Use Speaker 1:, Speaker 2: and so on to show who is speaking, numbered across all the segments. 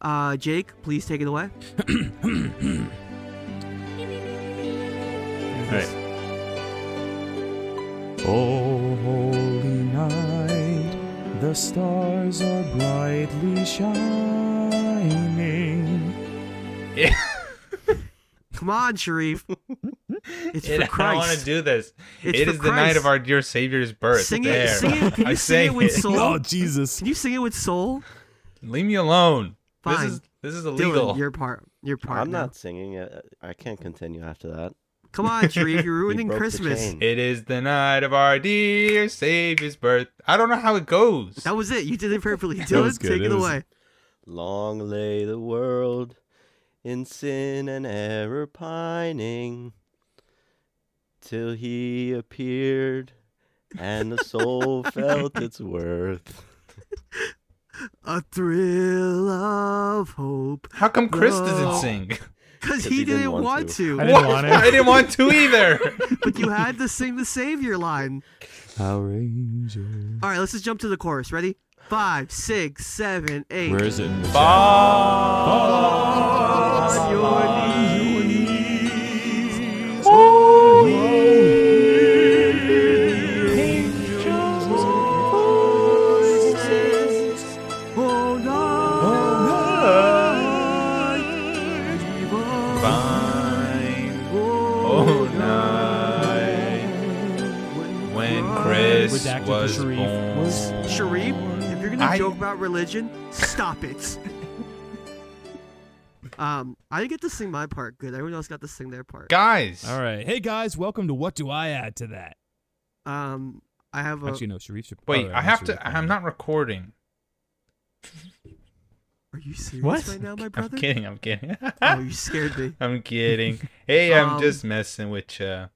Speaker 1: Uh, Jake, please take it away.
Speaker 2: Alright. Oh, holy night, the stars are brightly shining.
Speaker 1: Come on, Sharif. It's
Speaker 3: It-
Speaker 1: for
Speaker 3: I want
Speaker 1: Christ.
Speaker 3: to do this.
Speaker 1: It's
Speaker 3: it
Speaker 1: for
Speaker 3: is the night of
Speaker 1: Christ.
Speaker 3: our dear Savior's birth.
Speaker 1: Sing it-
Speaker 3: there.
Speaker 1: sing it- can
Speaker 3: I
Speaker 1: you sing it
Speaker 3: sang
Speaker 1: with soul?
Speaker 2: Oh, Jesus.
Speaker 1: Can you sing it with soul?
Speaker 3: Leave me alone.
Speaker 1: Fine.
Speaker 3: This is this is
Speaker 1: Dylan,
Speaker 3: illegal.
Speaker 1: your part. Your part.
Speaker 4: I'm
Speaker 1: now.
Speaker 4: not singing it. Uh, I can't continue after that.
Speaker 1: Come on, Sharif. You're ruining
Speaker 4: broke the
Speaker 1: Christmas.
Speaker 4: chain.
Speaker 3: it is the night of our dear Savior's birth. I don't know how it goes.
Speaker 1: That was it. You did it perfectly.
Speaker 2: That was
Speaker 1: Dylan,
Speaker 2: good.
Speaker 1: take it
Speaker 2: It was-
Speaker 1: away.
Speaker 4: Long lay the world in sin and error pining till he appeared and the soul felt its worth.
Speaker 1: A thrill of hope.
Speaker 3: how come Chris
Speaker 1: No.
Speaker 3: doesn't sing?
Speaker 1: Because
Speaker 4: 'Cause
Speaker 1: he, didn't, want, to.
Speaker 2: I didn't want
Speaker 3: I
Speaker 2: it.
Speaker 3: didn't want to either.
Speaker 1: but you had to sing the Savior line.
Speaker 2: Power Ranger.
Speaker 1: All right, let's just jump to the chorus. Ready? Five, six, seven, eight.
Speaker 2: Where is it? in the chat?
Speaker 1: On your knees. Oh, no.
Speaker 3: Fine.
Speaker 1: Oh,
Speaker 3: Oh, night when Chris
Speaker 2: Redacted for
Speaker 3: was
Speaker 2: Sharif.
Speaker 3: born.
Speaker 2: Was-
Speaker 1: Sharif, if you're gonna
Speaker 3: I-
Speaker 1: joke about religion, stop it. um, I didn't get to sing my part good. Everyone else got to sing their part.
Speaker 3: Guys,
Speaker 2: All right. Hey, guys, welcome to What Do I Add to That?
Speaker 1: Um, I have a.
Speaker 2: Actually, no, Sharif should.
Speaker 3: Uh, wait,
Speaker 2: oh, right,
Speaker 3: I
Speaker 2: not
Speaker 3: have to.
Speaker 2: Sharif.
Speaker 3: I'm not recording.
Speaker 1: Are you serious
Speaker 3: What?
Speaker 1: right now, my
Speaker 3: I'm
Speaker 1: brother?
Speaker 3: kidding. Ah. I'm kidding.
Speaker 1: oh, you scared me.
Speaker 3: I'm kidding. Hey, I'm
Speaker 1: Um,
Speaker 3: just messing with you.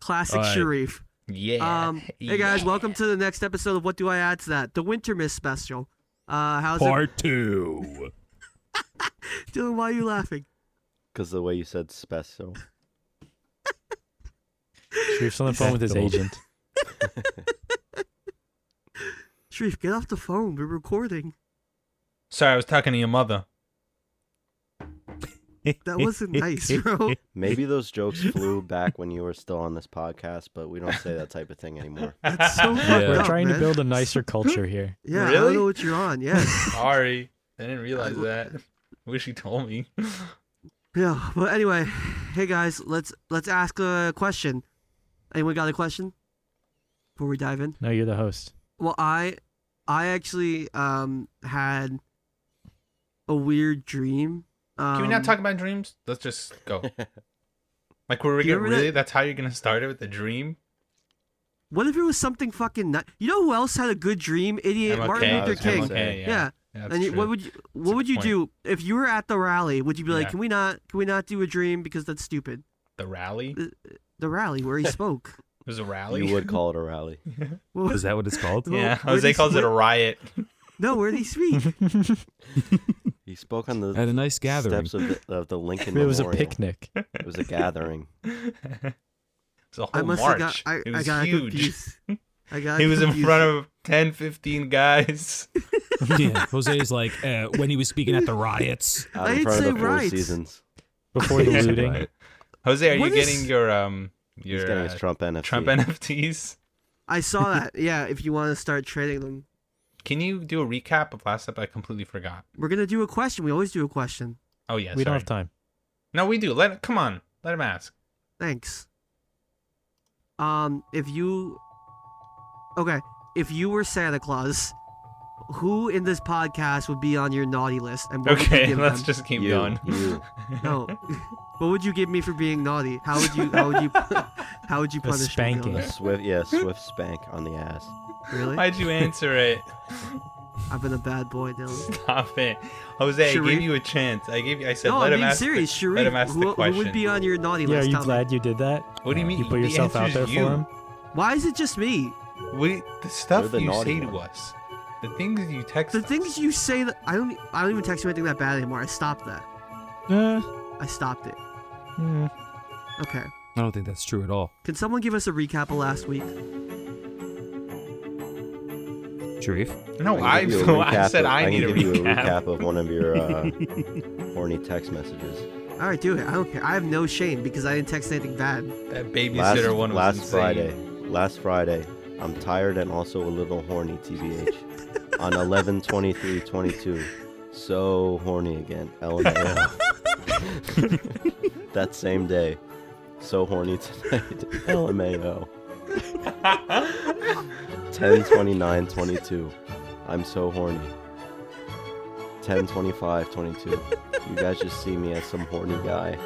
Speaker 1: Classic
Speaker 2: All right.
Speaker 1: Sharif.
Speaker 3: Yeah.
Speaker 1: Um, hey guys,
Speaker 3: yeah.
Speaker 1: welcome to the next episode of What Do I Add to That? The Winter Miss special. Uh, how's
Speaker 2: Part two.
Speaker 1: it, Dylan? Why are you laughing?
Speaker 4: Because the way you said special.
Speaker 5: Sharif's on the phone with his
Speaker 2: Acceptable.
Speaker 5: agent.
Speaker 1: Sharif, get off the phone. We're recording.
Speaker 3: Sorry, I was talking to your mother.
Speaker 1: That wasn't nice, bro.
Speaker 4: Maybe those jokes flew back when you were still on this podcast, but we don't say that type of thing anymore.
Speaker 1: That's so
Speaker 2: Yeah.
Speaker 1: fucked
Speaker 2: We're
Speaker 5: We're
Speaker 1: up,
Speaker 5: trying to
Speaker 1: man.
Speaker 5: build a nicer culture here.
Speaker 1: Yeah, I don't
Speaker 3: Really?
Speaker 1: know what you're on. Yeah,
Speaker 3: Sorry, I didn't realize
Speaker 1: I-
Speaker 3: that. Wish you told me.
Speaker 1: yeah. But anyway, hey guys, let's let's ask a question. Anyone got a question before we dive in?
Speaker 5: No, you're the host.
Speaker 1: Well, I I actually um had a weird dream. Um,
Speaker 3: Can we not talk about dreams? Let's just go. Like, we're
Speaker 1: Do you
Speaker 3: gonna,
Speaker 1: remember that-
Speaker 3: really? That's how you're gonna start it with the dream?
Speaker 1: What if it was something fucking nut? You know who else had a good dream? Idiot
Speaker 3: I'm
Speaker 1: Martin
Speaker 3: okay.
Speaker 4: I
Speaker 1: Luther
Speaker 4: was gonna
Speaker 1: King.
Speaker 4: say,
Speaker 3: Okay,
Speaker 1: yeah.
Speaker 3: yeah. that's
Speaker 1: and you, what
Speaker 3: true.
Speaker 1: would you
Speaker 3: That's
Speaker 1: what
Speaker 3: a
Speaker 1: would
Speaker 3: good
Speaker 1: you
Speaker 3: point.
Speaker 1: do if you were at the rally? Would you be like,
Speaker 3: Yeah.
Speaker 1: can we not can we not do a dream because that's stupid?
Speaker 3: the rally?
Speaker 1: Uh, The rally where he spoke.
Speaker 3: There's a rally.
Speaker 4: You would call it a rally.
Speaker 1: What was-
Speaker 2: Is that what it's called?
Speaker 1: Well,
Speaker 3: yeah,
Speaker 1: where
Speaker 3: Jose
Speaker 1: did-
Speaker 3: calls it a
Speaker 1: where-
Speaker 3: riot.
Speaker 1: No, where did he speak?
Speaker 4: He spoke on the
Speaker 2: At a nice gathering.
Speaker 4: steps of the, of the Lincoln
Speaker 5: It was a
Speaker 4: Memorial.
Speaker 5: picnic.
Speaker 4: It was a gathering.
Speaker 3: it's a whole
Speaker 1: I must
Speaker 3: Oh, march.
Speaker 1: have got I,
Speaker 3: it
Speaker 1: I
Speaker 3: was
Speaker 1: got
Speaker 3: huge.
Speaker 1: confused. I got
Speaker 3: He was in
Speaker 1: confused.
Speaker 3: front of 10, 15 guys.
Speaker 2: yeah. Jose's like uh, when he was speaking at the riots.
Speaker 4: Out
Speaker 1: I
Speaker 4: in
Speaker 1: didn't
Speaker 4: front of
Speaker 1: say
Speaker 4: the Four
Speaker 1: rights.
Speaker 4: Seasons.
Speaker 5: Before the looting.
Speaker 3: Jose, are
Speaker 1: What
Speaker 3: you
Speaker 1: is-
Speaker 3: getting your um
Speaker 4: He's
Speaker 3: your
Speaker 4: getting
Speaker 3: uh,
Speaker 4: his Trump NFT.
Speaker 3: Trump NFTs?
Speaker 1: I saw that. Yeah, if you want to start trading them,
Speaker 3: Can you do a recap of last step? I completely forgot.
Speaker 1: we're gonna do a question. We always do a question.
Speaker 3: Oh yeah,
Speaker 5: we don't
Speaker 3: sorry.
Speaker 5: have time.
Speaker 3: No, we do. Let come on. Let him ask.
Speaker 1: Thanks. Um, if you, okay, if you were Santa Claus, who in this podcast would be on your naughty list? And what would you
Speaker 3: Okay,
Speaker 1: give
Speaker 3: let's
Speaker 1: them?
Speaker 3: just keep
Speaker 4: You,
Speaker 3: going.
Speaker 4: you.
Speaker 1: No. What would you give me for being naughty? How would you? How would you? How would you
Speaker 5: A
Speaker 1: punish me,
Speaker 5: spanking.
Speaker 4: A
Speaker 1: Dylan?
Speaker 4: swift, yeah, swift spank on the ass.
Speaker 1: Really?
Speaker 3: Why'd you answer it?
Speaker 1: I've been a bad boy, Dylan.
Speaker 3: Stop it, Jose. I
Speaker 1: Sharif?
Speaker 3: gave you a chance. I gave you. I said
Speaker 1: No,
Speaker 3: let
Speaker 1: I'm
Speaker 3: him
Speaker 1: being
Speaker 3: ask.
Speaker 1: serious.
Speaker 3: The,
Speaker 1: Sharif,
Speaker 3: let him ask
Speaker 1: who,
Speaker 3: the
Speaker 1: who
Speaker 3: question.
Speaker 1: would be on your naughty
Speaker 5: Yeah, are
Speaker 1: list?
Speaker 5: you
Speaker 1: Tell me.
Speaker 5: glad you did that?
Speaker 3: What do you mean?
Speaker 5: You put
Speaker 3: The
Speaker 5: yourself out
Speaker 3: answer's
Speaker 5: there
Speaker 3: you.
Speaker 5: for him?
Speaker 1: Why is it just me?
Speaker 3: What, the stuff
Speaker 4: the
Speaker 3: you
Speaker 4: naughty
Speaker 3: say to
Speaker 4: one.
Speaker 3: us, the things you text.
Speaker 1: The
Speaker 3: us.
Speaker 1: things you say that I don't. I don't even text you anything that bad anymore. I stopped that.
Speaker 5: Uh,
Speaker 1: I stopped it.
Speaker 5: hmm.
Speaker 1: Okay.
Speaker 2: I don't think that's true at all.
Speaker 1: Can someone give us a recap of last week?
Speaker 6: Sharif.
Speaker 3: No, I,
Speaker 4: I can give you a
Speaker 3: I
Speaker 4: recap
Speaker 3: said
Speaker 4: of-
Speaker 3: I,
Speaker 4: can
Speaker 3: need a
Speaker 4: give you a
Speaker 3: recap.
Speaker 4: recap of one of your uh, horny text messages.
Speaker 1: All right, do it. I don't care. I have no shame because I didn't text anything bad.
Speaker 3: That babysitter
Speaker 4: Last,
Speaker 3: one was
Speaker 4: last
Speaker 3: insane.
Speaker 4: Friday. Last Friday. I'm tired and also a little horny, TBH. On 11 23 22. So horny again. LMAO. that same day. So horny tonight. LMAO. 10 29 22. I'm so horny. 10 25 22. You guys just see me as some horny guy.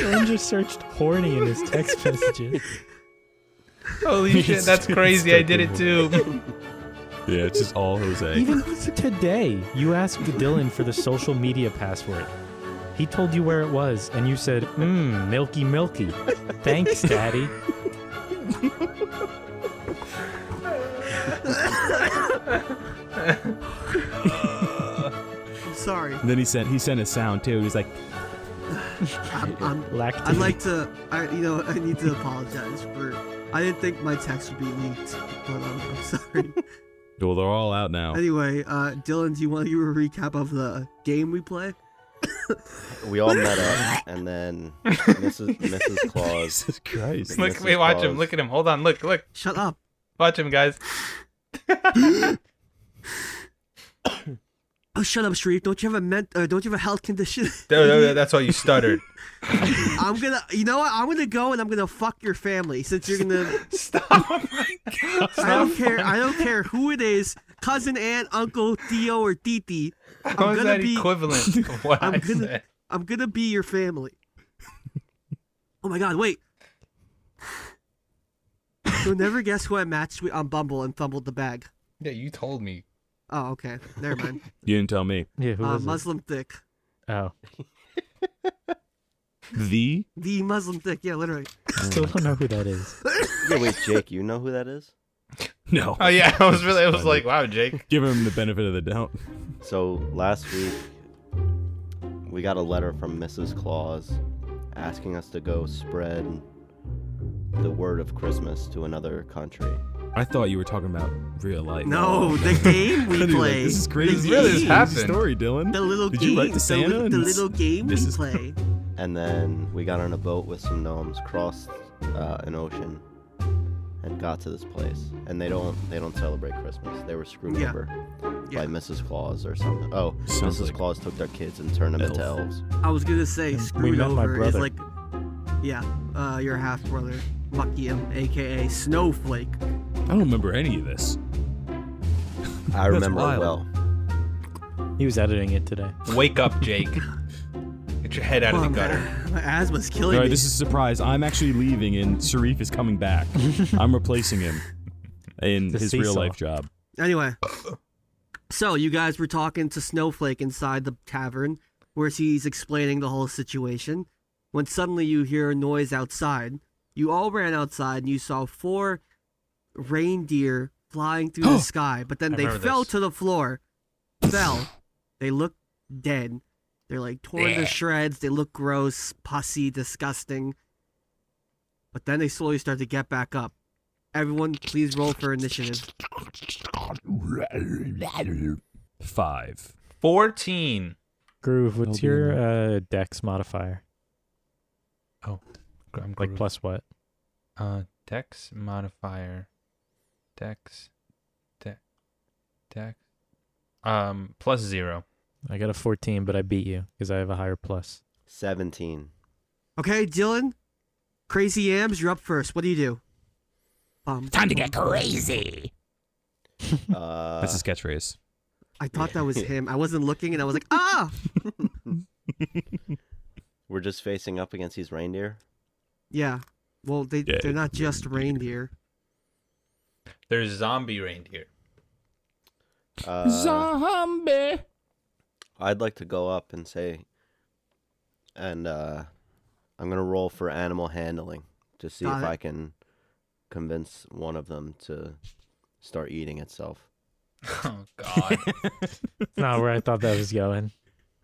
Speaker 5: Someone just searched horny in his text messages.
Speaker 3: Holy shit, that's crazy. I did it too.
Speaker 6: Yeah, it's just all Jose.
Speaker 5: Even today, you asked Dylan for the social media password. He told you where it was, and you said, mmm, milky milky. Thanks, daddy.
Speaker 1: I'm sorry.
Speaker 2: And then he sent he sent a sound too. He's like,
Speaker 1: I'm, I'm,
Speaker 5: Lactate.
Speaker 1: Um, I'd like to. I you know I need to apologize for. I didn't think my text would be leaked, but um, I'm sorry.
Speaker 6: Well, they're all out now.
Speaker 1: Anyway, uh, Dylan, do you want to give a recap of the game we play?
Speaker 4: we all met up, and then Mrs. Mrs. Claus.
Speaker 6: Jesus Christ.
Speaker 4: Like-
Speaker 3: look, wait, watch him. Look at him. Hold on. Look, look.
Speaker 1: Shut up.
Speaker 3: Watch him, guys.
Speaker 1: Oh, shut up, Sharif. Don't you have a ment- uh, Don't you have a health condition?
Speaker 3: No, no, no, that's why you stuttered.
Speaker 1: I'm gonna. You know what? I'm gonna go and I'm gonna fuck your family since you're gonna.
Speaker 3: Stop.
Speaker 1: I don't care. I don't care who it is, cousin, aunt, uncle, Theo, or Titi.
Speaker 3: How is
Speaker 1: gonna
Speaker 3: that
Speaker 1: be-
Speaker 3: equivalent of what
Speaker 1: I'm
Speaker 3: I
Speaker 1: gonna-
Speaker 3: said?
Speaker 1: I'm gonna be your family. Oh my god, wait. You'll never guess who I matched with on Bumble and fumbled the bag.
Speaker 3: Yeah, you told me.
Speaker 1: Oh, okay. Never mind.
Speaker 6: You didn't tell me.
Speaker 5: Yeah, who
Speaker 1: Uh,
Speaker 5: was it?
Speaker 1: Muslim thick.
Speaker 5: Oh.
Speaker 6: The?
Speaker 1: The Muslim thick. Yeah, literally.
Speaker 5: Still don't know who that is.
Speaker 4: Yeah, wait, Jake, you know who that is?
Speaker 6: No.
Speaker 3: Oh yeah, I was really. I was like, wow, Jake.
Speaker 6: Give him the benefit of the doubt.
Speaker 4: So last week, we got a letter from Mrs. Claus asking us to go spread the word of Christmas to another country.
Speaker 2: I thought you were talking about real life.
Speaker 1: No, the game we
Speaker 2: And you're like,
Speaker 1: play.
Speaker 2: this is crazy.
Speaker 1: The,
Speaker 3: Really, this
Speaker 1: game.
Speaker 3: happened.
Speaker 2: story, Dylan.
Speaker 1: the little
Speaker 2: Did
Speaker 1: game.
Speaker 2: you write to Santa?
Speaker 1: the, li-
Speaker 2: and
Speaker 1: the
Speaker 2: s-
Speaker 1: little game we
Speaker 2: this is-
Speaker 1: play.
Speaker 4: And then we got on a boat with some gnomes, crossed uh, an ocean, and got to this place. And they don't they don't celebrate Christmas. They were screwed
Speaker 1: Yeah.
Speaker 4: over
Speaker 1: Yeah.
Speaker 4: by Mrs. Claus or something. Oh,
Speaker 2: Sounds
Speaker 4: Mrs.
Speaker 2: like
Speaker 4: Claus took their kids and turned them into
Speaker 2: elf.
Speaker 4: elves.
Speaker 1: I was gonna say
Speaker 5: We
Speaker 1: screwed
Speaker 5: met my
Speaker 1: over is
Speaker 5: brother.
Speaker 1: like, yeah, uh, your half brother, Muckium, aka Snowflake.
Speaker 2: I don't remember any of this.
Speaker 4: I remember it
Speaker 2: wild.
Speaker 4: well.
Speaker 5: He was editing it today.
Speaker 3: Wake up, Jake. Get your head out of the
Speaker 1: Oh,
Speaker 3: gutter.
Speaker 1: man, My asthma's
Speaker 2: All
Speaker 1: killing
Speaker 2: right,
Speaker 1: me.
Speaker 2: this is a surprise. I'm actually leaving, and Sharif is coming back. I'm replacing him in
Speaker 5: It's a
Speaker 2: his
Speaker 5: seesaw.
Speaker 2: real life job.
Speaker 1: Anyway, so you guys were talking to Snowflake inside the tavern, where he's explaining the whole situation. When suddenly you hear a noise outside, you all ran outside and you saw four reindeer flying through the sky, but then
Speaker 3: I
Speaker 1: they
Speaker 3: remember
Speaker 1: fell
Speaker 3: this.
Speaker 1: to the floor, fell. They looked dead. They're like torn to shreds. They look gross, pussy, disgusting. But then they slowly start to get back up. Everyone, please roll for initiative.
Speaker 2: Five.
Speaker 3: Fourteen.
Speaker 5: Groove, what's
Speaker 2: It'll be in
Speaker 5: your uh, dex modifier?
Speaker 3: I'm
Speaker 5: Like plus what?
Speaker 3: Uh, dex modifier. Dex. Dex. Dex. Um, plus zero.
Speaker 5: I got a 14, but I beat you because I have a higher plus.
Speaker 4: 17.
Speaker 1: Okay, Dylan, Crazy Yams, you're up first. What do you do? Um,
Speaker 2: Time to get crazy.
Speaker 4: Uh,
Speaker 2: That's his catchphrase.
Speaker 1: I thought that was him. I wasn't looking, and I was like, ah.
Speaker 4: We're just facing up against these reindeer.
Speaker 1: Yeah. Well, they
Speaker 2: Yeah,
Speaker 1: they're not just reindeer.
Speaker 3: There's zombie reindeer.
Speaker 4: Uh,
Speaker 2: Zombie.
Speaker 4: I'd like to go up and say, and uh, I'm gonna roll for animal handling to see
Speaker 1: Got
Speaker 4: if
Speaker 1: it.
Speaker 4: I can convince one of them to start eating itself.
Speaker 3: Oh God.
Speaker 5: Not where I thought that was going.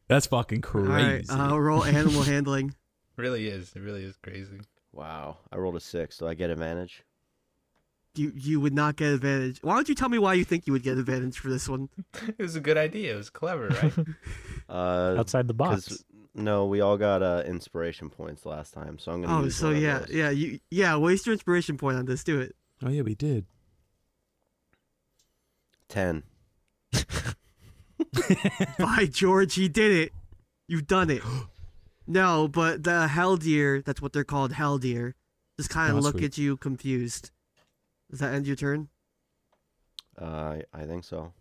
Speaker 2: That's fucking
Speaker 1: All right.
Speaker 2: crazy.
Speaker 1: Uh, roll animal handling.
Speaker 3: really is. It really is crazy.
Speaker 4: Wow. I rolled a six. Do I get advantage?
Speaker 1: You you would not get advantage. Why don't you tell me why you think you would get advantage for this one?
Speaker 3: It was a good idea. It was clever, right?
Speaker 4: Uh,
Speaker 5: Outside the
Speaker 4: 'cause-
Speaker 5: box.
Speaker 4: no, we all got uh, inspiration points last time, so I'm gonna.
Speaker 1: Oh,
Speaker 4: use
Speaker 1: so
Speaker 4: one of
Speaker 1: yeah,
Speaker 4: those.
Speaker 1: yeah, you yeah, waste your inspiration point on this. Do it.
Speaker 6: Oh yeah, we did.
Speaker 4: Ten.
Speaker 1: By George, he did it. You've done it. No, but the hell deer, that's what they're called, hell deer, just kind of
Speaker 6: Oh, that's
Speaker 1: look
Speaker 6: sweet.
Speaker 1: at you confused. Does that end your turn?
Speaker 4: Uh, I think so.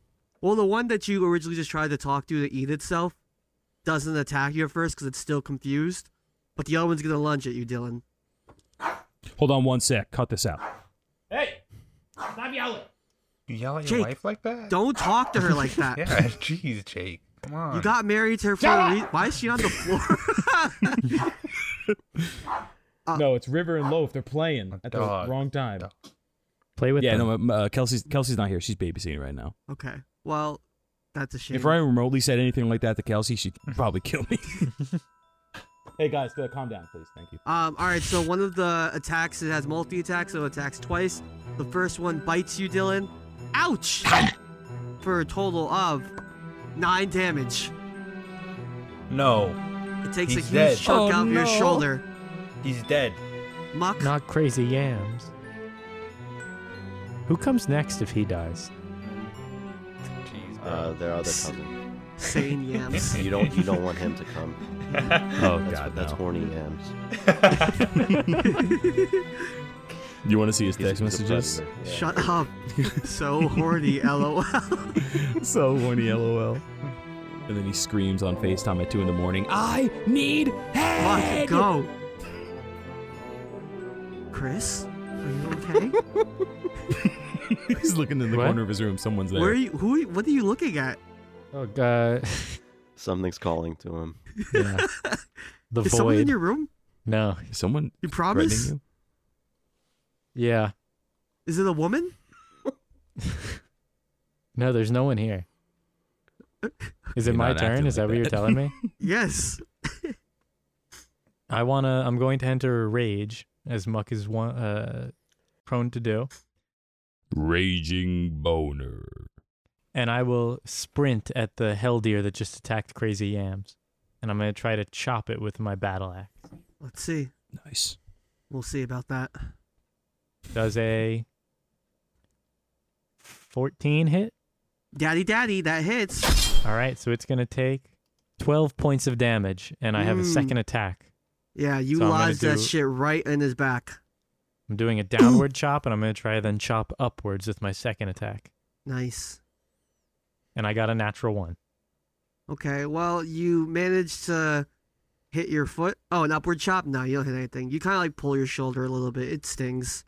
Speaker 1: Well, the one that you originally just tried to talk to to eat itself doesn't attack you at first because it's still confused, but the other one's going to lunge at you, Dylan.
Speaker 6: Hold on one sec. Cut this out.
Speaker 3: you yell at your
Speaker 1: Jake,
Speaker 3: wife like that?
Speaker 1: Don't talk to her like that.
Speaker 3: Yeah, jeez, Jake. Come on.
Speaker 1: You got married to her for a reason. Why is she on the floor?
Speaker 4: Uh,
Speaker 2: No, it's River and Loaf. They're playing at the
Speaker 3: Dog.
Speaker 2: wrong time.
Speaker 3: Dog.
Speaker 5: Play with
Speaker 6: Yeah,
Speaker 5: them.
Speaker 6: no, um, uh, Kelsey's Kelsey's not here. She's babysitting right now.
Speaker 1: okay. Well, that's a shame.
Speaker 6: If I remotely said anything like that to Kelsey, she'd probably kill me.
Speaker 2: Hey guys, uh, calm down, please. Thank you.
Speaker 1: Um, all right, so one of the attacks, it has multi attacks, so it attacks twice. The first one bites you, Dylan. Ouch! For a total of nine damage.
Speaker 3: No,
Speaker 1: It takes a
Speaker 3: He's
Speaker 1: huge
Speaker 3: dead.
Speaker 1: chunk
Speaker 6: Oh,
Speaker 1: out of your
Speaker 6: no.
Speaker 1: shoulder.
Speaker 3: he's dead.
Speaker 1: Muck,
Speaker 5: Not crazy yams. Who comes next if he dies?
Speaker 3: Jeez, bro.
Speaker 4: Uh, their other cousin.
Speaker 1: sane yams.
Speaker 4: You don't. You don't want him to come.
Speaker 6: oh
Speaker 4: That's,
Speaker 6: god,
Speaker 4: that's
Speaker 6: no.
Speaker 4: horny yams.
Speaker 6: You want to see his
Speaker 4: He's-
Speaker 6: text
Speaker 4: he's a
Speaker 6: messages?
Speaker 4: predator, yeah.
Speaker 1: Shut up. So horny, lol.
Speaker 6: so horny, lol. And then he screams on FaceTime at two in the morning. I need
Speaker 1: Muck,
Speaker 6: head.
Speaker 1: go. Chris, are you okay?
Speaker 6: He's looking in the
Speaker 5: What?
Speaker 6: corner of his room. Someone's there.
Speaker 1: Where are you? Who? Are you, what are you looking at?
Speaker 5: Oh god.
Speaker 4: Something's calling to him.
Speaker 5: yeah. The
Speaker 1: Is someone
Speaker 5: void.
Speaker 1: in your room?
Speaker 5: No.
Speaker 6: Is Someone
Speaker 1: You
Speaker 6: threatening
Speaker 1: promise?
Speaker 6: you?
Speaker 5: Yeah.
Speaker 1: Is it a woman?
Speaker 5: No, there's no one here. Is it
Speaker 6: You're
Speaker 5: my
Speaker 6: not acting
Speaker 5: turn? Is
Speaker 6: like
Speaker 5: that what you're
Speaker 6: that.
Speaker 5: telling me?
Speaker 1: Yes.
Speaker 5: I wanna. I'm going to enter a rage, as Muck is one, uh, prone to do,
Speaker 6: Raging boner.
Speaker 5: and I will sprint at the hell deer that just attacked Crazy Yams, and I'm gonna try to chop it with my battle axe.
Speaker 1: Let's see.
Speaker 6: Nice.
Speaker 1: We'll see about that.
Speaker 5: Does a 14 hit?
Speaker 1: Daddy, daddy, that hits.
Speaker 5: All right, so it's gonna take 12 points of damage, and I have a
Speaker 1: Mm.
Speaker 5: second attack.
Speaker 1: Yeah, you
Speaker 5: So I'm gonna
Speaker 1: lodged that
Speaker 5: do-
Speaker 1: shit right in his back.
Speaker 5: I'm doing a downward chop, and I'm gonna try then chop upwards with my second attack,
Speaker 1: Nice.
Speaker 5: and I got a natural one.
Speaker 1: Okay, well, you managed to hit your foot. Oh, an upward chop? No, you don't hit anything. You kind of like pull your shoulder a little bit. It stings.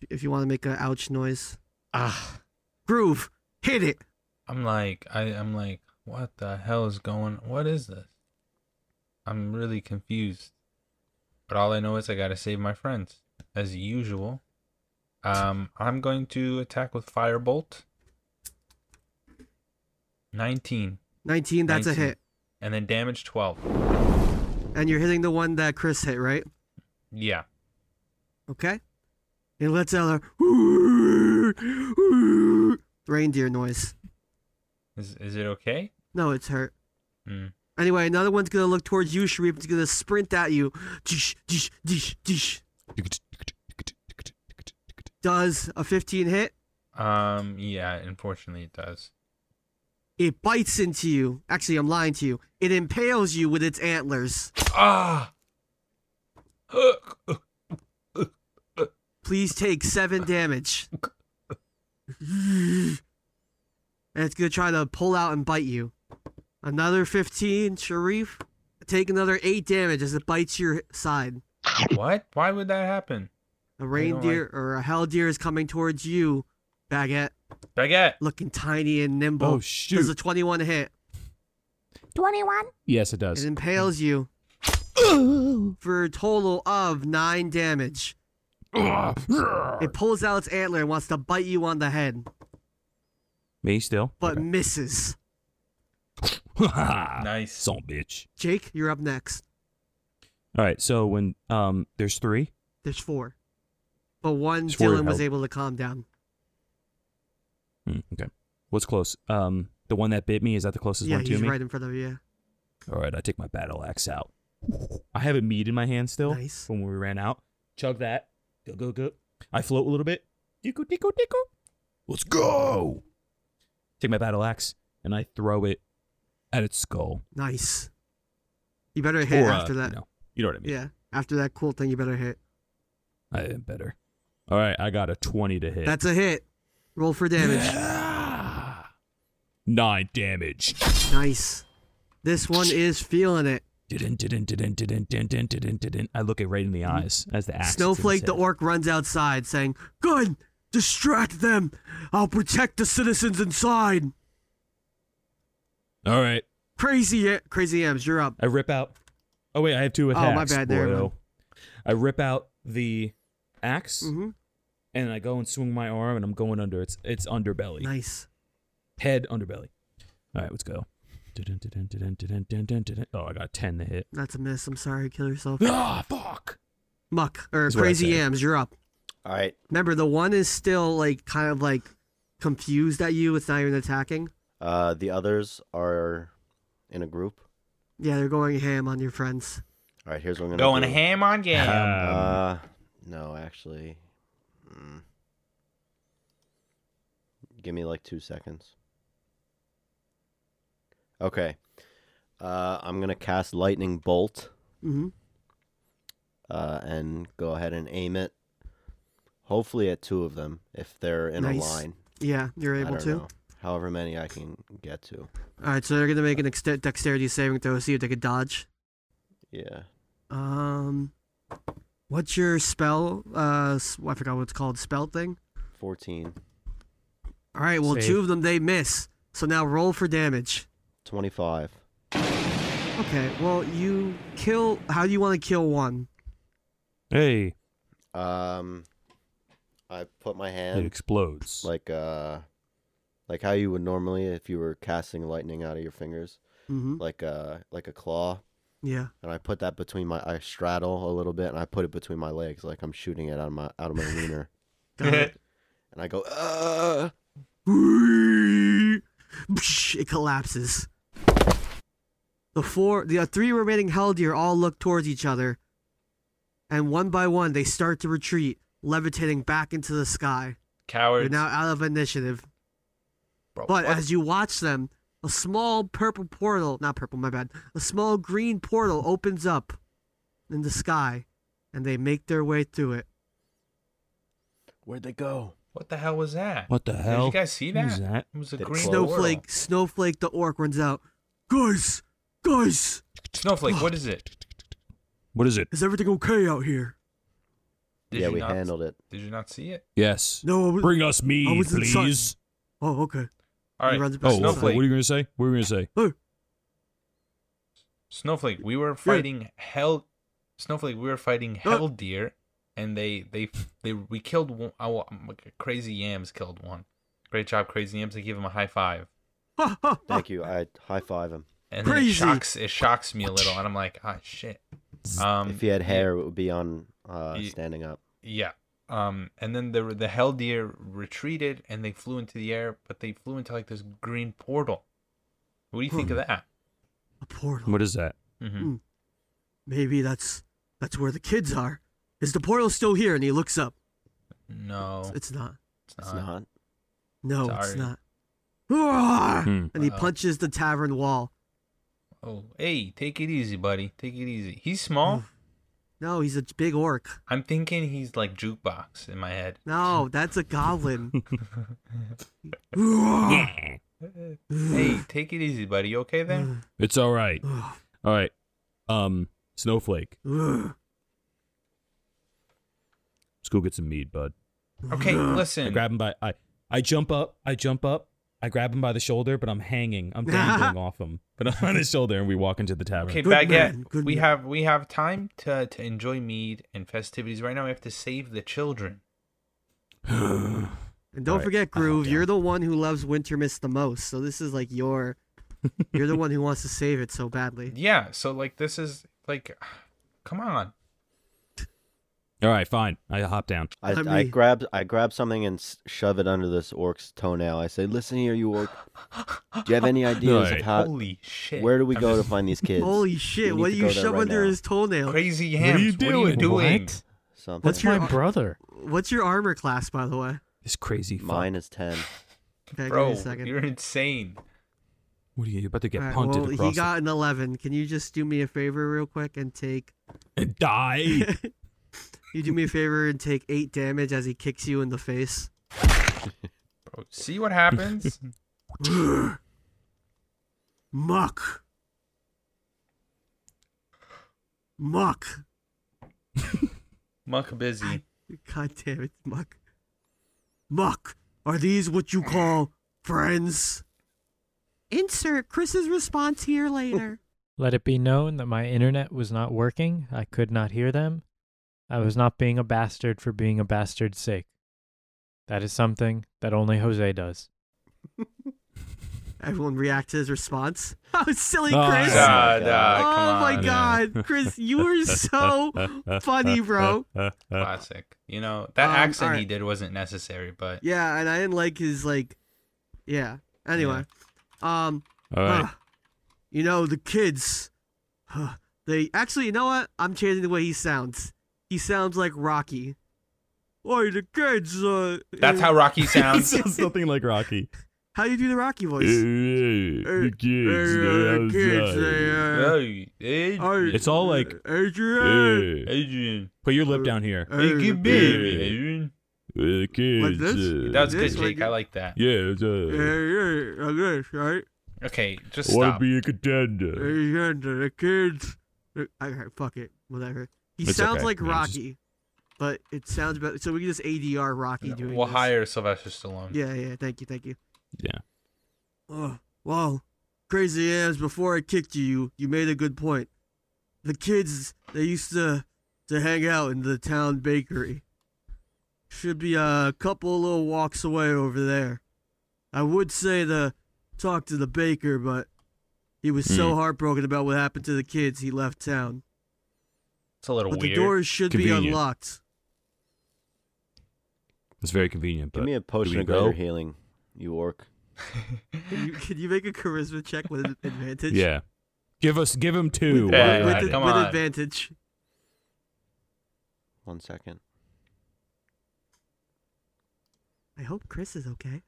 Speaker 1: If- If you want to make an ouch noise,
Speaker 5: Ah,
Speaker 1: groove, hit it.
Speaker 3: I'm like, I, I'm like, what the hell is going? What is this? I'm really confused. But all I know is I gotta save my friends, as usual. Um, I'm going to attack with firebolt. Nineteen,
Speaker 1: 19, that's a
Speaker 3: 19.
Speaker 1: hit.
Speaker 3: and then damage twelve.
Speaker 1: And you're hitting the one that Chris hit, right?
Speaker 3: Yeah.
Speaker 1: Okay. It lets out a reindeer noise.
Speaker 3: Is is it okay?
Speaker 1: No, it's hurt.
Speaker 3: Mm.
Speaker 1: Anyway, another one's gonna look towards you, Sharif. It's gonna sprint at you. Dish, dish, dish, dish. Does a 15 hit?
Speaker 3: Um. Yeah. Unfortunately, it does.
Speaker 1: It bites into you. Actually, I'm lying to you. It impales you with its antlers.
Speaker 3: Ah.
Speaker 1: Please take seven damage. And it's gonna try to pull out and bite you. Another 15, Sharif. Take another eight damage as it bites your side.
Speaker 3: What? Why would that happen?
Speaker 1: A
Speaker 3: don't like-
Speaker 1: reindeer or a hell deer is coming towards you, Baguette,
Speaker 3: Baguette.
Speaker 1: looking tiny and nimble.
Speaker 6: Oh
Speaker 1: Does a
Speaker 6: shoot.
Speaker 1: 21 hit?
Speaker 6: Yes, it
Speaker 1: It
Speaker 6: does.
Speaker 1: impales you for a total of nine damage. It pulls out its antler and wants to bite you on the head,
Speaker 6: Me still.
Speaker 1: but misses.
Speaker 3: Nice.
Speaker 6: Son bitch.
Speaker 1: Jake, you're up next.
Speaker 6: All right. So when um, there's three.
Speaker 1: There's four. But one
Speaker 2: Just word
Speaker 1: Dylan was
Speaker 2: help.
Speaker 1: able to calm down.
Speaker 2: Hmm, okay. What's close? Um, the one that bit me is that the closest
Speaker 1: yeah,
Speaker 2: one to
Speaker 1: he's
Speaker 2: me.
Speaker 1: right in front of you.
Speaker 2: All right, I take my battle axe out. I have a meat in my hand still.
Speaker 1: Nice.
Speaker 2: From when we ran out, chug that. Go go go. I float a little bit. Tico tico tico. Let's go. Take my battle axe and I throw it at its skull.
Speaker 1: Nice. You better hit
Speaker 2: Or, uh,
Speaker 1: after that.
Speaker 2: You know, you know what I mean.
Speaker 1: Yeah. After that cool thing, you better hit.
Speaker 2: I am better. All right, I got a twenty to hit.
Speaker 1: That's a hit. Roll for damage.
Speaker 2: Yeah. Nine damage.
Speaker 1: Nice. This one is feeling it.
Speaker 2: Didn't, didn't, didn't, didn't, didn't, didn't, didn't. I look it right in the eyes as the axe. hits him in
Speaker 1: Mm-hmm. Snowflake
Speaker 2: his
Speaker 1: the
Speaker 2: head.
Speaker 1: orc runs outside saying, Good! Distract them! I'll protect the citizens inside!
Speaker 2: All right,
Speaker 1: Crazy, A- crazy Ams, you're up.
Speaker 2: I rip out. Oh wait, I have two
Speaker 1: Oh, my
Speaker 2: attacks.
Speaker 1: bad, never
Speaker 2: bro.
Speaker 1: mind.
Speaker 2: I rip out the ax
Speaker 1: hmm
Speaker 2: and I go and swing my arm, and I'm going under. It's it's underbelly,
Speaker 1: Nice.
Speaker 2: head underbelly. All right, let's go. Didn't, didn't, didn't, didn't, didn't, didn't. Oh, I got ten to hit.
Speaker 1: That's a miss. I'm sorry. Kill yourself.
Speaker 2: Ah, fuck.
Speaker 1: Muck or
Speaker 2: That's what I
Speaker 1: crazy
Speaker 2: said.
Speaker 1: Yams, you're up.
Speaker 4: All right.
Speaker 1: Remember, the one is still like kind of like confused at you. It's not even attacking.
Speaker 4: Uh, the others are in a group.
Speaker 1: Yeah, they're going ham on your friends.
Speaker 4: All right. Here's what I'm gonna
Speaker 3: Going
Speaker 4: do.
Speaker 3: ham on
Speaker 2: Um,
Speaker 3: game.
Speaker 4: Uh, no, actually. Mm. Give me like two seconds. Okay. Uh, I'm gonna cast lightning bolt
Speaker 1: hmm
Speaker 4: uh, and go ahead and aim it. Hopefully at two of them if they're in
Speaker 1: Nice.
Speaker 4: a line.
Speaker 1: Yeah, you're
Speaker 4: I
Speaker 1: able
Speaker 4: don't
Speaker 1: to.
Speaker 4: know. However many I can get to.
Speaker 1: All right, so they're gonna make an ex- dexterity saving throw. See if they can dodge.
Speaker 4: Yeah.
Speaker 1: Um, what's your spell? Uh, s- I forgot what it's called. Spell thing.
Speaker 4: Fourteen.
Speaker 1: All right, well,
Speaker 5: Save.
Speaker 1: two of them they miss. So now roll for damage.
Speaker 4: Twenty-five.
Speaker 1: Okay, well, you kill. How do you want to kill one?
Speaker 2: hey,
Speaker 4: Um, I put my
Speaker 2: it
Speaker 4: hand
Speaker 2: explodes.
Speaker 4: like uh like how you would normally if you were casting lightning out of your fingers
Speaker 1: Mm-hmm.
Speaker 4: like uh like a claw
Speaker 1: Yeah.
Speaker 4: and i put that between my i straddle a little bit and i put it between my legs like i'm shooting it out of my out of my wiener
Speaker 1: Got it.
Speaker 4: and i go uh
Speaker 1: It collapses. The four, the uh, three remaining Helldeer all look towards each other, and one by one they start to retreat, levitating back into the sky. They're
Speaker 3: Cowards.
Speaker 1: now out of initiative.
Speaker 3: Bro,
Speaker 1: But
Speaker 3: what?
Speaker 1: as you watch them, a small purple portal, not purple, my bad, a small green portal opens up in the sky, and they make their way through it.
Speaker 4: where'd they go
Speaker 3: what the hell was that?
Speaker 2: What the
Speaker 3: Did
Speaker 2: hell?
Speaker 3: you guys see
Speaker 2: What
Speaker 3: that?
Speaker 2: is that?
Speaker 3: It was a
Speaker 4: Did it
Speaker 3: green
Speaker 4: glow?
Speaker 3: snowflake.
Speaker 1: Snowflake, Snowflake the orc runs out. Guys, guys,
Speaker 3: Snowflake. What is it?
Speaker 2: What is it?
Speaker 1: is everything okay out here?
Speaker 3: Did
Speaker 4: yeah
Speaker 3: you
Speaker 4: we
Speaker 3: not,
Speaker 4: handled it
Speaker 3: Did you not see it?
Speaker 2: Yes.
Speaker 1: No, I was,
Speaker 2: Bring us mead,
Speaker 1: I was
Speaker 2: please.
Speaker 1: inside. oh, okay.
Speaker 3: All right.
Speaker 1: runs back
Speaker 2: Oh,
Speaker 1: That's not
Speaker 2: what are
Speaker 3: Snowflake.
Speaker 2: you gonna say? What are you gonna say?
Speaker 3: Snowflake. We were fighting hell. Snowflake. We were fighting hell deer, and they they they we killed one. Oh, crazy yams killed one. Great job, crazy yams. I give him a high five.
Speaker 1: Ha, ha, ha.
Speaker 4: thank you i high five him
Speaker 3: And then it
Speaker 1: Crazy.
Speaker 3: shocks it shocks me a little, and I'm like, ah, shit. Um,
Speaker 4: if he had hair it would be on uh
Speaker 3: Ye-
Speaker 4: standing up
Speaker 3: Yeah. Um, and then the the hell deer retreated and they flew into the air, but they flew into like this green portal. What do you think of
Speaker 1: Hmm.
Speaker 3: that?
Speaker 1: A portal.
Speaker 2: What is that?
Speaker 1: Hmm.
Speaker 3: Mm-hmm.
Speaker 1: Maybe that's that's where the kids are. Is the portal still here? And he looks up.
Speaker 3: No,
Speaker 1: It's not.
Speaker 3: it's
Speaker 4: it's
Speaker 3: not.
Speaker 4: not
Speaker 1: No, it's
Speaker 3: Sorry. Uh,
Speaker 1: not. Roar!
Speaker 2: Hmm.
Speaker 1: And he
Speaker 3: Uh-oh.
Speaker 1: punches the tavern wall.
Speaker 3: Oh, hey, take it easy, buddy. Take it easy. He's
Speaker 1: Hmm.
Speaker 3: small.
Speaker 1: No, he's a big orc.
Speaker 3: I'm thinking he's like jukebox in my head.
Speaker 1: No, that's a goblin. Roar!
Speaker 3: hey, take it easy, buddy. You okay there?
Speaker 2: It's all right.
Speaker 1: Ugh,
Speaker 2: All right. Um, Snowflake,
Speaker 1: ugh.
Speaker 2: let's go get some mead, bud.
Speaker 3: Okay,
Speaker 2: I
Speaker 3: listen.
Speaker 2: grab him by I I jump up. I jump up. I grab him by the shoulder, but I'm hanging. I'm dangling off him, but I'm on his shoulder, and we walk into the tavern.
Speaker 3: Okay,
Speaker 1: Good
Speaker 3: Baguette,
Speaker 1: man, good
Speaker 3: we
Speaker 1: man.
Speaker 3: have we have time to to enjoy mead and festivities. Right now, we have to save the children.
Speaker 1: And don't
Speaker 2: Alright,
Speaker 1: forget,
Speaker 2: I'll
Speaker 1: Groove,
Speaker 2: down.
Speaker 1: you're the one who loves Winter Mist the most. So this is like your. You're the one who wants to save it so badly.
Speaker 3: Yeah, so like this is like, come on.
Speaker 2: All right, fine. I hop down.
Speaker 1: I
Speaker 4: I, I
Speaker 1: mean-
Speaker 4: grab I grab something and s- shove it under this orc's toenail. I say, "Listen here, you orc. Do you have any ideas
Speaker 2: Right.
Speaker 4: of
Speaker 1: Uh,
Speaker 4: how?
Speaker 3: Holy shit!
Speaker 4: Where do we
Speaker 3: I'm
Speaker 4: go to
Speaker 3: just-
Speaker 4: find these kids?
Speaker 1: Holy shit!
Speaker 4: need
Speaker 1: What
Speaker 4: to
Speaker 1: do
Speaker 4: go
Speaker 1: you
Speaker 4: there
Speaker 1: shove
Speaker 4: right
Speaker 1: under
Speaker 4: now.
Speaker 1: his toenail?
Speaker 3: Crazy hams.
Speaker 2: you
Speaker 3: What are you
Speaker 2: doing?
Speaker 3: doing?
Speaker 5: What?
Speaker 4: Something.
Speaker 5: That's my brother.
Speaker 1: What's your armor class, by the way?
Speaker 2: This crazy fuck.
Speaker 4: Mine is ten.
Speaker 1: Okay, give
Speaker 3: Bro,
Speaker 1: me a 2nd
Speaker 3: you're insane.
Speaker 2: What are you you're about to get
Speaker 1: Alright,
Speaker 2: punted
Speaker 1: well, he
Speaker 2: across?
Speaker 1: got an 11. Can you just do me a favor real quick and take
Speaker 2: the- Die.
Speaker 1: you do me a favor and take 8 damage as he kicks you in the face?
Speaker 3: Bro, see what happens?
Speaker 1: Muck. Muck.
Speaker 3: Muck busy.
Speaker 1: God damn it, Muck. Muck, are these what you call friends? Insert Chris's response here later.
Speaker 5: Let it be known that my internet was not working. I could not hear them. I was not being a bastard for being a bastard's sake. That is something that only Jose does.
Speaker 1: Everyone react to his response. Oh, silly
Speaker 2: Oh,
Speaker 1: Chris.
Speaker 2: yeah.
Speaker 3: Nah, nah,
Speaker 1: oh
Speaker 3: Ah, come
Speaker 1: my
Speaker 3: on.
Speaker 1: god, Chris, you were so funny, bro.
Speaker 3: Classic. You know, that
Speaker 1: Um,
Speaker 3: accent he
Speaker 1: alright.
Speaker 3: did wasn't necessary, but
Speaker 1: Yeah, and I didn't like his like Yeah. Anyway. Um
Speaker 2: All right.
Speaker 1: huh. you know, the kids huh, they actually you know what? I'm changing the way he sounds. He sounds like Rocky. Oi, the kids, uh
Speaker 3: that's how Rocky
Speaker 2: He
Speaker 3: sounds.
Speaker 2: sounds nothing like Rocky.
Speaker 1: how do you do the Rocky voice?
Speaker 2: The
Speaker 1: Hey, uh, the kids, they, uh,
Speaker 3: Hey, Adrian.
Speaker 1: are-
Speaker 2: It's all like,
Speaker 1: Adrian.
Speaker 2: outside.
Speaker 3: Adrian.
Speaker 2: Put your lip down here.
Speaker 3: Hey,
Speaker 1: Hey,
Speaker 3: good baby, Adrian.
Speaker 2: The kids.
Speaker 1: this?
Speaker 2: uh,
Speaker 3: That was
Speaker 1: This
Speaker 3: good,
Speaker 1: one
Speaker 3: Jake.
Speaker 1: good.
Speaker 3: I like that.
Speaker 2: Yeah. it's, uh,
Speaker 1: Hey, hey, okay, right?
Speaker 3: Okay, just
Speaker 2: I wanna
Speaker 3: stop.
Speaker 2: be a contender.
Speaker 1: Asian to the kids. Okay, fuck it, whatever. He
Speaker 2: It's
Speaker 1: sounds
Speaker 2: okay,
Speaker 1: like
Speaker 2: man, just-
Speaker 1: Rocky, but it sounds better. So we can just ADR Rocky doing.
Speaker 3: We'll
Speaker 1: this.
Speaker 3: hire Sylvester Stallone.
Speaker 1: Yeah, yeah. Thank you, thank you.
Speaker 2: Yeah.
Speaker 1: Oh, wow, crazy ass! Before I kicked you, you you made a good point. The kids they used to to hang out in the town bakery. Should be a couple little walks away over there. I would say to talk to the baker, but he was
Speaker 3: Hmm.
Speaker 1: so heartbroken about what happened to the kids, he left town.
Speaker 3: It's a little
Speaker 1: But the
Speaker 3: weird.
Speaker 1: doors should be
Speaker 2: Convenient.
Speaker 1: unlocked.
Speaker 2: It's very convenient. But
Speaker 4: Give me a potion
Speaker 2: do we
Speaker 4: of greater
Speaker 2: go?
Speaker 4: healing, you orc.
Speaker 1: Can you, can you make a charisma check with an advantage?
Speaker 2: Yeah. Give us. Give him two.
Speaker 1: With,
Speaker 3: Yeah,
Speaker 2: Why
Speaker 1: with,
Speaker 2: not?
Speaker 1: with,
Speaker 3: come
Speaker 1: with
Speaker 3: on.
Speaker 1: advantage.
Speaker 4: One second.
Speaker 1: I hope Chris is okay.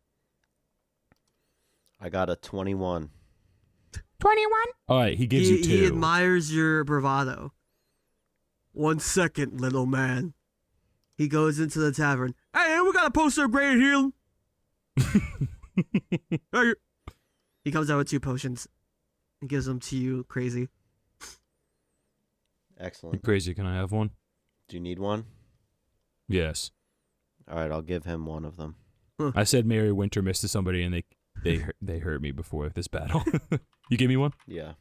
Speaker 4: I got a twenty-one.
Speaker 2: All right. He gives
Speaker 1: he,
Speaker 2: you
Speaker 1: he
Speaker 2: two.
Speaker 1: admires your bravado. One second, little man. He goes into the tavern. Hey, we got a poster of great healing. hey. He comes out with two potions and gives them to you, crazy.
Speaker 4: Excellent.
Speaker 2: Crazy. Can I have one?
Speaker 4: Do you need one?
Speaker 2: Yes.
Speaker 4: All right, I'll give him one of them.
Speaker 2: I said Mary Winter missed to somebody, and they they hurt, they hurt me before this battle. you give me one?
Speaker 4: Yeah.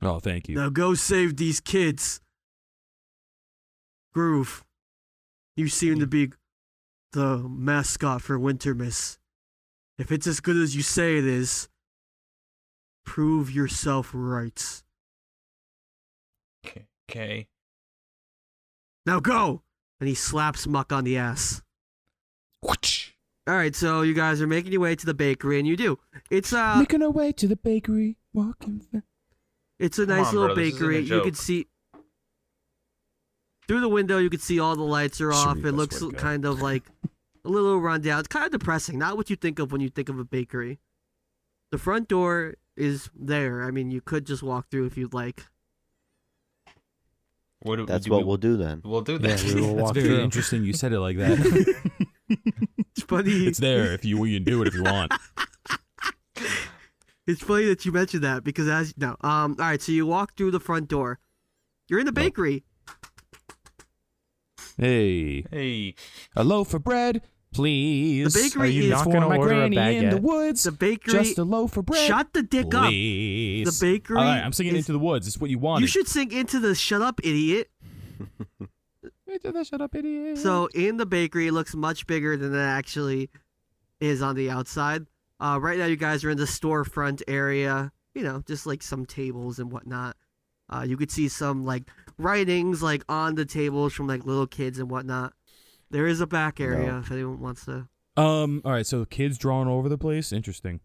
Speaker 2: Oh, thank you.
Speaker 1: Now go save these kids. Groove, you seem to be the mascot for Wintermiss. If it's as good as you say it is, prove yourself right.
Speaker 3: Okay.
Speaker 1: Now go! And he slaps Muck on the ass.
Speaker 2: Whoosh.
Speaker 1: All right, so you guys are making your way to the bakery, and you do. It's uh,
Speaker 6: Making our way to the bakery, walking. fa-
Speaker 1: it's a
Speaker 3: Come
Speaker 1: nice
Speaker 3: on,
Speaker 1: little
Speaker 3: bro, this isn't a
Speaker 1: bakery. You
Speaker 3: joke.
Speaker 1: can see through the window. You can see all the lights are off.
Speaker 6: Sure,
Speaker 1: It
Speaker 6: that's
Speaker 1: looks
Speaker 6: what it
Speaker 1: kind of like a little rundown. It's kind of depressing. Not what you think of when you think of a bakery. The front door is there. I mean, you could just walk through if you'd like.
Speaker 3: What do,
Speaker 4: That's
Speaker 3: do
Speaker 4: what
Speaker 3: we,
Speaker 4: we'll do then.
Speaker 3: we'll do.
Speaker 5: Yeah,
Speaker 3: That.
Speaker 5: we will
Speaker 2: That's
Speaker 5: walk
Speaker 2: very
Speaker 5: through.
Speaker 2: interesting. You said it like that.
Speaker 1: It's funny.
Speaker 2: it's there if you you can do it if you want.
Speaker 1: It's funny that you mentioned that because as no, um, all right. So you walk through the front door. You're in the bakery.
Speaker 6: Hey,
Speaker 3: hey,
Speaker 6: a loaf of bread, please.
Speaker 1: The bakery
Speaker 5: Are you
Speaker 1: is
Speaker 5: not
Speaker 6: For
Speaker 5: going to
Speaker 6: my
Speaker 5: order a
Speaker 6: granny in the
Speaker 5: baguette?
Speaker 6: woods.
Speaker 1: The bakery.
Speaker 6: Just a loaf of bread.
Speaker 1: Shut the dick up.
Speaker 2: Please.
Speaker 1: The bakery.
Speaker 2: All right, I'm singing
Speaker 1: is-
Speaker 2: into the woods. It's what you wanted.
Speaker 1: You should sing into the shut up, idiot.
Speaker 6: Shut up, idiot.
Speaker 1: So in the bakery, it looks much bigger than it actually is on the outside. Uh, right now, you guys are in the storefront area. You know, just like some tables and whatnot. Uh, you could see some like writings like on the tables from like little kids and whatnot. There is a back area
Speaker 4: No.
Speaker 1: if anyone wants to.
Speaker 2: Um. All right. So the kids drawing all over the place. Interesting.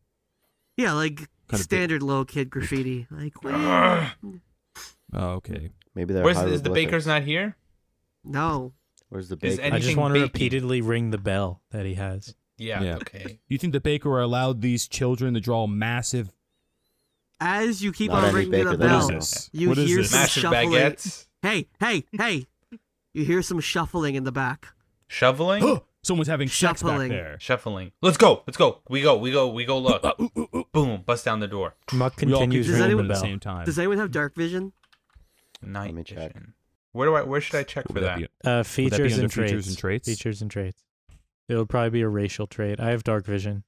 Speaker 1: Yeah, like
Speaker 2: big.
Speaker 1: standard little kid graffiti. Like wait,
Speaker 3: Ugh.
Speaker 2: Oh, okay.
Speaker 4: Maybe they're
Speaker 3: Where's the, is the
Speaker 4: hieroglyphics.
Speaker 3: baker's not here?
Speaker 1: no,
Speaker 4: Where's the
Speaker 3: Is
Speaker 4: baker?
Speaker 5: I just
Speaker 3: Anything
Speaker 5: want to
Speaker 3: baking.
Speaker 5: repeatedly ring the bell that he has.
Speaker 3: Yeah.
Speaker 2: Yeah.
Speaker 3: Okay.
Speaker 2: You think the baker allowed these children to draw massive?
Speaker 1: as you keep
Speaker 4: Not
Speaker 1: on
Speaker 4: any
Speaker 1: ringing
Speaker 4: baker,
Speaker 1: the
Speaker 4: that
Speaker 1: bell,
Speaker 4: is
Speaker 2: What is this?
Speaker 1: you
Speaker 2: What is
Speaker 1: hear
Speaker 2: this?
Speaker 1: some
Speaker 3: Massive
Speaker 1: shuffling.
Speaker 3: baguettes.
Speaker 1: Hey, hey, hey! You hear some shuffling in the back.
Speaker 3: Shoveling.
Speaker 2: Someone's having sex back
Speaker 1: Shuffling.
Speaker 2: there.
Speaker 3: Shuffling. Let's go. Let's go. We go. We go. We go. Look.
Speaker 2: Uh, ooh, ooh, ooh.
Speaker 3: Boom. Bust down the door.
Speaker 5: Muck
Speaker 2: We all
Speaker 5: continues
Speaker 1: Does
Speaker 5: ringing
Speaker 1: anyone-
Speaker 5: the
Speaker 2: at the
Speaker 5: bell.
Speaker 2: same time.
Speaker 1: Does anyone have dark vision?
Speaker 3: Night
Speaker 4: me check.
Speaker 3: vision. Where do I? Where should I check
Speaker 2: Would
Speaker 3: for that?
Speaker 2: be a-
Speaker 5: Uh,
Speaker 2: would that be
Speaker 5: features
Speaker 2: under
Speaker 5: and traits.
Speaker 2: features and traits?
Speaker 5: Features and traits. It'll probably be a racial trait. I have dark vision.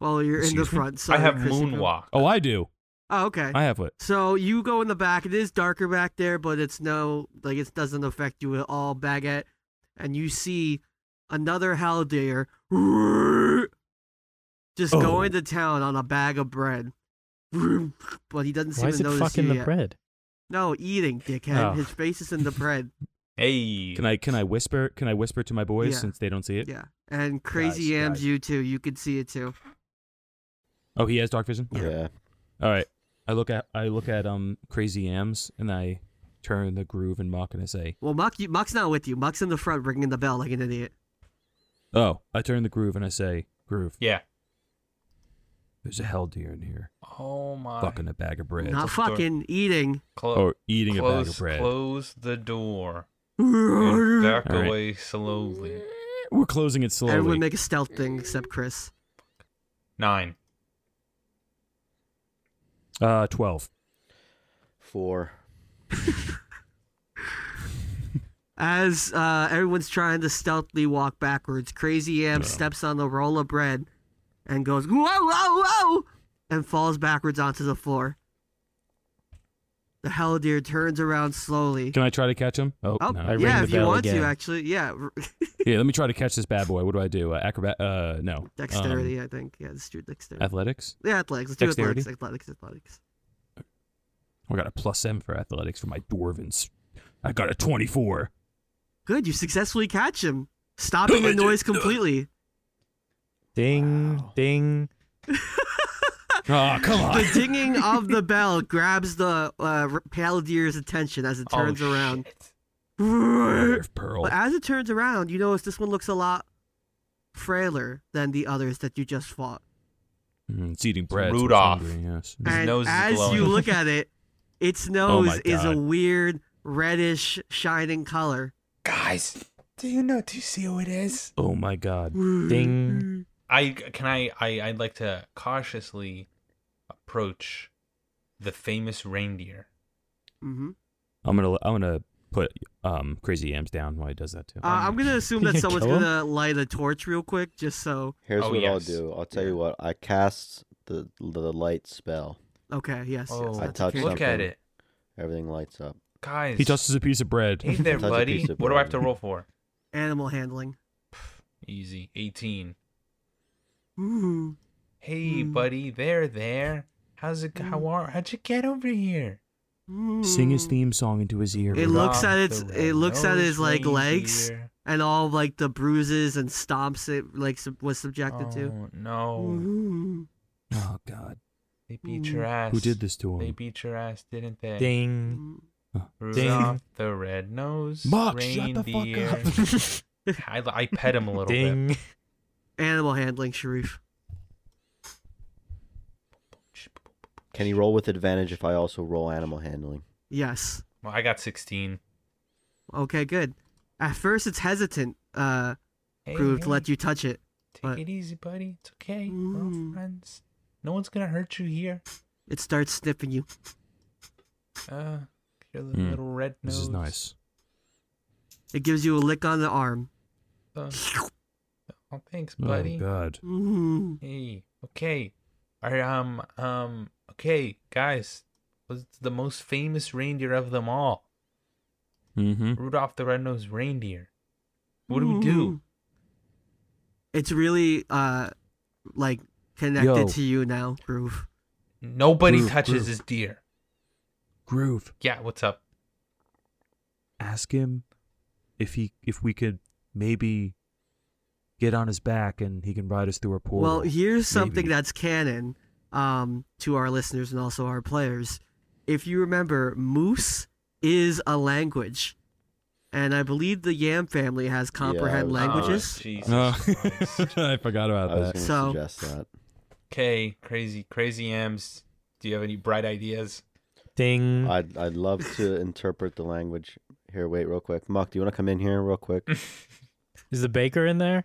Speaker 1: Well, you're in the
Speaker 2: Excuse me?
Speaker 1: front.
Speaker 3: I
Speaker 1: Sorry,
Speaker 3: have
Speaker 1: Christopher.
Speaker 3: moonwalk.
Speaker 2: Oh, I do.
Speaker 1: Oh, okay.
Speaker 2: I have it.
Speaker 1: So you go in the back. It is darker back there, but it's no like it doesn't affect you at all, Baguette. And you see another halidare just
Speaker 2: Oh.
Speaker 1: going to town on a bag of bread. But he doesn't seem
Speaker 5: Why is
Speaker 1: to
Speaker 5: it
Speaker 1: notice
Speaker 5: fucking
Speaker 1: you
Speaker 5: the
Speaker 1: yet.
Speaker 5: bread?
Speaker 1: No, eating, dickhead.
Speaker 5: Oh.
Speaker 1: His face is in the bread.
Speaker 3: Hey.
Speaker 2: Can I can I whisper? Can I whisper to my boys
Speaker 1: Yeah.
Speaker 2: since they don't see it?
Speaker 1: yeah, and crazy
Speaker 2: Guys,
Speaker 1: yams
Speaker 2: guys.
Speaker 1: you too. You could see it too.
Speaker 2: Oh, he has dark vision. Okay.
Speaker 4: Yeah.
Speaker 2: All right. I look at I look at um crazy yams and I turn the groove and mock and I say,
Speaker 1: Well, Muck, you, Muck's not with you. Muck's in the front ringing the bell like an idiot.
Speaker 2: oh, I turn the groove and I say, groove.
Speaker 3: Yeah.
Speaker 2: There's a hell deer in here,
Speaker 3: Oh my.
Speaker 2: fucking a bag of bread
Speaker 1: Not
Speaker 3: Just door-
Speaker 1: fucking eating.
Speaker 3: Clo-
Speaker 2: or eating a bag
Speaker 3: close,
Speaker 2: of bread.
Speaker 3: Close the door. And
Speaker 1: Everyone
Speaker 3: back
Speaker 2: All right.
Speaker 3: away slowly.
Speaker 2: We're closing it slowly.
Speaker 1: make a stealth thing except Chris.
Speaker 3: Nine.
Speaker 2: uh, twelve.
Speaker 4: Four.
Speaker 1: As uh, everyone's trying to stealthily walk backwards, Crazy Yam steps on the roll of bread and goes, whoa, whoa, whoa, and falls backwards onto the floor. The Helideer turns around slowly.
Speaker 2: Can I try to catch him? Oh,
Speaker 1: Oh,
Speaker 2: no.
Speaker 5: I ring
Speaker 1: yeah,
Speaker 5: the
Speaker 1: if you
Speaker 5: bell
Speaker 1: want
Speaker 5: again.
Speaker 1: to, actually. Yeah, r-
Speaker 2: yeah. Let me try to catch this bad boy. What do I do? Uh, acrobat? Uh, no.
Speaker 1: dexterity,
Speaker 2: Um,
Speaker 1: I think. Yeah, let's do dexterity.
Speaker 2: athletics.
Speaker 1: yeah, athletics. Let's do
Speaker 2: dexterity?
Speaker 1: athletics, athletics, athletics.
Speaker 2: I got a plus seven for athletics for my dwarvens. I got a twenty-four.
Speaker 1: Good, you successfully catch him, stopping the noise completely.
Speaker 5: Ding, ding.
Speaker 2: Oh, come on.
Speaker 1: The dinging of the bell grabs the uh, r- pale deer's attention as it
Speaker 3: Oh,
Speaker 1: turns around.
Speaker 3: shit.
Speaker 2: Mother of pearl.
Speaker 1: But as it turns around, you notice this one looks a lot frailer than the others that you just fought.
Speaker 2: Mm, it's eating bread.
Speaker 3: Rudolph.
Speaker 2: So it's hungry, yes.
Speaker 3: His
Speaker 1: and
Speaker 3: nose is
Speaker 1: as
Speaker 3: glowing.
Speaker 1: you look at it, its
Speaker 2: Oh my
Speaker 1: nose is a
Speaker 2: God.
Speaker 1: weird reddish shining color.
Speaker 3: Guys, do you know? Do you see who it is?
Speaker 2: Oh my god.
Speaker 5: Ding.
Speaker 3: I can I, I I'd like to cautiously approach the famous reindeer.
Speaker 1: hmm
Speaker 2: I'm gonna I'm gonna put um crazy yams down while he does that too.
Speaker 1: Uh, I'm gonna assume that
Speaker 5: You
Speaker 1: someone's
Speaker 5: kill him?
Speaker 1: gonna light a torch real quick, just so.
Speaker 4: Here's
Speaker 3: Oh,
Speaker 4: what
Speaker 3: yes.
Speaker 4: I'll do. I'll tell you what. I cast the the light spell.
Speaker 1: Okay. Yes.
Speaker 3: Oh,
Speaker 1: yes
Speaker 4: I
Speaker 1: that's
Speaker 4: touched
Speaker 1: okay.
Speaker 4: something.
Speaker 3: Look at it,
Speaker 4: Everything lights up.
Speaker 3: guys.
Speaker 2: he touches a piece of bread.
Speaker 3: Hey there,
Speaker 4: Touch a
Speaker 3: buddy.
Speaker 4: piece of
Speaker 3: What do I have to
Speaker 4: bread.
Speaker 3: roll for?
Speaker 1: Animal handling.
Speaker 3: Easy, eighteen.
Speaker 1: Ooh.
Speaker 3: Hey,
Speaker 1: Mm.
Speaker 3: buddy, there, there. How's it?
Speaker 1: Hmm.
Speaker 3: How are? How'd you get over here?
Speaker 2: Sing his
Speaker 1: Mm.
Speaker 2: theme song into his ear.
Speaker 1: It
Speaker 2: Rudolph.
Speaker 1: looks at its-
Speaker 3: Rudolph the
Speaker 1: it looks at his,
Speaker 3: Red-Nosed
Speaker 1: like, legs
Speaker 3: Reindeer.
Speaker 1: And all of, like the bruises and stomps it like sub- was subjected to.
Speaker 3: Oh no!
Speaker 1: Ooh.
Speaker 2: Oh god.
Speaker 3: They beat your
Speaker 1: Mm-hmm. Mm.
Speaker 3: ass.
Speaker 2: Who did this to
Speaker 3: They
Speaker 2: him?
Speaker 3: beat your ass, didn't they?
Speaker 5: Ding.
Speaker 3: Rudolph the red nose.
Speaker 2: Mark, shut the fuck
Speaker 3: reindeer.
Speaker 2: up.
Speaker 1: Mm-hmm.
Speaker 3: I, I pet him a little bit.
Speaker 5: Ding.
Speaker 1: Animal handling, Sharif.
Speaker 4: Can he roll with advantage if I also roll animal handling?
Speaker 1: Yes.
Speaker 3: Well, I got 16.
Speaker 1: Okay, good. At first, it's hesitant, uh,
Speaker 3: Hey,
Speaker 1: Groove,
Speaker 3: hey,
Speaker 1: to let you touch it.
Speaker 3: take
Speaker 1: but-
Speaker 3: it easy, buddy. It's okay. We're all
Speaker 1: Mm.
Speaker 3: friends. No one's gonna hurt you here.
Speaker 1: It starts sniffing you.
Speaker 3: Uh, your little,
Speaker 2: Mm.
Speaker 3: little red nose.
Speaker 2: This is nice.
Speaker 1: It gives you a lick on the arm.
Speaker 3: Uh, oh, thanks, buddy.
Speaker 2: Oh god.
Speaker 1: Mm.
Speaker 3: Hey, okay. All right, um, um, okay, guys. What's the most famous reindeer of them all?
Speaker 2: Mm-hmm.
Speaker 4: Mm.
Speaker 3: Rudolph the Red-Nosed Reindeer. What do we do?
Speaker 1: It's really, uh, like connected
Speaker 2: Yo.
Speaker 1: to you now, Groove.
Speaker 3: Nobody
Speaker 2: Groove,
Speaker 3: touches
Speaker 2: groove.
Speaker 3: his deer.
Speaker 6: Groove,
Speaker 3: Yeah, what's up?
Speaker 6: ask him if he if we could maybe get on his back and he can ride us through a portal.
Speaker 1: Well, here's something
Speaker 6: maybe.
Speaker 1: that's canon um, to our listeners and also our players. If you remember, moose is a language, and I believe the Yam family has comprehend
Speaker 4: was-
Speaker 3: Oh,
Speaker 1: languages.
Speaker 3: Jesus
Speaker 2: Oh,
Speaker 3: Christ.
Speaker 2: I forgot
Speaker 4: I
Speaker 2: about
Speaker 4: was
Speaker 2: that.
Speaker 4: going to
Speaker 1: So-
Speaker 4: suggest that.
Speaker 3: Okay, crazy, crazy M's. Do you have any bright ideas?
Speaker 5: Ding.
Speaker 4: I'd I'd love to interpret the language. Here, wait, real quick. Muck, do you want to come in here real quick?
Speaker 5: Is the baker in there?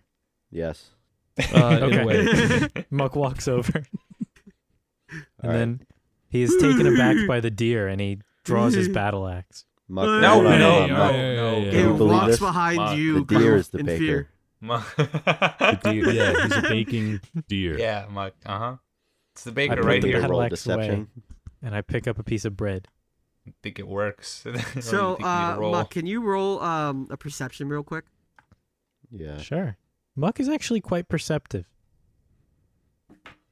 Speaker 4: Yes.
Speaker 2: Uh, in
Speaker 5: Okay.
Speaker 2: a way.
Speaker 5: Muck walks over. and
Speaker 4: All right.
Speaker 5: then he is taken aback by the deer and he draws his battle axe.
Speaker 4: Muck,
Speaker 1: No,
Speaker 4: hold on,
Speaker 2: no,
Speaker 4: hold on,
Speaker 2: no.
Speaker 4: uh, Muck.
Speaker 1: It
Speaker 4: Can you believe
Speaker 1: walks
Speaker 4: this?
Speaker 1: behind
Speaker 3: Wow.
Speaker 1: you.
Speaker 4: The deer is the
Speaker 1: in
Speaker 4: baker.
Speaker 1: fear.
Speaker 3: Muck.
Speaker 2: The deer- yeah, he's a baking deer.
Speaker 3: Yeah, Muck. Uh huh. It's the
Speaker 5: I
Speaker 3: baker
Speaker 5: put
Speaker 3: right
Speaker 5: the
Speaker 3: here.
Speaker 5: battle
Speaker 4: Roll
Speaker 5: axe
Speaker 4: deception.
Speaker 5: And I pick up a piece of bread.
Speaker 3: I think it works. I don't even
Speaker 1: So,
Speaker 3: think you need to
Speaker 1: uh,
Speaker 3: roll.
Speaker 1: Muck, can you roll um, a perception real quick?
Speaker 4: Yeah.
Speaker 5: Sure. Muck is actually quite perceptive.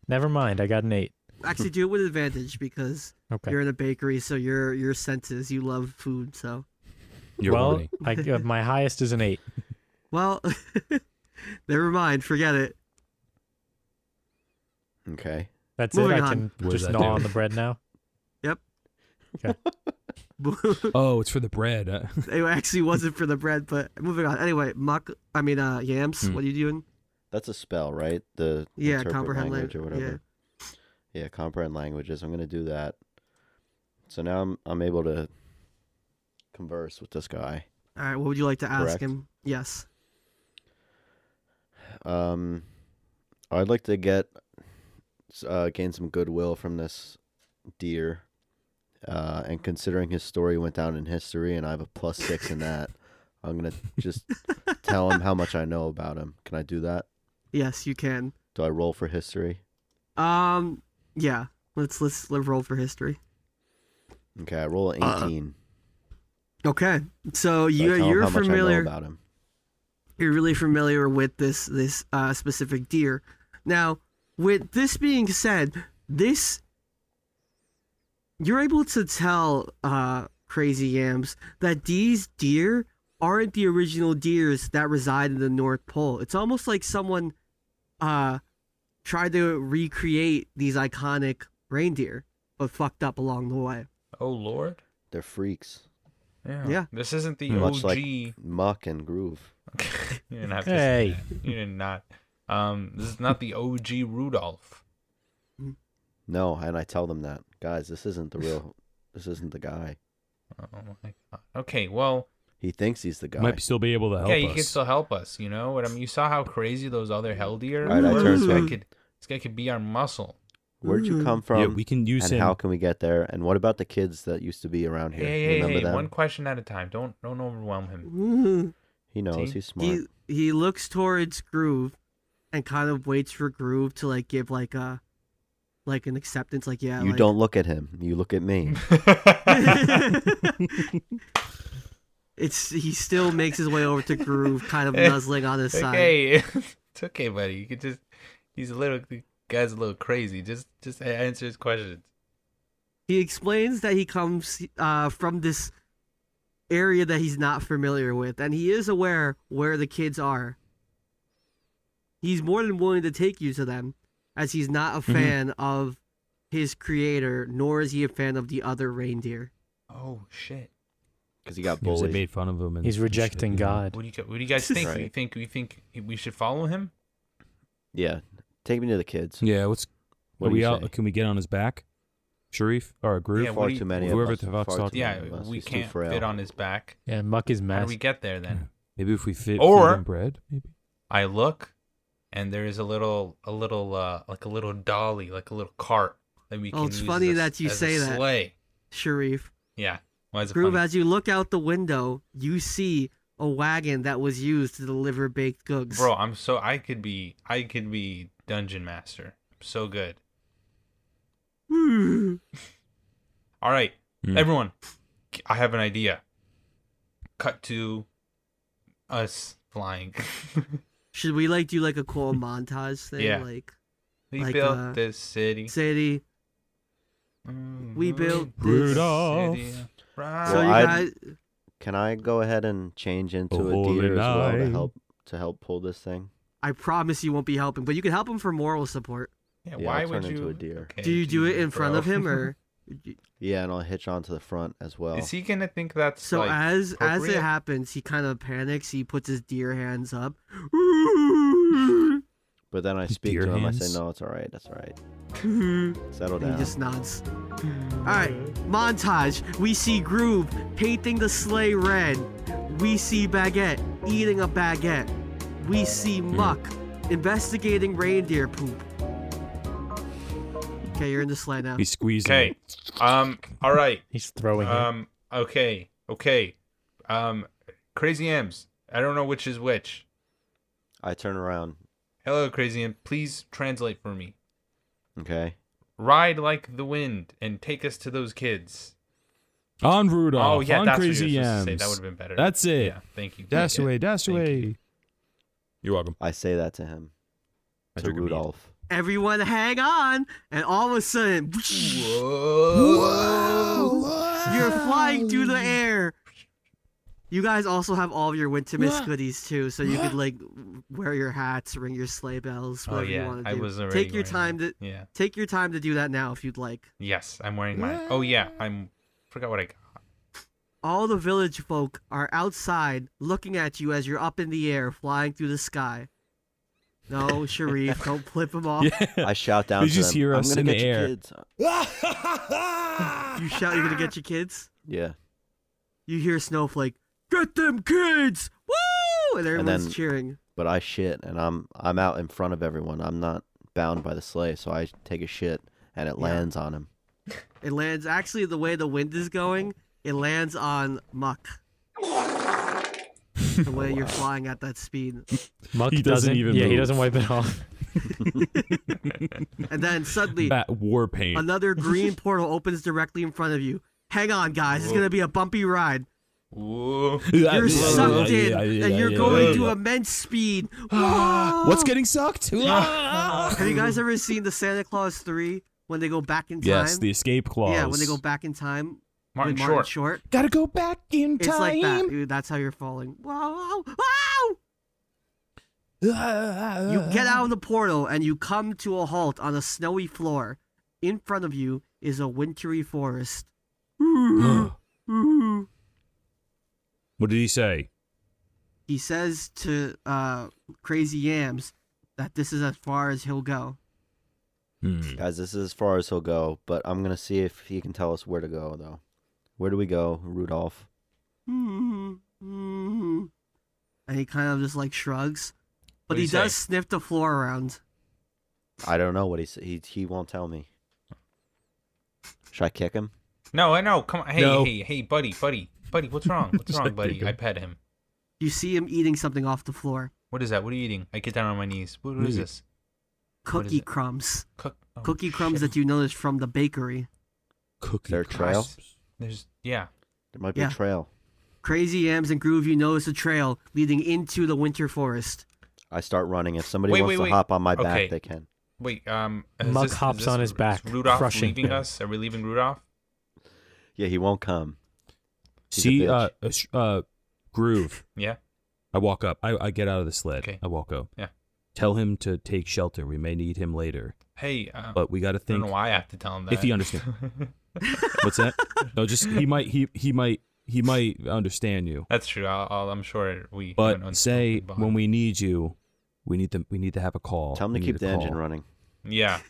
Speaker 5: Never mind, I got an eight.
Speaker 1: Actually, do it with advantage because
Speaker 5: Okay.
Speaker 1: you're in a bakery, so your your senses, you love food. So,
Speaker 2: You're
Speaker 5: well,
Speaker 2: right.
Speaker 5: I, uh, my highest is an eight.
Speaker 1: well, never mind, forget it.
Speaker 4: Okay.
Speaker 5: That's
Speaker 1: Moving
Speaker 5: it. I
Speaker 1: on.
Speaker 5: can
Speaker 2: What does
Speaker 5: just
Speaker 2: that
Speaker 5: gnaw
Speaker 2: do?
Speaker 5: on the bread now.
Speaker 6: Oh, it's for the bread. Uh,
Speaker 1: it actually wasn't for the bread, but moving on. Anyway, Muck, I mean, uh, Yams,
Speaker 2: Hmm.
Speaker 1: what are you doing?
Speaker 4: That's a spell, right? The
Speaker 1: Yeah,
Speaker 4: interpret
Speaker 1: comprehend
Speaker 4: language or
Speaker 1: lang-
Speaker 4: whatever. Yeah. comprehend languages. I'm gonna do that. So now I'm I'm able to converse with this guy.
Speaker 1: All right, what would you like to ask
Speaker 4: Correct.
Speaker 1: him? Yes.
Speaker 4: Um, I'd like to get uh, gain some goodwill from this deer. Uh, and considering his story went down in history, and I have a plus six in that, I'm gonna just tell him how much I know about him. Can I do that?
Speaker 1: Yes, you can.
Speaker 4: Do I roll for history?
Speaker 1: Um, yeah. Let's let's, let's roll for history.
Speaker 4: Okay, I roll an
Speaker 1: Uh,
Speaker 4: 18.
Speaker 1: Okay, so
Speaker 4: So I
Speaker 1: you
Speaker 4: tell him
Speaker 1: you're
Speaker 4: how much I know
Speaker 1: familiar.
Speaker 4: about him.
Speaker 1: You're really familiar with this this uh, specific deer. Now, with this being said, this you're able to tell uh, crazy yams that these deer aren't the original deers that reside in the North Pole. It's almost like someone uh, tried to recreate these iconic reindeer, but fucked up along the way.
Speaker 3: oh Lord.
Speaker 4: They're freaks.
Speaker 3: Yeah.
Speaker 1: Yeah.
Speaker 3: This isn't the
Speaker 4: Much
Speaker 3: OG.
Speaker 4: like- Muck and groove.
Speaker 3: you didn't have to say
Speaker 5: Hey.
Speaker 3: that. You did not. Um, this is not the OG Rudolph.
Speaker 4: No, and I tell them that. Guys, this isn't the real this isn't the guy.
Speaker 3: Oh my god. Okay, well,
Speaker 4: He thinks he's the guy.
Speaker 2: Might still be able to help
Speaker 3: yeah, you
Speaker 2: us.
Speaker 3: can still help us, you know. And I mean, you saw how crazy those other hell deer
Speaker 4: Right,
Speaker 1: I
Speaker 3: were.
Speaker 1: turned
Speaker 3: This guy
Speaker 1: back.
Speaker 3: could, this guy could be our muscle.
Speaker 4: Where'd you
Speaker 1: Ooh.
Speaker 4: come from?
Speaker 2: yeah, we can use
Speaker 4: and
Speaker 2: him.
Speaker 4: how can we get there? And what about the kids that used to be around here?
Speaker 3: Hey,
Speaker 4: You
Speaker 3: hey,
Speaker 4: remember
Speaker 3: hey!
Speaker 4: them?
Speaker 3: One question at a time. Don't don't overwhelm him.
Speaker 1: Ooh.
Speaker 4: He knows
Speaker 3: See?
Speaker 4: he's smart.
Speaker 1: he he looks towards Groove and kind of waits for Groove to like give like a like an acceptance like yeah
Speaker 4: you
Speaker 1: like-
Speaker 4: don't look at him. You look at me.
Speaker 1: it's he still makes his way over to Groove kind of nuzzling on his
Speaker 3: It's
Speaker 1: side
Speaker 3: okay, it's okay, buddy. You could just he's a little the guy's a little crazy. Just just a- answer his questions.
Speaker 1: he explains that he comes uh, from this area that he's not familiar with and he is aware where the kids are he's more than willing to take you to them as he's not a
Speaker 3: Mm-hmm.
Speaker 1: fan of his creator nor is he a fan of the other reindeer
Speaker 3: Oh shit!
Speaker 4: Because he got
Speaker 2: Because they
Speaker 4: bullied.
Speaker 2: made fun of him. And
Speaker 5: He's rejecting God.
Speaker 3: What do you gu- what do you guys think? Do you
Speaker 4: Right.
Speaker 3: think we think we should follow him?
Speaker 4: Yeah. Take me to the kids.
Speaker 2: Yeah, what's
Speaker 4: What
Speaker 2: what
Speaker 4: do
Speaker 2: we
Speaker 4: you
Speaker 2: out?
Speaker 4: say?
Speaker 2: Can we get on his back, Sharif or a group?
Speaker 3: Yeah, what
Speaker 4: Far
Speaker 3: do you-
Speaker 4: too many
Speaker 2: Whoever
Speaker 4: of us.
Speaker 2: the fuck's
Speaker 4: far too
Speaker 2: talking-
Speaker 3: Yeah,
Speaker 4: many of us.
Speaker 3: we
Speaker 4: He's too
Speaker 3: can't
Speaker 4: frail.
Speaker 3: fit on his back.
Speaker 5: Yeah, Muck is
Speaker 3: How do we
Speaker 5: masked.
Speaker 3: get there then?
Speaker 2: Maybe if we fit
Speaker 3: Or-
Speaker 2: food and bread, maybe.
Speaker 3: I look, and there is a little, a little, uh, like a little dolly, like a little cart that we
Speaker 1: Oh,
Speaker 3: can
Speaker 1: it's
Speaker 3: use as
Speaker 1: funny
Speaker 3: a-
Speaker 1: that you
Speaker 3: as a
Speaker 1: say that.
Speaker 3: Sleigh.
Speaker 1: Sharif
Speaker 3: Yeah. Why is it
Speaker 1: Groove,
Speaker 3: funny?
Speaker 1: as you look out the window, you see a wagon that was used to deliver baked goods.
Speaker 3: Bro, I'm so I could be, I could be dungeon master. I'm so good. All right,
Speaker 2: Hmm.
Speaker 3: everyone, I have an idea. Cut to us flying.
Speaker 1: Should we like do like a cool montage thing?
Speaker 3: Yeah.
Speaker 1: Like
Speaker 3: we
Speaker 1: Like,
Speaker 3: built
Speaker 1: uh,
Speaker 3: this city.
Speaker 1: city,
Speaker 3: Mm-hmm.
Speaker 1: We built this
Speaker 2: Rudolph.
Speaker 1: So
Speaker 4: Well,
Speaker 1: you
Speaker 4: I-
Speaker 1: guys,
Speaker 4: Can I go ahead and change into a
Speaker 2: holy
Speaker 4: deer as well to
Speaker 2: night.
Speaker 4: help to help pull this thing?
Speaker 1: I promise you won't be helping, but you can help him for moral support.
Speaker 3: Yeah,
Speaker 4: Yeah,
Speaker 3: why
Speaker 4: I'll
Speaker 3: would
Speaker 4: turn
Speaker 3: you?
Speaker 4: into a deer.
Speaker 1: Do you do it
Speaker 3: Jesus,
Speaker 1: in front
Speaker 3: bro.
Speaker 1: of him or?
Speaker 4: Yeah, and I'll hitch onto the front as well.
Speaker 3: Is he gonna think that's
Speaker 1: So
Speaker 3: like,
Speaker 1: as as it
Speaker 3: appropriate?
Speaker 1: happens, he kind of panics. He puts his deer hands up.
Speaker 4: But then I
Speaker 2: His
Speaker 4: speak
Speaker 2: deer
Speaker 4: to him. I
Speaker 2: hands?
Speaker 4: say, "No, it's all right. That's all right.
Speaker 1: and
Speaker 4: Settle
Speaker 1: he
Speaker 4: down."
Speaker 1: just nods. All right, montage. We see Groove painting the sleigh red. We see Baguette eating a baguette. We see Muck investigating reindeer poop. Okay, you're in the sleigh now.
Speaker 2: He's squeezing. it.
Speaker 3: Okay. Um. All right.
Speaker 5: He's throwing it.
Speaker 3: Um. Okay. Okay. Um. Crazy M's. I don't know which is which.
Speaker 4: I turn around.
Speaker 3: Hello, Crazy M. Please translate for me.
Speaker 4: Okay.
Speaker 3: Ride like the wind and take us to those kids.
Speaker 2: On Rudolph.
Speaker 3: oh yeah,
Speaker 2: on
Speaker 3: that's
Speaker 2: Crazy
Speaker 3: what you were supposed to say.
Speaker 2: Yams.
Speaker 3: That would have been better.
Speaker 2: That's it.
Speaker 3: Yeah. Thank you.
Speaker 2: Dash
Speaker 3: Okay.
Speaker 2: away, dash
Speaker 3: Thank
Speaker 2: away.
Speaker 3: you.
Speaker 2: You're welcome.
Speaker 4: I say that to him.
Speaker 2: I
Speaker 4: to
Speaker 2: took a beat.
Speaker 4: Rudolph.
Speaker 1: Everyone, hang on! And all of a sudden, You're flying through the air. You guys also have all of your Wintimus goodies too, so you could like wear your hats, ring your sleigh bells,
Speaker 3: Oh
Speaker 1: whatever you
Speaker 3: yeah,
Speaker 1: want to
Speaker 3: I
Speaker 1: do.
Speaker 3: was already.
Speaker 1: take your
Speaker 3: wearing
Speaker 1: time
Speaker 3: mine.
Speaker 1: to
Speaker 3: Yeah.
Speaker 1: take your time to do that now if you'd like.
Speaker 3: Yes, I'm wearing mine. Oh yeah, I'm. Forgot what I got.
Speaker 1: All the village folk are outside looking at you as you're up in the air, flying through the sky. No, Sharif, don't flip him off.
Speaker 2: Yeah.
Speaker 4: I shout down
Speaker 2: They
Speaker 4: to
Speaker 2: just
Speaker 4: them.
Speaker 2: hear
Speaker 4: I'm
Speaker 2: us
Speaker 4: gonna
Speaker 2: in
Speaker 4: get
Speaker 2: the
Speaker 4: your
Speaker 2: air."
Speaker 4: kids."
Speaker 1: You shout, you're gonna get your kids.
Speaker 4: Yeah.
Speaker 1: You hear Snowflake, get them kids, woo! And everyone's
Speaker 4: then-
Speaker 1: cheering.
Speaker 4: But I shit, and I'm I'm out in front of everyone. I'm not bound by the sleigh, so I take a shit, and it
Speaker 1: Yeah.
Speaker 4: lands on him.
Speaker 1: It lands actually the way the wind is going. It lands on Muck. the way you're flying at that speed,
Speaker 5: Muck
Speaker 2: he doesn't even
Speaker 5: Yeah, he
Speaker 2: move.
Speaker 5: doesn't wipe it off.
Speaker 1: and then suddenly
Speaker 2: Bat war paint.
Speaker 1: another green portal opens directly in front of you. Hang on, guys. It's gonna be a bumpy ride.
Speaker 3: Ooh.
Speaker 1: You're sucked in, and you're going to
Speaker 2: a.
Speaker 1: immense speed.
Speaker 2: What's getting sucked?
Speaker 1: Have you guys ever seen the Santa Claus Three when they go back in time?
Speaker 2: Yes, the escape clause.
Speaker 1: yeah, when they go back in time.
Speaker 3: Martin
Speaker 1: with
Speaker 3: Short.
Speaker 1: Short.
Speaker 2: Gotta go back in
Speaker 1: It's like that. dude. That's how you're falling. Wow! Wow! Wow! You get out of the portal and you come to a halt on a snowy floor. In front of you is a wintry forest.
Speaker 2: what did he say?
Speaker 1: he says to uh, Crazy Yams that this is as far as he'll go.
Speaker 2: Hmm.
Speaker 4: Guys, this is as far as he'll go, but I'm gonna see if he can tell us where to go though. Where do we go, Rudolph?
Speaker 1: And he kind of just like shrugs. But
Speaker 3: What'd
Speaker 1: he
Speaker 3: he say?
Speaker 1: does sniff the floor around.
Speaker 4: I don't know what he s- he he won't tell me. Should I kick him?
Speaker 3: No, I know. Come on. Hey,
Speaker 2: No.
Speaker 3: hey, hey, buddy, buddy, buddy. What's wrong? What's
Speaker 2: Just
Speaker 3: wrong,
Speaker 2: like
Speaker 3: buddy?
Speaker 2: digging.
Speaker 3: I pet him.
Speaker 1: You see him eating something off the floor.
Speaker 3: What is that? What are you eating? I get down on my knees. What, what
Speaker 2: What
Speaker 3: is
Speaker 2: is it?
Speaker 3: this? What is
Speaker 1: Cookie
Speaker 3: it?
Speaker 1: crumbs.
Speaker 3: Cook. oh,
Speaker 1: Cookie crumbs
Speaker 3: shit.
Speaker 1: that you noticed from the bakery.
Speaker 2: Cookie
Speaker 4: Their trail?
Speaker 2: crisps.
Speaker 3: There's yeah.
Speaker 4: There might be
Speaker 1: Yeah.
Speaker 4: a trail.
Speaker 1: Crazy Yams and Groove, you notice a trail leading into the winter forest.
Speaker 4: I start running. If somebody
Speaker 3: Wait,
Speaker 4: wants
Speaker 3: wait,
Speaker 4: to
Speaker 3: wait.
Speaker 4: hop on my back,
Speaker 3: Okay.
Speaker 4: they can.
Speaker 3: Wait. Um. is
Speaker 5: Muck
Speaker 3: this- is
Speaker 5: hops
Speaker 3: this-
Speaker 5: on his
Speaker 3: is
Speaker 5: back,
Speaker 3: Rudolph
Speaker 5: crushing
Speaker 3: leaving
Speaker 5: him.
Speaker 3: us? Are we leaving Rudolph?
Speaker 4: Yeah, he won't come. He's a
Speaker 2: See,
Speaker 4: bitch.
Speaker 2: uh, a sh- uh, groove.
Speaker 3: Yeah.
Speaker 2: I walk up. I, I get out of the sled.
Speaker 3: Okay.
Speaker 2: I walk up.
Speaker 3: Yeah.
Speaker 2: Tell him to take shelter. We may need him later,
Speaker 3: Hey. Uh,
Speaker 2: but we got to
Speaker 3: I don't
Speaker 2: think.
Speaker 3: know why I have to tell him that.
Speaker 2: if he understand- What's that? No, just he might he he might he might understand you.
Speaker 3: That's true. I'll, I'll, I'm sure we. haven't
Speaker 2: But
Speaker 3: un-
Speaker 2: say
Speaker 3: bond.
Speaker 2: when we need you, we need them. We need to have a call.
Speaker 4: Tell him
Speaker 2: We need
Speaker 4: to keep
Speaker 2: a
Speaker 4: the engine
Speaker 2: call.
Speaker 4: running.
Speaker 3: Yeah.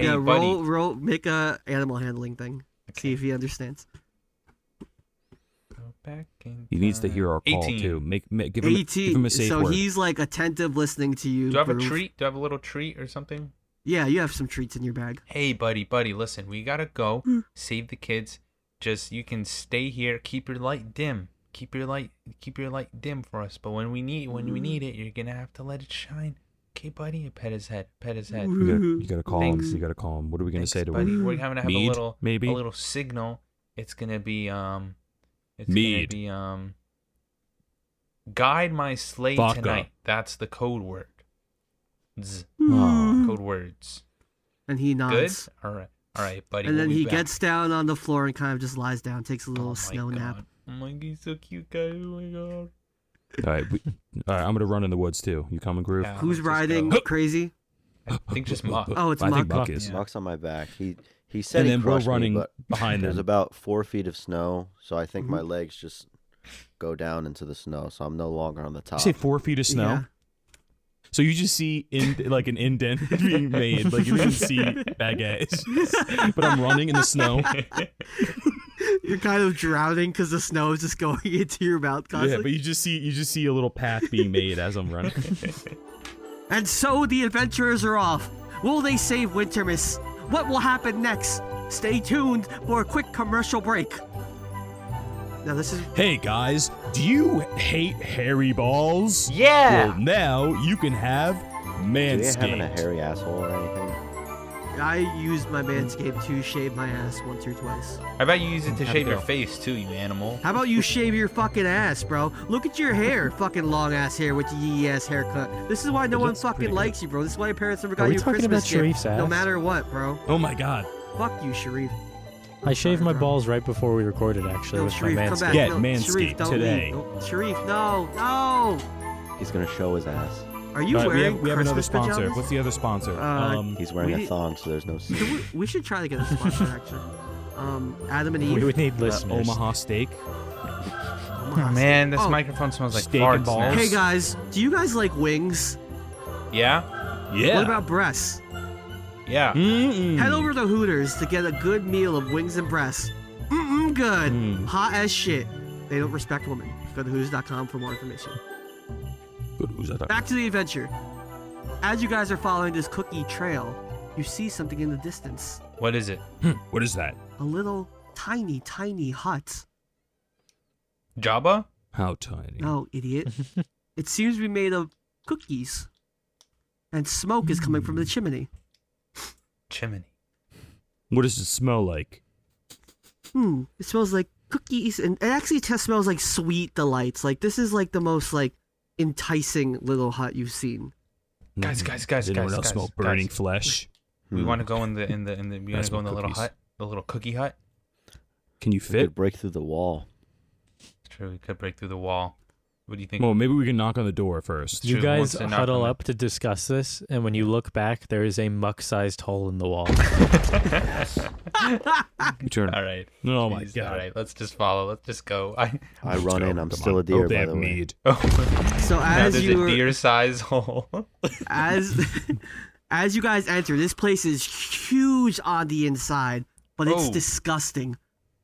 Speaker 1: yeah,
Speaker 3: buddy.
Speaker 1: roll, roll, make a animal handling thing. See if he understands.
Speaker 3: Go back in
Speaker 2: He needs to
Speaker 3: time.
Speaker 2: hear our call
Speaker 3: 18.
Speaker 2: too. Make, make give him a, give him
Speaker 1: Eighteen.
Speaker 2: a safe
Speaker 1: so
Speaker 2: word.
Speaker 1: he's like attentive, listening to you.
Speaker 3: Do I have a
Speaker 1: Groove.
Speaker 3: treat? Do I have a little treat or something?
Speaker 1: Yeah, you have some treats in your bag.
Speaker 3: hey buddy buddy listen we gotta go save the kids just you can stay here keep your light dim keep your light keep your light dim for us but when we need when we need it you're gonna have to let it shine okay buddy pet his head pet his head
Speaker 2: You gotta, you gotta call
Speaker 3: Thanks.
Speaker 2: him. You gotta call him. What are we gonna
Speaker 3: Thanks,
Speaker 2: say to
Speaker 3: buddy.
Speaker 2: him?
Speaker 3: we're gonna have
Speaker 2: Mead,
Speaker 3: a little
Speaker 2: maybe?
Speaker 3: a little signal it's gonna be um it's
Speaker 2: Mead.
Speaker 3: gonna be um guide my sleigh
Speaker 2: Vodka.
Speaker 3: tonight that's the code word Z.
Speaker 2: Oh.
Speaker 3: code words
Speaker 1: Hmm. And he
Speaker 3: good
Speaker 1: nods.
Speaker 3: all right All right, buddy.
Speaker 1: and
Speaker 3: we'll
Speaker 1: then
Speaker 3: be
Speaker 1: he
Speaker 3: back.
Speaker 1: gets down on the floor and kind of just lies down, takes a
Speaker 3: Oh
Speaker 1: little
Speaker 3: my
Speaker 1: snow nap.
Speaker 3: God. I'm like, he's so cute, guys. Oh my god.
Speaker 2: All right, we, all right. I'm gonna run in the woods too. You coming, Groove?
Speaker 3: Yeah,
Speaker 1: Who's
Speaker 3: let's just
Speaker 1: riding
Speaker 3: go.
Speaker 1: crazy?
Speaker 3: I think just Mock.
Speaker 1: Oh, it's
Speaker 2: I think
Speaker 1: Muck.
Speaker 2: Muck is.
Speaker 3: Yeah.
Speaker 4: Muck's on my back. He he said
Speaker 2: And
Speaker 4: he
Speaker 2: then we're
Speaker 4: crushed
Speaker 2: running
Speaker 4: me, but
Speaker 2: behind
Speaker 4: there's
Speaker 2: them.
Speaker 4: about four feet of snow, so I think my legs just go down into the snow, so I'm no longer on the
Speaker 2: You
Speaker 4: top.
Speaker 2: say four feet of snow.
Speaker 1: Yeah.
Speaker 2: So you just see in like an indent being made, like you didn't see baguette. It's just- but I'm running in the snow.
Speaker 1: You're kind of drowning because the snow is just going into your mouth
Speaker 2: Yeah,
Speaker 1: constantly.
Speaker 2: but you just see you just see a little path being made as I'm running.
Speaker 1: And so the adventurers are off. Will they save Wintermiss? What will happen next? Stay tuned for a quick commercial break. Now this is
Speaker 2: hey guys, do you hate hairy balls?
Speaker 7: Yeah.
Speaker 2: Well, now you can have
Speaker 4: Do you
Speaker 2: manscaped.
Speaker 4: having a hairy asshole or anything?
Speaker 1: I used my manscape to shave my ass once or twice.
Speaker 3: How about you use it to
Speaker 5: Have a
Speaker 3: shave your
Speaker 5: go.
Speaker 3: face too, you animal?
Speaker 1: How about you shave your fucking ass, bro? Look at your hair, fucking long ass hair with your yee ass haircut. This is why no
Speaker 5: It
Speaker 1: one
Speaker 5: looks pretty
Speaker 1: fucking
Speaker 5: good.
Speaker 1: likes you, bro. This is why your parents never
Speaker 5: Are
Speaker 1: got
Speaker 5: we
Speaker 1: you a
Speaker 5: talking
Speaker 1: Christmas
Speaker 5: about
Speaker 1: gift,
Speaker 5: Sharif's
Speaker 1: no
Speaker 5: ass?
Speaker 1: matter what, bro.
Speaker 2: oh my god.
Speaker 1: Fuck you, Sharif.
Speaker 5: I shaved
Speaker 1: Sorry,
Speaker 5: my
Speaker 1: bro.
Speaker 5: balls right before we recorded, actually,
Speaker 1: No,
Speaker 5: with
Speaker 1: Sharif,
Speaker 5: my
Speaker 1: come back.
Speaker 5: manscaped.
Speaker 2: Get
Speaker 1: no, Sharif,
Speaker 2: Manscaped
Speaker 1: don't
Speaker 2: today.
Speaker 1: Leave. No, Sharif, no, no.
Speaker 4: He's gonna show his ass.
Speaker 1: Are you
Speaker 2: All right, we
Speaker 1: wearing
Speaker 2: have, we have another
Speaker 1: Christmas
Speaker 2: sponsor.
Speaker 1: pajamas?
Speaker 2: What's the other sponsor?
Speaker 1: Uh,
Speaker 2: um,
Speaker 4: He's wearing
Speaker 1: We
Speaker 4: a
Speaker 1: need-
Speaker 4: thong, so there's no
Speaker 1: Do
Speaker 4: seat.
Speaker 1: we, we should try to get a sponsor, actually. Um, Adam and Eve.
Speaker 5: We would need
Speaker 2: uh,
Speaker 5: listeners.
Speaker 2: Omaha Steak.
Speaker 1: Omaha Steak-
Speaker 3: Man, this
Speaker 1: Oh,
Speaker 3: microphone smells like
Speaker 2: Steak
Speaker 3: farts
Speaker 2: and balls.
Speaker 3: now.
Speaker 1: Hey guys, do you guys like wings?
Speaker 3: Yeah,
Speaker 2: Yeah. Hmm.
Speaker 1: What about breasts?
Speaker 3: yeah.
Speaker 2: Mm-mm.
Speaker 1: Head over to Hooters to get a good meal of wings and breasts. Mm-mm good.
Speaker 2: Mm.
Speaker 1: Hot as shit. They don't respect women. Go to Hooters.com for more information.
Speaker 2: Good, who's that?
Speaker 1: Back to the adventure. As you guys are following this cookie trail, you see something in the distance.
Speaker 3: What is it?
Speaker 2: Hmm, What is that?
Speaker 1: A little tiny, tiny hut.
Speaker 3: Jabba?
Speaker 2: How tiny?
Speaker 1: No, idiot. it seems to be made of cookies. And smoke is coming
Speaker 3: Hmm.
Speaker 1: from the chimney.
Speaker 3: Chimney.
Speaker 2: What does it smell like?
Speaker 1: Hmm. It smells like cookies, and it actually just smells like sweet delights. Like this is like the most like enticing little hut you've seen.
Speaker 3: Guys,
Speaker 2: Mm.
Speaker 3: guys, guys,
Speaker 2: Does anyone
Speaker 3: guys,
Speaker 2: else
Speaker 3: guys,
Speaker 2: smell burning
Speaker 3: guys.
Speaker 2: flesh?
Speaker 3: We
Speaker 4: Hmm.
Speaker 3: want to go in the in the in the. We want
Speaker 2: That's
Speaker 3: to go
Speaker 2: my
Speaker 3: in the little
Speaker 2: cookies.
Speaker 3: hut, the little cookie hut.
Speaker 2: Can you
Speaker 4: We
Speaker 2: fit?
Speaker 4: could break through the wall.
Speaker 3: True, we could break through the wall. What do you think?
Speaker 1: Oh,
Speaker 2: Well, maybe we can knock on the door first.
Speaker 5: You
Speaker 3: True,
Speaker 5: guys
Speaker 3: once they're not
Speaker 5: huddle
Speaker 3: coming.
Speaker 5: up to discuss this, and when you look back, there is a muck-sized hole in the wall.
Speaker 2: You turn.
Speaker 3: all right.
Speaker 2: Oh my
Speaker 3: Jeez, All
Speaker 2: god.
Speaker 3: right, let's just follow. Let's just go. Oh, I.
Speaker 4: I
Speaker 2: Let's
Speaker 4: run
Speaker 2: go.
Speaker 4: in. I'm
Speaker 2: Come
Speaker 4: still
Speaker 2: on.
Speaker 4: a deer,
Speaker 2: Hope they
Speaker 4: by
Speaker 2: have
Speaker 4: the way.
Speaker 2: mead.
Speaker 3: Oh,
Speaker 1: So
Speaker 3: now
Speaker 1: as
Speaker 3: there's
Speaker 1: you
Speaker 3: a
Speaker 1: are-
Speaker 3: deer size hole.
Speaker 1: as as you guys enter, this place is huge on the inside, but it's
Speaker 3: Oh.
Speaker 1: disgusting.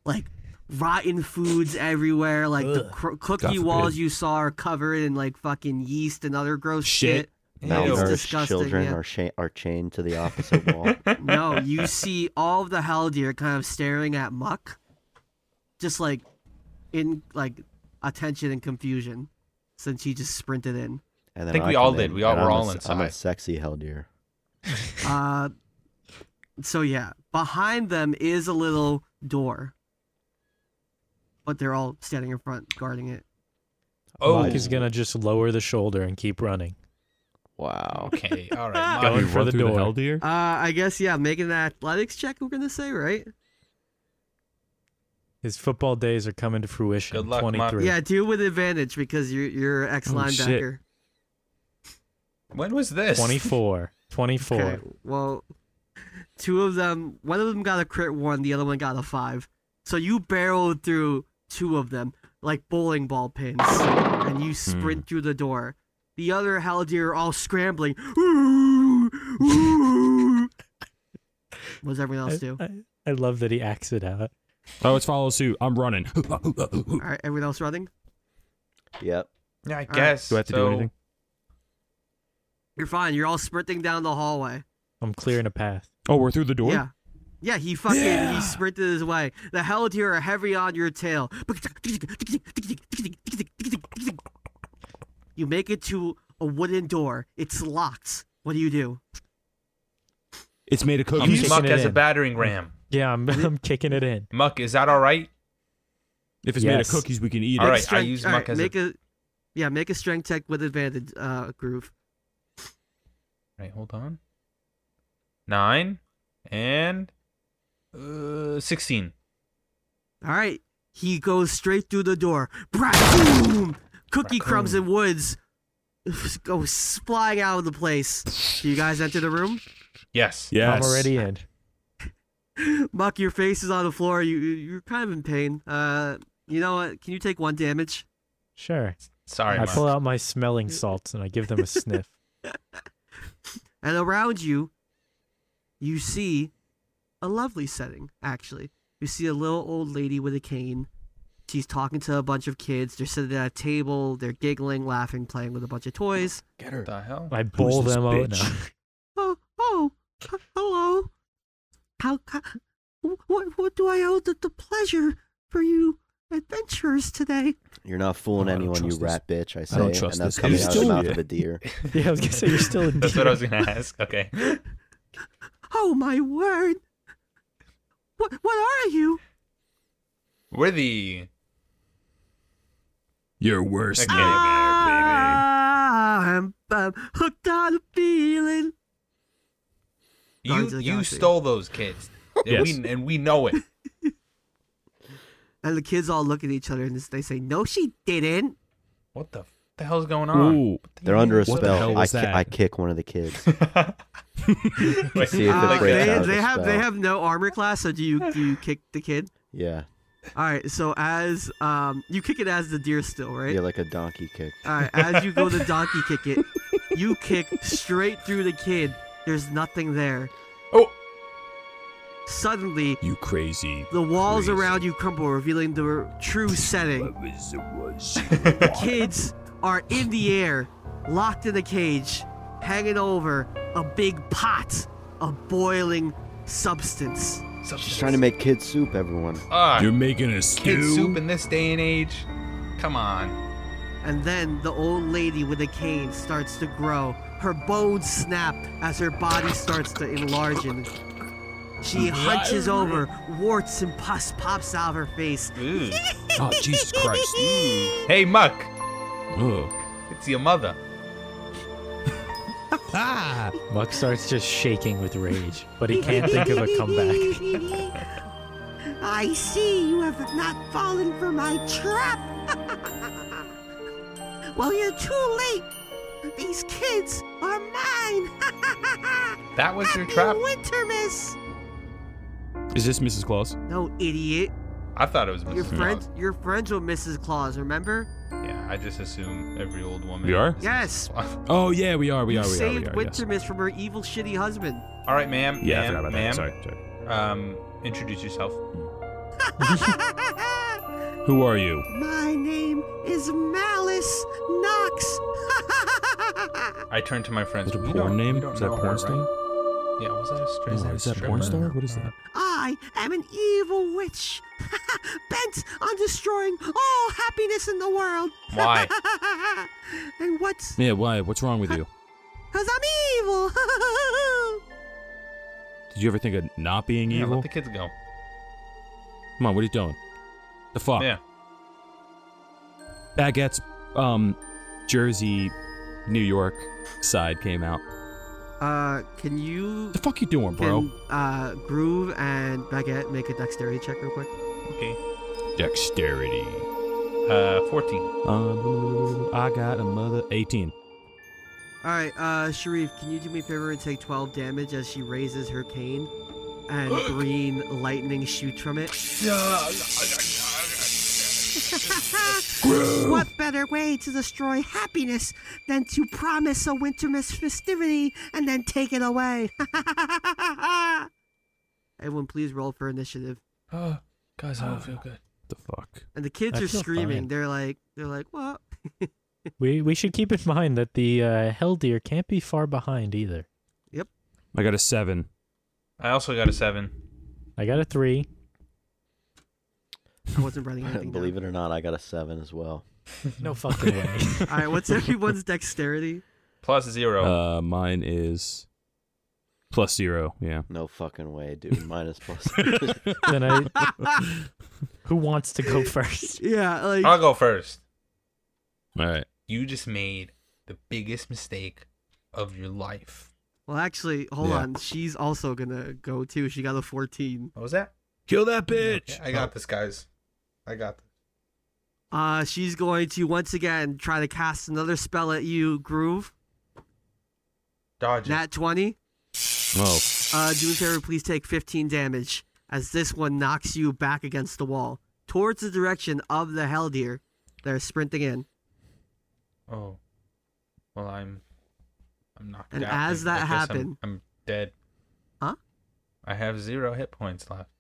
Speaker 1: Like rotten foods everywhere. Like the cr- cookie
Speaker 2: forbid.
Speaker 1: walls you saw are covered in like fucking yeast and other gross
Speaker 2: Shit.
Speaker 1: shit.
Speaker 3: Ew.
Speaker 4: Malnourished
Speaker 1: disgusting,
Speaker 4: children
Speaker 1: yeah.
Speaker 4: are, cha- are chained to the opposite wall.
Speaker 1: no, you see all of the Haldir kind of staring at Muck, just like in like attention and confusion, since he just sprinted in.
Speaker 4: And then
Speaker 3: think we
Speaker 4: come
Speaker 3: all did.
Speaker 4: in,
Speaker 3: We all
Speaker 4: and
Speaker 3: were
Speaker 4: I'm a
Speaker 3: all
Speaker 4: s- I'm a
Speaker 3: inside.
Speaker 4: sexy hell deer.
Speaker 1: Uh, so yeah, behind them is a little door, but they're all standing in front guarding it.
Speaker 3: Oh.
Speaker 5: Muck is gonna just lower the shoulder and keep running.
Speaker 4: Wow.
Speaker 3: Okay. All right.
Speaker 5: Going
Speaker 2: You
Speaker 3: Mog,
Speaker 5: for
Speaker 2: run
Speaker 5: the
Speaker 2: through
Speaker 5: door.
Speaker 2: hell deer?
Speaker 1: Uh, I guess yeah, making an athletics check. We're gonna say right.
Speaker 5: His football days are coming to fruition.
Speaker 3: Good luck, Muck.
Speaker 5: 23.
Speaker 1: Yeah, do with advantage because you're you're ex
Speaker 2: Oh, shit.
Speaker 1: linebacker.
Speaker 3: when was this?
Speaker 5: 24. 24.
Speaker 1: Okay. Well, two of them, one of them got a crit one, the other one got a five. So you barreled through two of them like bowling ball pins, and you
Speaker 5: Hmm.
Speaker 1: sprint through the door. The other haldeer are all scrambling. Ooh, ooh. what does everyone else do?
Speaker 5: I, I, I love that he acts it out.
Speaker 2: Oh, let's follow suit. I'm running.
Speaker 1: All right, everyone else running.
Speaker 4: Yep.
Speaker 3: Yeah, I guess.
Speaker 2: Do I have to
Speaker 3: so-
Speaker 2: do anything?
Speaker 1: You're fine. You're all sprinting down the hallway.
Speaker 5: I'm clearing a path.
Speaker 2: Oh, we're through the door?
Speaker 1: Yeah. Yeah, he fucking
Speaker 2: Yeah.
Speaker 1: he sprinted his way. The Haldeer are heavy on your tail. You make it to a wooden door. It's locked. What do you do?
Speaker 2: It's made of
Speaker 3: I'm
Speaker 5: He's
Speaker 2: cookies.
Speaker 5: kicking
Speaker 3: Muck
Speaker 5: it
Speaker 3: as a
Speaker 5: in.
Speaker 3: battering ram.
Speaker 5: Yeah, I'm, I'm kicking it in.
Speaker 3: Muck, is that all right?
Speaker 2: If it's made of
Speaker 5: Yes.
Speaker 2: cookies, we can eat it.
Speaker 3: All right, I
Speaker 1: Strength-
Speaker 3: use
Speaker 1: all
Speaker 3: Muck
Speaker 1: right,
Speaker 3: as a-
Speaker 1: make a, yeah, make a strength check with advantage. Uh, groove.
Speaker 3: All right, hold on. Nine and uh, 16.
Speaker 1: All right. He goes straight through the door. Brat- boom! Cookie crumbs and woods go flying out of the place. Do you guys enter the room?
Speaker 3: Yes.
Speaker 2: Yes.
Speaker 5: I'm already in.
Speaker 1: Muck, your face is on the floor. You you're kind of in pain. Uh, you know what? Can you take one damage?
Speaker 5: Sure.
Speaker 3: Sorry,
Speaker 5: I
Speaker 3: Mark.
Speaker 5: pull out my smelling salts and I give them a sniff.
Speaker 1: And around you, you see a lovely setting, actually. You see a little old lady with a cane. She's talking to a bunch of kids. They're sitting at a table. They're giggling, laughing, playing with a bunch of toys.
Speaker 6: Get her.
Speaker 3: What the hell?
Speaker 5: I bowl
Speaker 6: this
Speaker 5: them over.
Speaker 6: bitch?
Speaker 1: Oh, oh, h- hello. How, ca what, what do I owe the, the pleasure for you adventurers today?
Speaker 4: You're not fooling
Speaker 6: Oh, I don't
Speaker 4: anyone, you
Speaker 6: trust this.
Speaker 4: rat bitch. I say,
Speaker 6: don't trust
Speaker 4: and that's
Speaker 6: this.
Speaker 4: coming
Speaker 3: He's
Speaker 4: out of the
Speaker 3: still-
Speaker 4: mouth of a deer.
Speaker 5: Yeah, I was gonna say you're still in.
Speaker 3: That's what I was going to ask. Okay.
Speaker 1: Oh my word! What what are you?
Speaker 3: We're the.
Speaker 6: You're worse.
Speaker 3: Okay.
Speaker 6: than-
Speaker 1: Ah, I'm, I'm hooked on a feeling. Guardians
Speaker 3: You,
Speaker 1: of the
Speaker 3: you
Speaker 1: Galaxy.
Speaker 3: stole those kids. And,
Speaker 6: Yes.
Speaker 3: we, and we know it.
Speaker 1: And the kids all look at each other and they say, "No, she didn't."
Speaker 3: What the, f- the hell's going on?
Speaker 6: Ooh.
Speaker 3: What the
Speaker 4: They're under a
Speaker 3: hell?
Speaker 6: What the hell
Speaker 4: spell. I,
Speaker 6: was
Speaker 4: ki-
Speaker 6: that?
Speaker 4: I kick one of the kids.
Speaker 3: Wait,
Speaker 4: See if it
Speaker 1: Uh,
Speaker 4: breaks
Speaker 1: they
Speaker 4: out of
Speaker 1: they
Speaker 4: the
Speaker 1: have they
Speaker 4: spell.
Speaker 1: have no armor class, so do you do you kick the kid?
Speaker 4: Yeah,
Speaker 1: All right, so as um you kick it as the deer still, right?
Speaker 4: yeah, like a donkey kick.
Speaker 1: All right, as you go to donkey kick it, you kick straight through the kid. There's nothing there.
Speaker 3: Oh.
Speaker 1: Suddenly,
Speaker 6: You crazy.
Speaker 1: the walls
Speaker 6: Crazy.
Speaker 1: around you crumble, revealing the true setting. Kids are in the air, locked in a cage, hanging over a big pot of boiling substance.
Speaker 4: She's trying to make kid soup, everyone.
Speaker 3: Ah,
Speaker 6: You're making a
Speaker 3: kid
Speaker 6: stew.
Speaker 3: soup in this day and age. Come on.
Speaker 1: And then the old lady with a cane starts to grow. Her bones snap as her body starts to enlarge. And she hunches over, warts and pus pops out of her face.
Speaker 3: Ooh.
Speaker 6: oh, Jesus Christ.
Speaker 3: Hey, Muck.
Speaker 6: Ugh.
Speaker 3: It's your mother.
Speaker 6: Ah.
Speaker 5: Muck starts just shaking with rage, but he can't think of a comeback.
Speaker 1: I see you have not fallen for my trap. well, you're too late. These kids are mine.
Speaker 3: That was your trap?
Speaker 1: Wintermas.
Speaker 2: Is this Mrs. Claus?
Speaker 1: No, idiot.
Speaker 3: I thought it was Mrs.
Speaker 1: Your friends,
Speaker 3: Claus.
Speaker 1: your friends with Mrs. Claus, remember?
Speaker 3: Yeah, I just assume every old woman.
Speaker 2: We are?
Speaker 3: is Mrs.
Speaker 1: Yes.
Speaker 3: Claus.
Speaker 2: Oh yeah, we are. We
Speaker 1: you
Speaker 2: are. We
Speaker 1: saved
Speaker 2: are. We are. yes.
Speaker 1: Wintermiss from her evil, shitty husband.
Speaker 3: All right, ma'am.
Speaker 2: Yeah, I
Speaker 3: ma'am,
Speaker 2: forgot about
Speaker 3: ma'am,
Speaker 2: that. Sorry. Sorry.
Speaker 3: Um, introduce yourself.
Speaker 2: Who are you?
Speaker 1: My name is Malice Knox.
Speaker 3: I turn to my friends.
Speaker 6: Is it
Speaker 3: We
Speaker 6: a
Speaker 3: don't-
Speaker 6: porn
Speaker 3: we
Speaker 6: name?
Speaker 3: don't
Speaker 6: Is that
Speaker 3: know
Speaker 6: a
Speaker 3: her,
Speaker 6: porn
Speaker 3: right?
Speaker 6: star?
Speaker 3: Yeah, was that a stripper?
Speaker 6: No, is that a porn star? What is that?
Speaker 1: I am an evil witch, bent on destroying all happiness in the world.
Speaker 3: Why?
Speaker 1: and what's
Speaker 6: Yeah, why? What's wrong with you?
Speaker 1: Cause I'm evil.
Speaker 6: Did you ever think of not being
Speaker 3: Yeah,
Speaker 6: evil?
Speaker 3: let the kids go.
Speaker 6: Come on, what are you doing? The fuck?
Speaker 3: Yeah.
Speaker 6: Baguette's um, Jersey, New York side came out.
Speaker 1: uh, can you,
Speaker 6: The fuck you doing, bro?
Speaker 1: can uh, Groove and Baguette make a dexterity check real quick?
Speaker 3: Okay.
Speaker 6: Dexterity.
Speaker 3: Uh, 14.
Speaker 6: Um, I got a mother. 18.
Speaker 1: All right, uh, Sharif, can you do me a favor and take 12 damage as she raises her cane, and green lightning shoots from it?
Speaker 3: Ah,
Speaker 1: What better way to destroy happiness than to promise a Wintermas festivity and then take it away? Everyone, please roll for initiative.
Speaker 3: Oh, guys, I don't feel good.
Speaker 6: The fuck?
Speaker 1: And the kids
Speaker 5: I
Speaker 1: are
Speaker 5: feel
Speaker 1: screaming.
Speaker 5: fine.
Speaker 1: They're like, they're like, what?
Speaker 5: We we should keep in mind that the uh, hell deer can't be far behind either.
Speaker 6: I got a 7.
Speaker 3: I also got a 7.
Speaker 5: I got a three.
Speaker 1: I wasn't writing anything.
Speaker 4: Believe it or not, I got a seven as well.
Speaker 5: No fucking way.
Speaker 1: All right, what's everyone's dexterity?
Speaker 3: Plus 0.
Speaker 6: Uh, mine is plus 0. Yeah.
Speaker 4: No fucking way, dude. Minus plus.
Speaker 5: then I. Who wants to go first?
Speaker 1: Yeah, like
Speaker 3: I'll go first.
Speaker 6: All right.
Speaker 3: You just made the biggest mistake of your life.
Speaker 1: Well, actually, hold
Speaker 6: Yeah.
Speaker 1: on. She's also gonna go too. She got a fourteen.
Speaker 3: What was that?
Speaker 6: Kill that bitch.
Speaker 3: I got this, guys. I got this.
Speaker 1: Uh, she's going to once again try to cast another spell at you, Groove.
Speaker 3: Dodge it.
Speaker 1: Nat 20.
Speaker 4: Oh,
Speaker 1: Uh, do me a favor, please take 15 damage as this one knocks you back against the wall towards the direction of the hell deer that are sprinting in.
Speaker 3: Oh. Well, I'm. I'm knocked
Speaker 1: And
Speaker 3: out.
Speaker 1: as
Speaker 3: I
Speaker 1: that
Speaker 3: guess I'm-
Speaker 1: happened-
Speaker 3: I'm, dead.
Speaker 1: Huh?
Speaker 3: I have zero hit points left.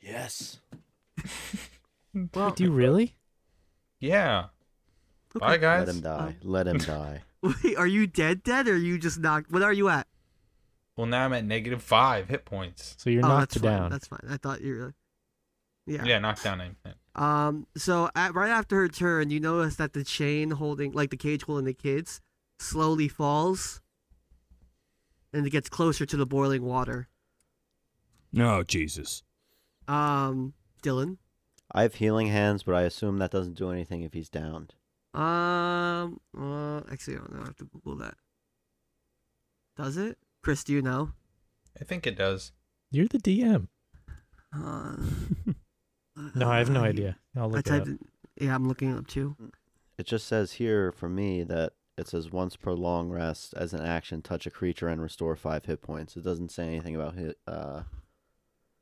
Speaker 4: yes.
Speaker 5: Did you really?
Speaker 3: Yeah.
Speaker 1: Okay.
Speaker 3: Bye, guys.
Speaker 4: Let him die. Let him die.
Speaker 1: Wait, are you dead, dead, or are you just knocked? What are you at?
Speaker 3: Well, now I'm at negative five hit points.
Speaker 5: So you're
Speaker 1: oh,
Speaker 5: knocked
Speaker 1: that's fine.
Speaker 5: down.
Speaker 1: That's fine. I thought you were.
Speaker 3: Yeah,
Speaker 1: Yeah.
Speaker 3: knocked down. I meant.
Speaker 1: Um. So at, right after her turn, you notice that the chain holding, like the cage holding the kids, slowly falls, and it gets closer to the boiling water.
Speaker 6: No, Jesus.
Speaker 1: Um, Dylan.
Speaker 4: I have healing hands, but I assume that doesn't do anything if he's downed.
Speaker 1: Um. Uh, actually, I don't know. I have to Google that. Does it, Chris? Do you know?
Speaker 3: I think it does.
Speaker 5: You're the DM.
Speaker 1: Uh,
Speaker 5: No, I have no
Speaker 1: uh,
Speaker 5: idea. I'll
Speaker 1: I
Speaker 5: look it up.
Speaker 1: typed. in- yeah, I'm looking it up too.
Speaker 4: It just says here for me that it says once per long rest as an action, touch a creature and restore five hit points. It doesn't say anything about hit. Uh,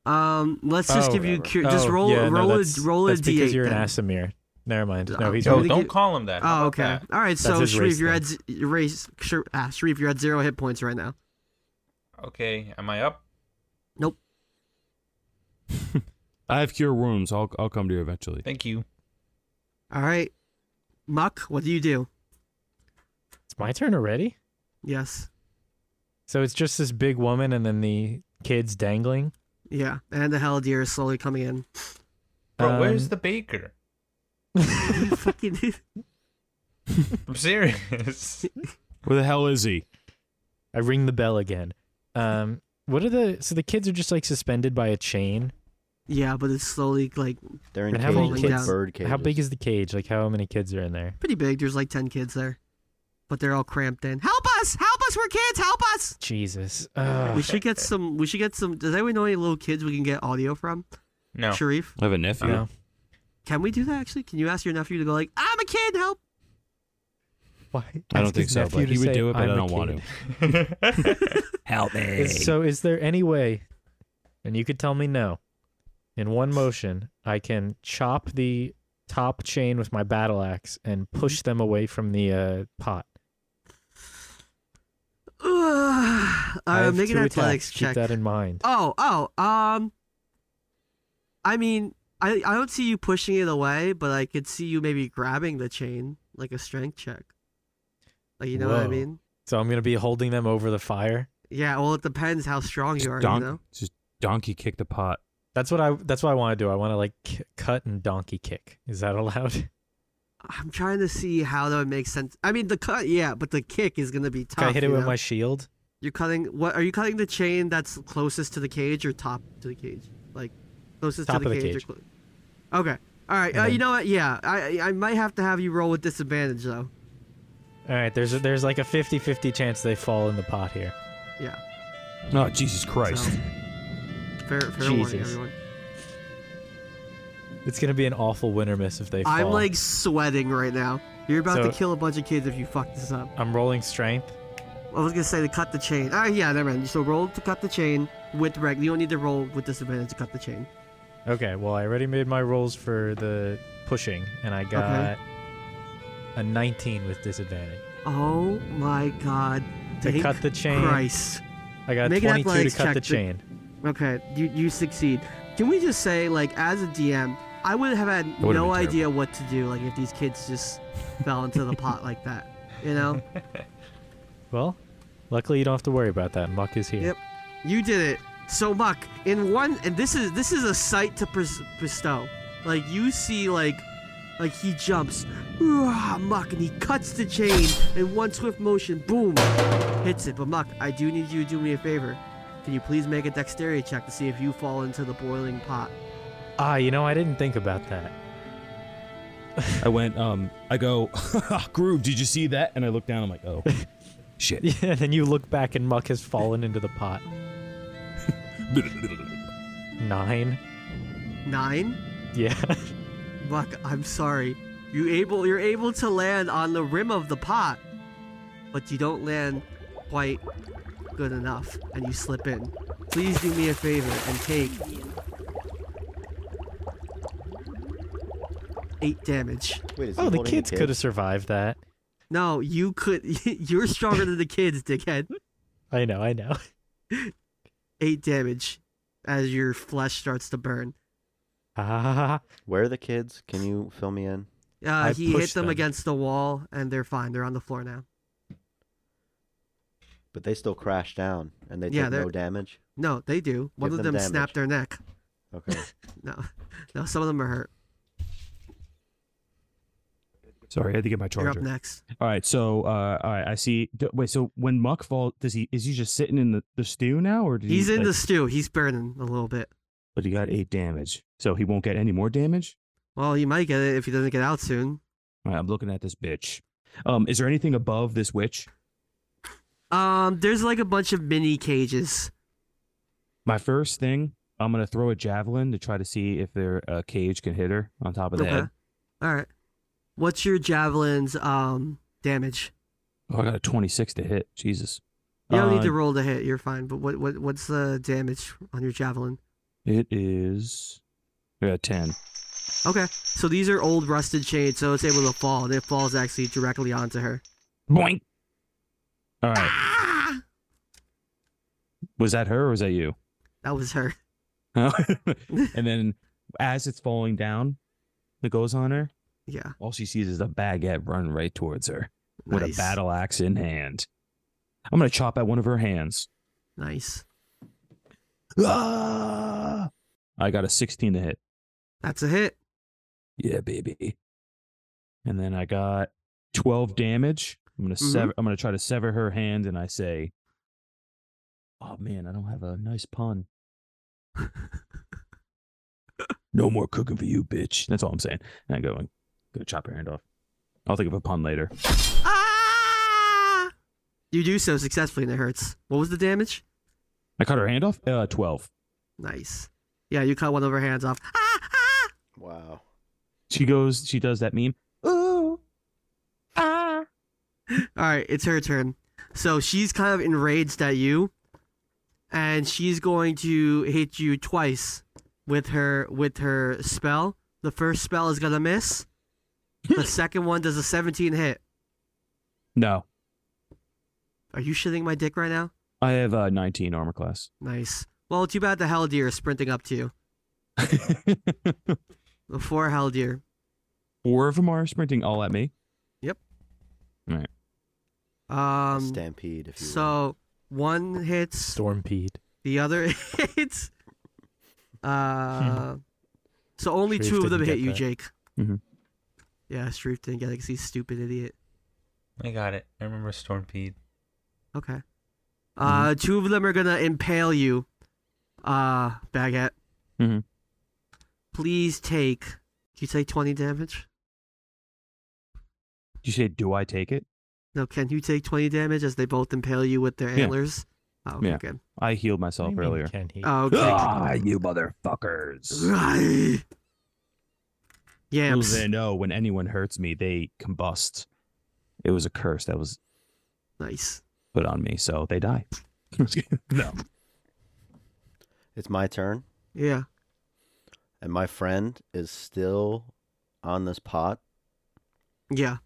Speaker 1: Um, let's just
Speaker 5: Oh,
Speaker 1: give you
Speaker 4: whatever.
Speaker 1: cu- just
Speaker 5: Oh,
Speaker 1: roll
Speaker 5: yeah, no,
Speaker 1: roll
Speaker 5: that's-
Speaker 1: a roll
Speaker 5: that's
Speaker 1: a
Speaker 5: because
Speaker 1: d8.
Speaker 5: you're
Speaker 1: then.
Speaker 5: an Asimir. Never mind.
Speaker 1: Uh,
Speaker 5: No, he's
Speaker 1: I'm
Speaker 3: Yo,
Speaker 1: gonna
Speaker 3: don't
Speaker 1: give-
Speaker 3: call him that. How
Speaker 1: Oh,
Speaker 3: about
Speaker 1: okay.
Speaker 3: that?
Speaker 1: All right. So
Speaker 5: his
Speaker 1: Sharif,
Speaker 5: race
Speaker 1: you're
Speaker 5: then.
Speaker 1: at z- race. Sure, ah, Sharif, you're at zero hit points right now.
Speaker 3: Okay. Am I up?
Speaker 6: I have cure wounds. I'll I'll come to you eventually.
Speaker 3: Thank you.
Speaker 1: All right, Muck, what do you do?
Speaker 5: It's my turn already.
Speaker 1: Yes.
Speaker 5: So it's just this big woman and then the kids dangling.
Speaker 1: Yeah, and the hell deer is slowly coming in.
Speaker 3: Bro, where's
Speaker 5: Um,
Speaker 3: the baker?
Speaker 1: You fucking
Speaker 3: I'm serious.
Speaker 6: Where the hell is he?
Speaker 5: I ring the bell again. Um, what are the? So the kids are just like suspended by a chain.
Speaker 1: yeah, but it's slowly like
Speaker 4: they're in
Speaker 5: And
Speaker 1: how many
Speaker 4: cages,
Speaker 1: kids-
Speaker 4: like bird cages.
Speaker 5: How big is the cage? Like how many kids are in there?
Speaker 1: pretty big. There's like ten kids there, but they're all cramped in. Help us! Help us! We're kids! Help us!
Speaker 5: Jesus.
Speaker 1: We
Speaker 5: Ugh.
Speaker 1: should get some. We should get some. Does anyone know any little kids we can get audio from?
Speaker 3: No.
Speaker 1: Sharif,
Speaker 6: I have a nephew.
Speaker 5: No.
Speaker 1: can we do that? Actually, can you ask your nephew to go like, "I'm a kid, help"?
Speaker 5: Why?
Speaker 6: I don't
Speaker 5: Ask
Speaker 6: think
Speaker 5: his
Speaker 6: so,
Speaker 5: nephew
Speaker 6: but
Speaker 5: to
Speaker 6: he would
Speaker 5: say,
Speaker 6: do it, but
Speaker 5: "I'm
Speaker 6: I
Speaker 5: a
Speaker 6: don't want
Speaker 5: kid."
Speaker 6: to.
Speaker 2: Help me.
Speaker 5: Is- So is there any way, and you could tell me no, in one motion, I can chop the top chain with my battle axe and push them away from the uh, pot.
Speaker 1: Ugh.
Speaker 5: I
Speaker 1: Uh,
Speaker 5: have
Speaker 1: make an
Speaker 5: two attacks.
Speaker 1: athletics
Speaker 5: Keep
Speaker 1: check.
Speaker 5: that in mind.
Speaker 1: Oh, oh, um, I mean, I I don't see you pushing it away, but I could see you maybe grabbing the chain like a strength check. Like you know what I
Speaker 5: Whoa.
Speaker 1: mean?
Speaker 5: So I'm gonna be holding them over the fire.
Speaker 1: Yeah. Well, it depends how strong you
Speaker 6: Just,
Speaker 1: are.
Speaker 6: donk-
Speaker 1: You know.
Speaker 6: just donkey kick the pot.
Speaker 5: That's what I. That's what I want to do. I want to like k- cut and donkey kick. Is that allowed?
Speaker 1: I'm trying to see how that would make sense. I mean, the cut, yeah, but the kick is gonna be tough.
Speaker 5: Can I hit it
Speaker 1: you
Speaker 5: with
Speaker 1: know?
Speaker 5: my shield?
Speaker 1: You're cutting. What are you cutting the chain that's closest to the cage or top to the cage? Like closest
Speaker 5: Top
Speaker 1: to the
Speaker 5: of the
Speaker 1: cage.
Speaker 5: cage.
Speaker 1: Or clo- okay. All right.
Speaker 5: And
Speaker 1: Uh,
Speaker 5: then-
Speaker 1: you know what? Yeah. I I I might have to have you roll with disadvantage though.
Speaker 5: All right. There's a, there's like a 50-50 chance they fall in the pot here.
Speaker 1: Yeah.
Speaker 6: Oh Jesus Christ!
Speaker 1: So, fair fair warning,
Speaker 5: Jesus.
Speaker 1: everyone.
Speaker 5: It's gonna be an awful winter miss if they fall.
Speaker 1: I'm like sweating right now. You're about to
Speaker 5: So-
Speaker 1: kill a bunch of kids if you fuck this up.
Speaker 5: I'm rolling strength.
Speaker 1: I was gonna say to cut the chain. Ah, yeah, never mind. So roll to cut the chain with reg. You don't need to roll with disadvantage to cut the chain.
Speaker 5: Okay, well, I already made my rolls for the pushing, and I got a 19 with disadvantage.
Speaker 1: Oh my God.
Speaker 5: To
Speaker 1: Thank
Speaker 5: cut the chain,
Speaker 1: Christ.
Speaker 5: I got a
Speaker 1: Make an
Speaker 5: 22 to
Speaker 1: athletics
Speaker 5: cut
Speaker 1: check
Speaker 5: the
Speaker 1: to-
Speaker 5: chain.
Speaker 1: Okay, you, you succeed. Can we just say, like, as a DM, I would have had
Speaker 6: would've
Speaker 1: no
Speaker 6: been terrible.
Speaker 1: idea what to do, like, if these kids just fell into the pot like that. You know?
Speaker 5: Well, luckily you don't have to worry about that. Muck is here.
Speaker 1: Yep. You did it. So, Muck, in one, and this is this is a sight to pres- bestow. Like, you see, like, like he jumps, Rah, Muck, and he cuts the chain in one swift motion. Boom, hits it. But Muck, I do need you to do me a favor. Can you please make a dexterity check to see if you fall into the boiling pot?
Speaker 5: Ah, you know, I didn't think about that.
Speaker 6: I went. Um, I go. Groove. Did you see that? And I look down. I'm like, oh, shit.
Speaker 5: Yeah, and then you look back and Muck has fallen into the pot. Nine?
Speaker 1: Nine?
Speaker 5: Yeah.
Speaker 1: Buck, I'm sorry. You able you're able to land on the rim of the pot, but you don't land quite good enough and you slip in. Please do me a favor and take eight damage.
Speaker 4: Wait, is he
Speaker 5: oh, the
Speaker 4: holding
Speaker 5: kids
Speaker 4: kid?
Speaker 5: could have survived that.
Speaker 1: No, you could you're stronger than the kids, dickhead.
Speaker 5: I know, I know.
Speaker 1: Eight damage as your flesh starts to burn.
Speaker 5: Ah,
Speaker 4: Where are the kids? Can you fill me in?
Speaker 1: Uh,
Speaker 5: I
Speaker 1: he hit
Speaker 5: pushed
Speaker 1: them
Speaker 5: them.
Speaker 1: against the wall and they're fine. They're on the floor now.
Speaker 4: But they still crash down and they
Speaker 1: Yeah,
Speaker 4: take
Speaker 1: they're-
Speaker 4: no damage.
Speaker 1: No, they do. One
Speaker 4: Give
Speaker 1: of
Speaker 4: them
Speaker 1: them snapped their neck.
Speaker 4: Okay.
Speaker 1: No, no, some of them are hurt.
Speaker 6: Sorry, I had to get my
Speaker 1: You're up
Speaker 6: charger.
Speaker 1: next.
Speaker 2: All right, so uh, all right, I see. d- Wait, so when Muck falls, does he is he just sitting in the, the stew now, or did
Speaker 1: He's
Speaker 2: he,
Speaker 1: in
Speaker 2: like-
Speaker 1: the stew. He's burning a little bit.
Speaker 2: But he got eight damage, so he won't get any more damage.
Speaker 1: Well, he might get it if he doesn't get out soon.
Speaker 2: All right, I'm looking at this bitch. Um, is there anything above this witch?
Speaker 1: Um, there's like a bunch of mini cages.
Speaker 2: My first thing, I'm gonna throw a javelin to try to see if their uh, cage can hit her on top of the
Speaker 1: Okay.
Speaker 2: head.
Speaker 1: All right. What's your javelin's um damage?
Speaker 2: Oh, I got a 26 to hit. Jesus.
Speaker 1: You don't
Speaker 2: Uh,
Speaker 1: need to roll to hit. You're fine. But what what what's the damage on your javelin?
Speaker 2: It is yeah, 10.
Speaker 1: Okay. So these are old rusted chains, so it's able to fall. And it falls actually directly onto her.
Speaker 2: Boink. All right.
Speaker 1: Ah!
Speaker 2: Was that her or was that you?
Speaker 1: That was her.
Speaker 2: and then as it's falling down, that goes on her.
Speaker 1: Yeah.
Speaker 2: All she sees is a baguette run right towards her with a
Speaker 1: nice.
Speaker 2: battle axe in hand. I'm gonna chop at one of her hands.
Speaker 1: Nice.
Speaker 2: Ah! I got a 16 to hit.
Speaker 1: That's a hit.
Speaker 2: Yeah, baby. And then I got 12 damage. I'm gonna
Speaker 1: Mhm.
Speaker 2: sever. I'm gonna try to sever her hand, and I say, "Oh man, I don't have a nice pun." no more cooking for you, bitch. That's all I'm saying. And I go and go chop her hand off. I'll think of a pun later.
Speaker 1: Ah! You do so successfully, and it hurts. What was the damage?
Speaker 2: I cut her hand off. Uh, 12.
Speaker 1: Nice. Yeah, you cut one of her hands off. Ah, ah!
Speaker 4: Wow.
Speaker 2: She goes. She does that meme. Ooh. Ah.
Speaker 1: All right, it's her turn. So she's kind of enraged at you, and she's going to hit you twice with her with her spell. The first spell is gonna miss. The second one does a 17 hit.
Speaker 2: No,
Speaker 1: Are you shitting my dick right now?
Speaker 2: I have uh, 19 armor class.
Speaker 1: Nice. Well, too bad the Haldir is sprinting up to you. The four Haldir.
Speaker 2: Four of them are sprinting all at me.
Speaker 4: A
Speaker 1: Um.
Speaker 4: Stampede, if you will.
Speaker 1: So one hits.
Speaker 5: Stormpede.
Speaker 1: The other hits. Uh, so only
Speaker 5: Sharif
Speaker 1: two of them
Speaker 5: Hmm. didn't
Speaker 1: hit
Speaker 5: get
Speaker 1: you,
Speaker 5: that. Mm-hmm.
Speaker 1: Jake.
Speaker 2: Mhm.
Speaker 1: Yeah, Sharif didn't get it 'cause he's a stupid idiot.
Speaker 3: I got it. I remember Stormpede.
Speaker 1: Okay. Uh,
Speaker 5: Mm-hmm.
Speaker 1: two of them are gonna impale you, uh, Baguette.
Speaker 5: Mm-hmm.
Speaker 2: Mhm.
Speaker 1: Please take. Did you take twenty damage?
Speaker 2: You say, do I take it?
Speaker 1: No, can you take twenty damage as they both impale you with their
Speaker 2: Yeah.
Speaker 1: antlers? Oh, okay,
Speaker 2: Yeah.
Speaker 1: good.
Speaker 2: I healed
Speaker 5: What do
Speaker 2: myself
Speaker 5: you mean,
Speaker 2: earlier.
Speaker 5: Can he?
Speaker 1: Oh,
Speaker 5: Ah!
Speaker 1: okay.
Speaker 2: Ah, you motherfuckers.
Speaker 1: Right.
Speaker 2: Little
Speaker 1: Yams.
Speaker 2: did they know when anyone hurts me, they combust. It was a curse that was
Speaker 1: Nice.
Speaker 2: put on me, so they die. no.
Speaker 4: It's my turn,
Speaker 1: Yeah.
Speaker 4: and my friend is still on this pot.
Speaker 1: Yeah.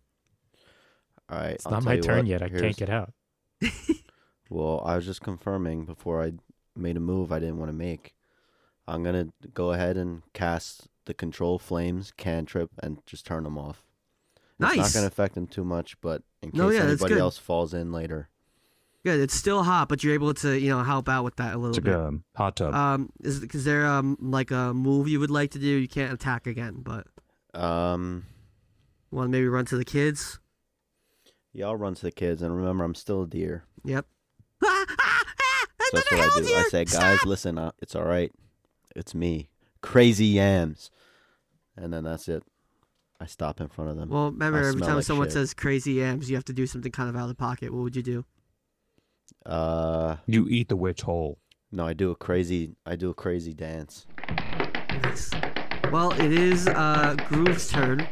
Speaker 4: All right.
Speaker 5: it's not my turn yet. I can't get out.
Speaker 4: Well, I was just confirming before I made a move I didn't want to make. I'm gonna go ahead and cast the control flames cantrip and just turn them off. It's
Speaker 1: Nice.
Speaker 4: not gonna affect them too much, but in case
Speaker 1: No, yeah, that's
Speaker 4: anybody
Speaker 1: good.
Speaker 4: else falls in later.
Speaker 1: Good. It's still hot, but you're able to, you know, help out with that a
Speaker 2: It's
Speaker 1: little
Speaker 2: like
Speaker 1: bit.
Speaker 2: a hot tub.
Speaker 1: Um, is, is there um like a move you would like to do? You can't attack again, but
Speaker 4: Um,
Speaker 1: want to maybe run to the kids?
Speaker 4: y'all run to the kids, and remember, I'm still a deer.
Speaker 1: Yep. Ah, ah, ah,
Speaker 4: So that's what
Speaker 1: another
Speaker 4: I do. I
Speaker 1: helldier!
Speaker 4: say,
Speaker 1: Stop!
Speaker 4: guys, listen, uh, it's all right. It's me, Crazy Yams, and then that's it. I stop in front of them.
Speaker 1: Well, remember
Speaker 4: I
Speaker 1: every
Speaker 4: smell
Speaker 1: time
Speaker 4: like
Speaker 1: someone
Speaker 4: shit.
Speaker 1: says crazy yams, you have to do something kind of out of the pocket. What would you do?
Speaker 4: Uh,
Speaker 2: you eat the witch whole.
Speaker 4: No, I do a crazy. I do a crazy dance.
Speaker 1: Nice. Well, it is uh, Groove's turn.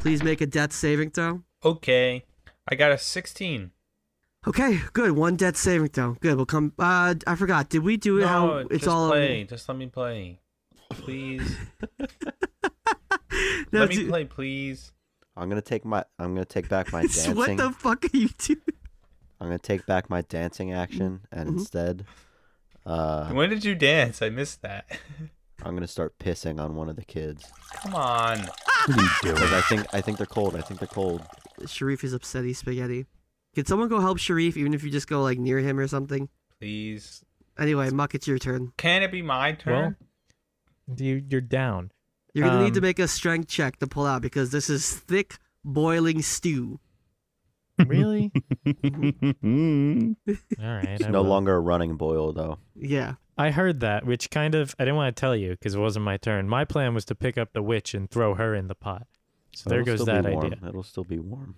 Speaker 1: Please make a death saving throw.
Speaker 3: Okay. I got a 16.
Speaker 1: Okay, good. One death saving throw. Good. We'll come. Uh, I forgot. Did we do it? how
Speaker 3: No,
Speaker 1: it's
Speaker 3: just
Speaker 1: all
Speaker 3: play. Just let me play. Please.
Speaker 1: No,
Speaker 3: let me
Speaker 1: dude.
Speaker 3: play, please.
Speaker 4: I'm gonna take my. I'm gonna take back my
Speaker 1: So
Speaker 4: dancing.
Speaker 1: what the fuck are you doing?
Speaker 4: I'm gonna take back my dancing action,
Speaker 5: Mm-hmm.
Speaker 4: and instead, uh,
Speaker 3: when did you dance? I missed that.
Speaker 4: I'm gonna start pissing on one of the kids
Speaker 3: Come on.
Speaker 2: Ah.
Speaker 4: because I think I think they're cold. I think they're cold.
Speaker 1: Sharif is upset. He's spaghetti. Can someone go help Sharif, even if you just go like near him or something?
Speaker 3: Please.
Speaker 1: Anyway, Muck, it's your turn.
Speaker 3: Can it be my turn?
Speaker 5: You, you're down.
Speaker 1: You're gonna need to
Speaker 5: Um,
Speaker 1: make a strength check to pull out because this is thick boiling stew.
Speaker 5: Really? All right.
Speaker 4: It's
Speaker 5: I
Speaker 4: no
Speaker 5: will.
Speaker 4: longer a running boil though.
Speaker 1: Yeah.
Speaker 5: I heard that, which kind of I didn't want to tell you because it wasn't my turn. My plan was to pick up the witch and throw her in the pot. So there
Speaker 4: It'll
Speaker 5: goes
Speaker 4: still be
Speaker 5: that
Speaker 4: warm.
Speaker 5: idea.
Speaker 4: It'll still be warm.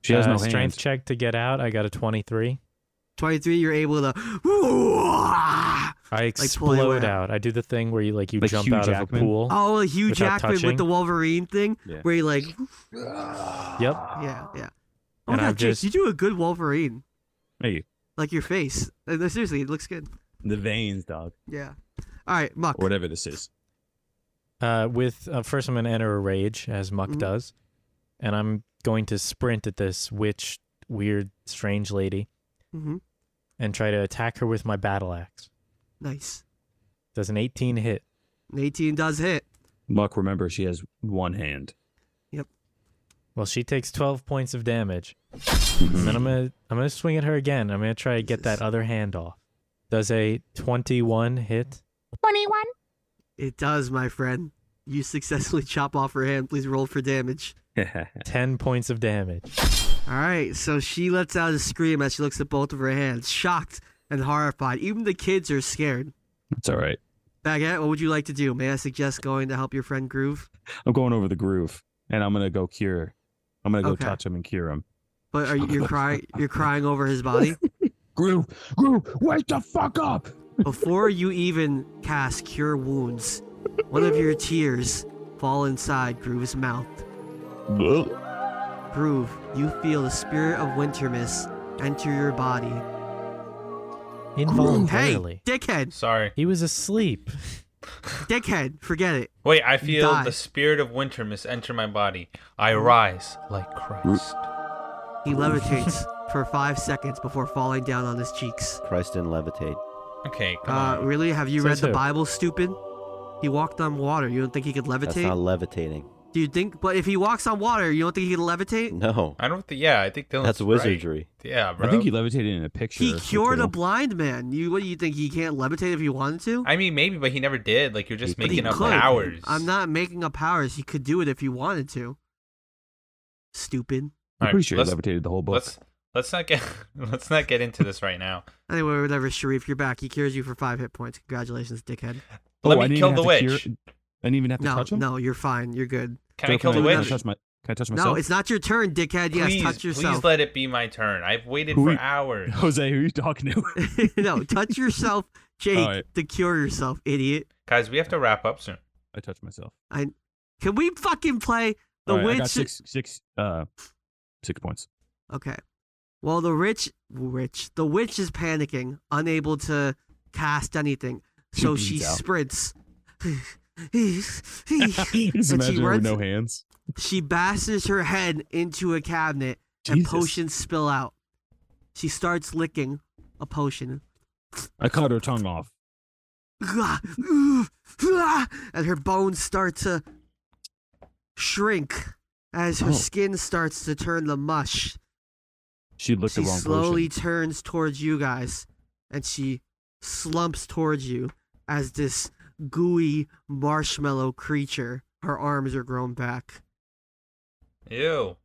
Speaker 6: She has
Speaker 5: Uh,
Speaker 6: no
Speaker 5: strength
Speaker 6: hands.
Speaker 5: check to get out. I got a 23.
Speaker 1: 23, you're able to.
Speaker 5: I
Speaker 1: pulling away.
Speaker 5: explode out. I do the thing where you like you
Speaker 6: Like
Speaker 5: jump
Speaker 6: Hugh
Speaker 5: out
Speaker 6: Jackman?
Speaker 5: of a pool.
Speaker 1: Oh, Hugh
Speaker 5: Without
Speaker 1: Jackman
Speaker 5: touching?
Speaker 1: with the Wolverine thing,
Speaker 6: Yeah.
Speaker 1: where you like,
Speaker 5: Yep.
Speaker 1: yeah, yeah. Oh my
Speaker 5: Ah. And
Speaker 1: god,
Speaker 5: I've
Speaker 1: Jake,
Speaker 5: just-
Speaker 1: you do a good Wolverine.
Speaker 6: Hey,
Speaker 1: Like your face. Uh, no, Seriously, it looks good.
Speaker 6: the veins, dog.
Speaker 1: Yeah. All right, Muck.
Speaker 6: Or whatever this is.
Speaker 5: Uh, with uh, first, I'm gonna enter a rage as Muck
Speaker 1: Mhm.
Speaker 5: does, and I'm going to sprint at this witch, weird, strange lady,
Speaker 1: hmm
Speaker 5: and try to attack her with my battle axe.
Speaker 1: Nice.
Speaker 5: Does an 18 hit?
Speaker 1: An 18 does hit.
Speaker 6: Muck, remember she has one hand.
Speaker 5: Well, she takes 12 points of damage. and then I'm gonna I'm gonna swing at her again. I'm gonna try to get that other hand off. Does a 21 hit?
Speaker 7: 21.
Speaker 1: It does, my friend. You successfully chop off her hand. Please roll for damage.
Speaker 5: 10 points of damage.
Speaker 1: All right, so she lets out a scream as she looks at both of her hands, shocked and horrified. Even the kids are scared.
Speaker 6: It's all right.
Speaker 1: Baguette, what would you like to do? May I suggest going to help your friend Groove?
Speaker 6: I'm going over the groove, and I'm gonna go cure. I'm gonna go
Speaker 1: Okay.
Speaker 6: touch him and cure him.
Speaker 1: But are you, you're crying? You're crying over his body.
Speaker 6: Groove, groove, wake the fuck up!
Speaker 1: Before you even cast Cure Wounds, one of your tears fall inside Groove's mouth. Groove, you feel the spirit of winter mist enter your body. Hey,
Speaker 5: Involuntarily.
Speaker 1: dickhead,
Speaker 3: Sorry.
Speaker 5: He was asleep.
Speaker 1: dickhead, forget it.
Speaker 3: Wait, I feel
Speaker 1: die.
Speaker 3: the spirit of winter must enter my body. I rise like Christ.
Speaker 1: Mm. He levitates for five seconds before falling down on his cheeks.
Speaker 4: Christ didn't levitate.
Speaker 3: Okay, come
Speaker 1: Uh,
Speaker 3: on.
Speaker 1: really? Have you
Speaker 5: Says
Speaker 1: read the
Speaker 5: who?
Speaker 1: Bible, stupid? He walked on water. You don't think he could
Speaker 4: That's
Speaker 1: levitate?
Speaker 4: not levitating.
Speaker 1: Do you think? But if he walks on water, you don't think he can levitate?
Speaker 4: No,
Speaker 3: I don't think. Yeah, I think Dylan's
Speaker 4: that's
Speaker 3: right.
Speaker 4: wizardry.
Speaker 3: Yeah, bro.
Speaker 6: I think he levitated in a picture.
Speaker 1: He
Speaker 6: or
Speaker 1: cured a
Speaker 6: two.
Speaker 1: blind man. You what do you think? He can't levitate if he wanted to?
Speaker 3: I mean, maybe, but he never did. Like you're just
Speaker 4: But he
Speaker 3: making up
Speaker 1: could.
Speaker 3: powers.
Speaker 1: I'm not making up powers. He could do it if he wanted to. Stupid.
Speaker 6: I'm
Speaker 3: All right,
Speaker 6: pretty sure he
Speaker 3: let's-
Speaker 6: levitated the whole book.
Speaker 3: Let's let's not get let's not get into this right now.
Speaker 1: Anyway, whatever, Sharif, you're back. He cures you for five hit points. Congratulations, dickhead.
Speaker 3: Let
Speaker 6: oh, I
Speaker 3: me
Speaker 6: didn't
Speaker 3: kill
Speaker 6: even
Speaker 3: the
Speaker 6: have to
Speaker 3: witch.
Speaker 6: Cure... I didn't even have to
Speaker 1: No,
Speaker 6: touch him.
Speaker 1: no, you're fine. You're good.
Speaker 3: Can
Speaker 6: So
Speaker 3: I kill the
Speaker 1: I
Speaker 6: can
Speaker 1: even
Speaker 3: witch?
Speaker 6: Touch my... Can I touch myself?
Speaker 1: No, it's not your turn, dickhead.
Speaker 3: please,
Speaker 1: yes, touch yourself.
Speaker 3: please let it be my turn. I've waited
Speaker 6: Who-
Speaker 1: e-
Speaker 3: for hours.
Speaker 6: Jose, who are you talking to?
Speaker 1: no, touch yourself, Jake,
Speaker 6: Alright.
Speaker 1: to cure yourself, idiot.
Speaker 3: Guys, we have to wrap up soon.
Speaker 6: I touched myself.
Speaker 1: I can we fucking play the
Speaker 6: All right, I got
Speaker 1: witch?
Speaker 6: six, six, uh, six points.
Speaker 1: Okay. Well, the rich, rich, the witch is panicking, unable to cast anything, so she
Speaker 6: Peace out.
Speaker 1: sprints.
Speaker 6: Just
Speaker 1: and she
Speaker 6: imagine her with
Speaker 1: runs.
Speaker 6: no hands.
Speaker 1: She bashes her head into a cabinet, and
Speaker 6: Jesus.
Speaker 1: potions spill out. She starts licking a potion.
Speaker 6: I cut her tongue off.
Speaker 1: and her bones start to shrink as her
Speaker 6: Oh.
Speaker 1: skin starts to turn to mush.
Speaker 6: She looked
Speaker 1: She
Speaker 6: the wrong
Speaker 1: slowly
Speaker 6: potion.
Speaker 1: turns towards you guys and she slumps towards you as this gooey marshmallow creature. Her arms are grown back.
Speaker 3: Ew.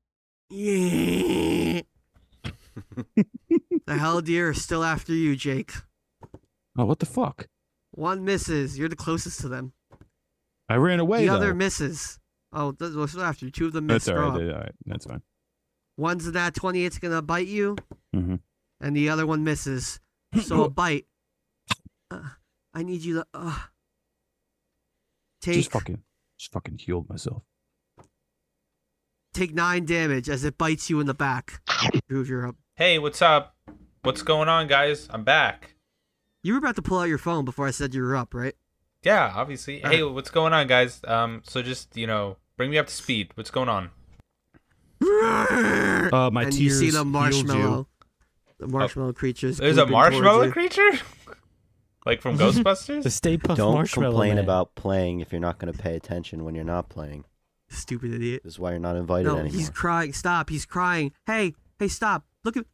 Speaker 1: the hell deer are still after you, Jake.
Speaker 6: Oh, what the fuck?
Speaker 1: One misses. You're the closest to them.
Speaker 6: I ran away.
Speaker 1: the other
Speaker 6: though.
Speaker 1: misses. Oh, th- well, still after you. Two of them missed.
Speaker 6: That's all right.
Speaker 1: throw up.
Speaker 6: All right. That's fine.
Speaker 1: One's in that 28's gonna bite you,
Speaker 6: Mhm.
Speaker 1: and the other one misses. so a bite. Uh, I need you to uh, take
Speaker 6: Just fucking, just fucking healed myself.
Speaker 1: take nine damage as it bites you in the back. Groove, you're up.
Speaker 3: Hey, what's up? What's going on, guys? I'm back.
Speaker 1: You were about to pull out your phone before I said you were up, right?
Speaker 3: Yeah, obviously.
Speaker 1: Uh-huh.
Speaker 3: Hey, what's going on, guys? Um, so just you know, bring me up to speed. What's going on?
Speaker 6: Uh, my
Speaker 1: and you
Speaker 6: tears
Speaker 1: see the
Speaker 6: healed
Speaker 1: marshmallow, the marshmallow creatures.
Speaker 3: There's a
Speaker 1: grouping towards
Speaker 3: marshmallow
Speaker 1: you.
Speaker 3: creature, like from
Speaker 5: The
Speaker 3: Ghostbusters.
Speaker 5: Stay Puft
Speaker 4: Don't
Speaker 5: Marshmallow
Speaker 4: complain
Speaker 5: Man.
Speaker 4: about playing if you're not going to pay attention when you're not playing.
Speaker 1: Stupid idiot.
Speaker 4: This is why you're not invited
Speaker 1: No,
Speaker 4: anymore.
Speaker 1: he's crying. Stop. He's crying. Hey, hey, stop. Look at,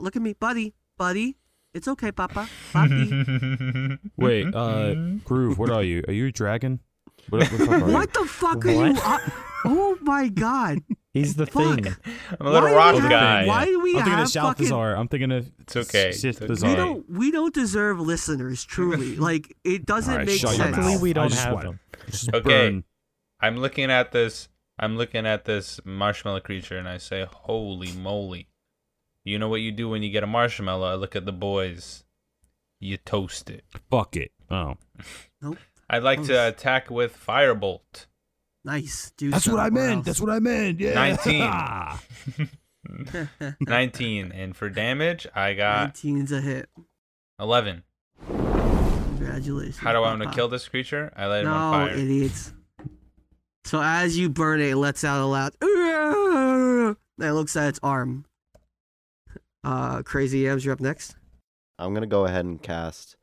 Speaker 1: look at me, buddy, buddy. It's okay, Papa. Papi.
Speaker 6: Wait, uh, Groove, what are you? Are you a dragon? What, what the fuck are you?
Speaker 1: What the fuck are you? on- oh my god!
Speaker 5: He's the
Speaker 1: Fuck.
Speaker 5: thing.
Speaker 3: I'm a little
Speaker 1: Why
Speaker 3: rock
Speaker 1: do we have-
Speaker 3: guy.
Speaker 1: Why do we
Speaker 6: I'm thinking
Speaker 1: have
Speaker 6: of
Speaker 1: fucking?
Speaker 6: Balthazar. I'm thinking of
Speaker 3: It's okay. It's
Speaker 6: Sith
Speaker 3: okay.
Speaker 1: We
Speaker 3: Sorry.
Speaker 6: Bazaar.
Speaker 1: don't. We don't deserve listeners. Truly, like it doesn't
Speaker 6: Alright,
Speaker 1: make
Speaker 6: shut your
Speaker 1: sense.
Speaker 5: Luckily,
Speaker 6: mouth.
Speaker 5: we
Speaker 6: I
Speaker 5: don't
Speaker 6: just
Speaker 5: have
Speaker 6: wanna-
Speaker 5: them.
Speaker 6: Just
Speaker 3: Okay.
Speaker 6: burn.
Speaker 3: I'm looking at this. I'm looking at this marshmallow creature, and I say, "Holy moly!" You know what you do when you get a marshmallow? I look at the boys. You toast it.
Speaker 6: Fuck it. Oh,
Speaker 3: I'd like to
Speaker 1: Nice.
Speaker 3: attack with firebolt.
Speaker 1: Nice, dude.
Speaker 6: that's what I meant. That's what I meant. Yeah.
Speaker 3: 19.
Speaker 1: 19's
Speaker 3: 19, and for damage, I got
Speaker 1: a hit.
Speaker 3: 11.
Speaker 1: Congratulations.
Speaker 3: How do I want to
Speaker 1: Papa.
Speaker 3: kill this creature? I light him on
Speaker 1: No,
Speaker 3: fire.
Speaker 1: idiots. So as you burn it, it lets out a loud. And it looks at its arm. Uh, crazy Yams, you're up next.
Speaker 4: I'm going to go ahead and cast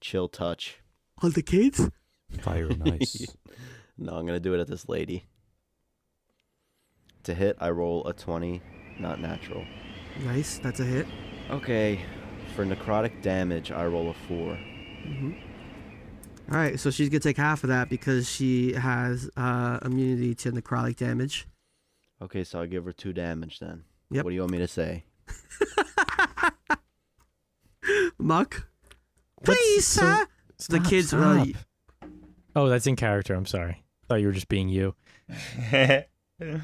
Speaker 4: Chill Touch.
Speaker 1: On the kids.
Speaker 6: Fire nice.
Speaker 4: No, I'm going to do it at this lady. To hit, I roll a 20, not natural.
Speaker 1: Nice, that's a hit.
Speaker 4: Okay, for necrotic damage, I roll a 4.
Speaker 1: All right, so she's gonna take half of that because she has uh, immunity to necrotic damage.
Speaker 4: Okay, so I give her 2 damage then.
Speaker 1: Yep.
Speaker 4: What do you want me to say?
Speaker 1: Muck,
Speaker 5: What's-
Speaker 1: please,
Speaker 5: so-
Speaker 1: sir. the
Speaker 5: Stop,
Speaker 1: kids are like-
Speaker 5: stop. Oh, that's in character. I'm sorry. Thought you were just being you.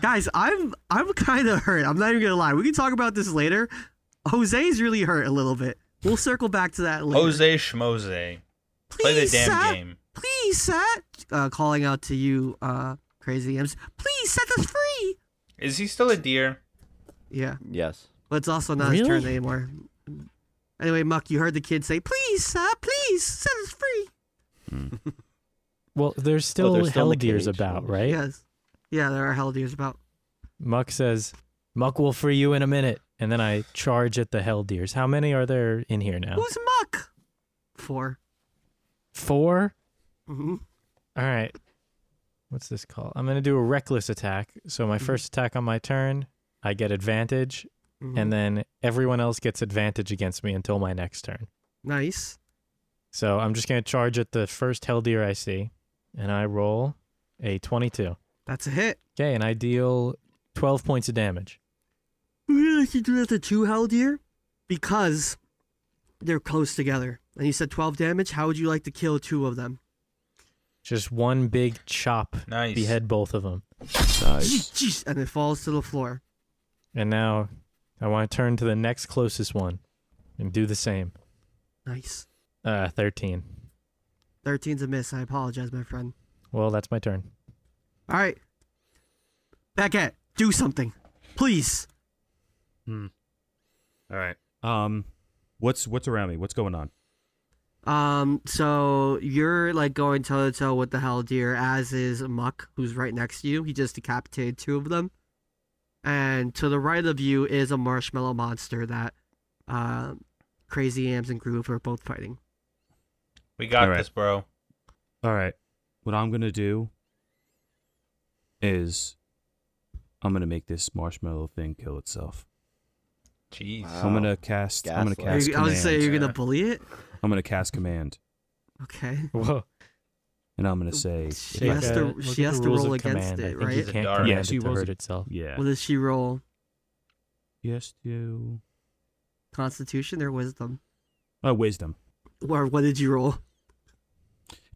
Speaker 1: Guys, I'm I'm kind of hurt. I'm not even gonna lie. We can talk about this later. Jose's really hurt a little bit. We'll circle back to that later.
Speaker 3: Jose Schmoze.
Speaker 1: please,
Speaker 3: Play the damn
Speaker 1: sir.
Speaker 3: game.
Speaker 1: Please, sir. Uh, calling out to you, uh, crazy M's. Please set us free.
Speaker 3: Is he still a deer?
Speaker 1: Yeah,
Speaker 4: Yes.
Speaker 1: but it's also not his turn
Speaker 5: Really?
Speaker 1: anymore. Anyway, Muck, you heard the kid say, "Please, sir. Please set us free."
Speaker 5: Well,
Speaker 4: Oh,
Speaker 5: there's still,
Speaker 4: they're still in
Speaker 5: hell
Speaker 4: the
Speaker 5: deers
Speaker 4: cage.
Speaker 5: about, right?
Speaker 1: Yes. Yeah, there are hell deers about.
Speaker 5: Muck says, Muck will free you in a minute. And then I charge at the hell deers. How many are there in here now?
Speaker 1: Who's Muck? 4
Speaker 5: Four?
Speaker 1: Mm-hmm.
Speaker 5: All right. What's this called? I'm going to do a reckless attack. So my first attack on my turn, I get advantage,
Speaker 1: Mm-hmm.
Speaker 5: and then everyone else gets advantage against me until my next turn.
Speaker 1: nice.
Speaker 5: So I'm just going to charge at the first hell deer I see, and I roll a 22.
Speaker 1: That's a hit.
Speaker 5: Okay, and I deal 12 points of damage.
Speaker 1: We really should do that to two hell deer because they're close together. And you said 12 damage. How would you like to kill two of them?
Speaker 5: Just one big chop,
Speaker 3: Nice.
Speaker 5: behead both of them.
Speaker 6: nice.
Speaker 1: Jeez, And it falls to the floor.
Speaker 5: And now I want to turn to the next closest one and do the same.
Speaker 1: Nice.
Speaker 5: Uh, 13.
Speaker 1: 13's a miss. I apologize, my friend.
Speaker 5: Well, that's my turn.
Speaker 1: All right. Beckett, do something. Please.
Speaker 6: All right. Um, what's what's around me? What's going on?
Speaker 1: Um, so you're like going toe to toe with the hell deer, as is Muck, who's right next to you. He just decapitated two of them. And to the right of you is a marshmallow monster that uh, Crazy Ams and Groove are both fighting.
Speaker 3: We got
Speaker 6: Alright.
Speaker 3: this, bro.
Speaker 6: All right. What I'm gonna do is I'm gonna make this marshmallow thing kill itself.
Speaker 3: Jeez.
Speaker 4: Wow.
Speaker 6: I'm gonna cast. I'm gonna
Speaker 4: Gaslight.
Speaker 6: cast
Speaker 1: Are you- Oh, I
Speaker 6: command.
Speaker 1: was saying you're gonna
Speaker 3: Yeah.
Speaker 1: bully it?
Speaker 6: I'm gonna cast command,
Speaker 1: Okay.
Speaker 5: Whoa.
Speaker 6: and I'm gonna say.
Speaker 1: She
Speaker 5: Take
Speaker 6: if I-
Speaker 1: has
Speaker 5: a
Speaker 1: to-
Speaker 5: look
Speaker 1: she
Speaker 5: at
Speaker 1: has
Speaker 5: the
Speaker 1: to
Speaker 5: rules
Speaker 1: roll
Speaker 5: of
Speaker 1: against
Speaker 5: command.
Speaker 1: it,
Speaker 5: I think
Speaker 1: right?
Speaker 5: You can't
Speaker 3: Yeah,
Speaker 5: command
Speaker 6: she
Speaker 5: it to
Speaker 6: rolls
Speaker 5: hurt
Speaker 6: it.
Speaker 5: itself.
Speaker 6: yeah.
Speaker 1: What does she roll?
Speaker 6: Yes, you.
Speaker 1: Constitution or wisdom?
Speaker 6: Oh, wisdom.
Speaker 1: Or what did you roll?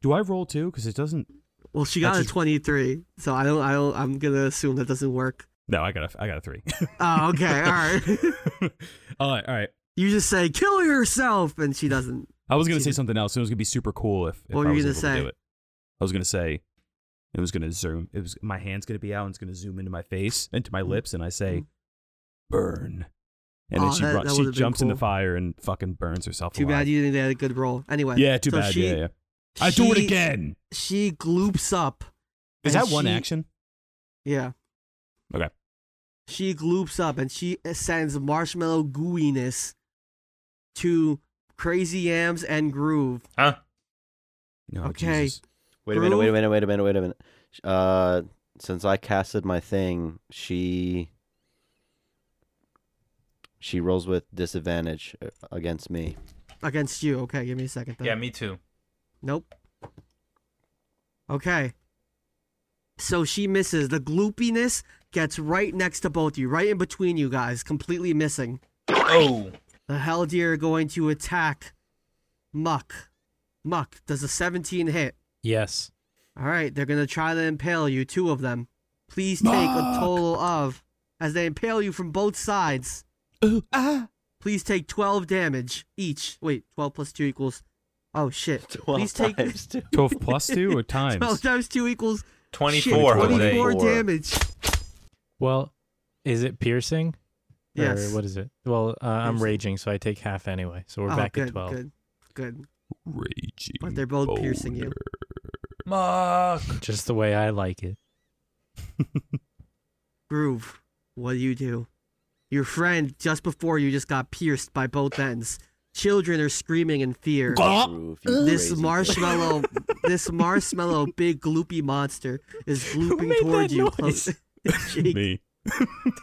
Speaker 6: Do I roll too? Because it doesn't.
Speaker 1: Well, she got
Speaker 6: That's
Speaker 1: a
Speaker 6: just-
Speaker 1: 23, so I don't. I don't. I'm gonna assume that doesn't work.
Speaker 6: No, I got a. I got a three.
Speaker 1: Oh, okay. All right.
Speaker 6: all right. All right.
Speaker 1: You just say, kill yourself, and she doesn't.
Speaker 2: I was gonna
Speaker 1: See,
Speaker 2: say
Speaker 1: but-
Speaker 2: something else. and It was gonna be super cool if, if
Speaker 1: What were
Speaker 2: I
Speaker 1: you
Speaker 2: was
Speaker 1: gonna
Speaker 2: able to
Speaker 1: say?
Speaker 2: do it. I was gonna say it was gonna zoom. It was my hand's gonna be out and it's gonna zoom into my face, into
Speaker 1: Mm-hmm.
Speaker 2: my lips, and I say, "Burn." And
Speaker 1: Aw,
Speaker 2: then she
Speaker 1: Oh, that-
Speaker 2: ru-
Speaker 1: that
Speaker 2: she
Speaker 1: would've been
Speaker 2: jumps in the
Speaker 1: cool.
Speaker 2: fire and fucking burns herself.
Speaker 1: Too
Speaker 2: alive.
Speaker 1: bad you didn't get a good roll. Anyway.
Speaker 2: Yeah, too
Speaker 1: so
Speaker 2: bad.
Speaker 1: She,
Speaker 2: yeah, yeah. I do it
Speaker 1: she-
Speaker 2: again.
Speaker 1: She gloops up.
Speaker 2: Is
Speaker 1: and
Speaker 2: that one
Speaker 1: she-
Speaker 2: action?
Speaker 1: Yeah.
Speaker 2: Okay.
Speaker 1: She gloops up and she sends marshmallow gooiness to Crazy Yams and Groove.
Speaker 3: Huh?
Speaker 2: No,
Speaker 1: Okay.
Speaker 2: Jesus.
Speaker 4: Wait a minute, wait a
Speaker 1: Groove?
Speaker 4: minute, wait a minute, wait a minute. Sh- Uh, since I casted my thing, she she rolls with disadvantage uh, against me.
Speaker 1: Against you. Okay, give me a second. Though.
Speaker 3: Yeah, me too.
Speaker 1: Nope. Okay. So she misses. The gloopiness gets right next to both you, right in between you guys, completely missing.
Speaker 3: Oh,
Speaker 1: The Helldeer are going to attack Muck. Muck, does a 17 hit?
Speaker 5: Yes.
Speaker 1: All right, they're going to try to impale you, two of them. Please take a total of, as they impale you from both sides,
Speaker 2: Ooh, ah.
Speaker 1: please take 12 damage each. Wait, 12 plus 2 equals. Oh, shit. please
Speaker 4: Twelve
Speaker 1: take
Speaker 4: times two.
Speaker 2: 12 plus 2 or times?
Speaker 1: 12 times 2 equals
Speaker 3: 24,
Speaker 1: Shit,
Speaker 4: Jose.
Speaker 1: 24
Speaker 3: Jose.
Speaker 1: damage.
Speaker 5: Well, is it piercing?
Speaker 1: Yes.
Speaker 5: Or what is it? Well, uh, I'm
Speaker 1: Piercing.
Speaker 5: raging, so I take half anyway. So we're
Speaker 1: oh,
Speaker 5: back
Speaker 1: good,
Speaker 5: at 12.
Speaker 1: Good, good.
Speaker 2: Raging.
Speaker 1: But they're both piercing you.
Speaker 2: boner.
Speaker 3: Muck.
Speaker 5: Just the way I like it.
Speaker 1: Groove, what do you do? Your friend just before you just got pierced by both ends. Children are screaming in fear.
Speaker 4: Groove, you
Speaker 1: This
Speaker 4: crazy
Speaker 1: marshmallow, this marshmallow, big gloopy monster is glooping
Speaker 5: made
Speaker 1: toward
Speaker 5: that
Speaker 1: you.
Speaker 5: noise?
Speaker 1: Close. Jake,
Speaker 2: Me.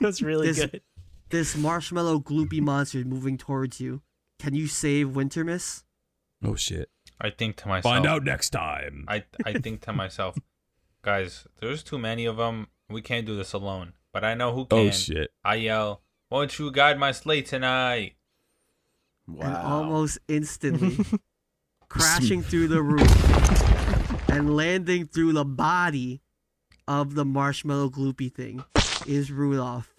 Speaker 5: That's really
Speaker 1: This-
Speaker 5: good.
Speaker 1: this marshmallow gloopy monster is moving towards you. Can you save Wintermiss?
Speaker 2: Oh, shit.
Speaker 3: I think to myself.
Speaker 2: Find out next time.
Speaker 3: I I think to myself, guys, there's too many of them. We can't do this alone. But I know who
Speaker 2: oh,
Speaker 3: can.
Speaker 2: shit.
Speaker 3: I yell, "Won't you guide my sleigh tonight?"
Speaker 4: bitch.
Speaker 1: and
Speaker 4: Wow.
Speaker 1: almost instantly crashing through the roof and landing through the body of the marshmallow gloopy thing is Rudolph.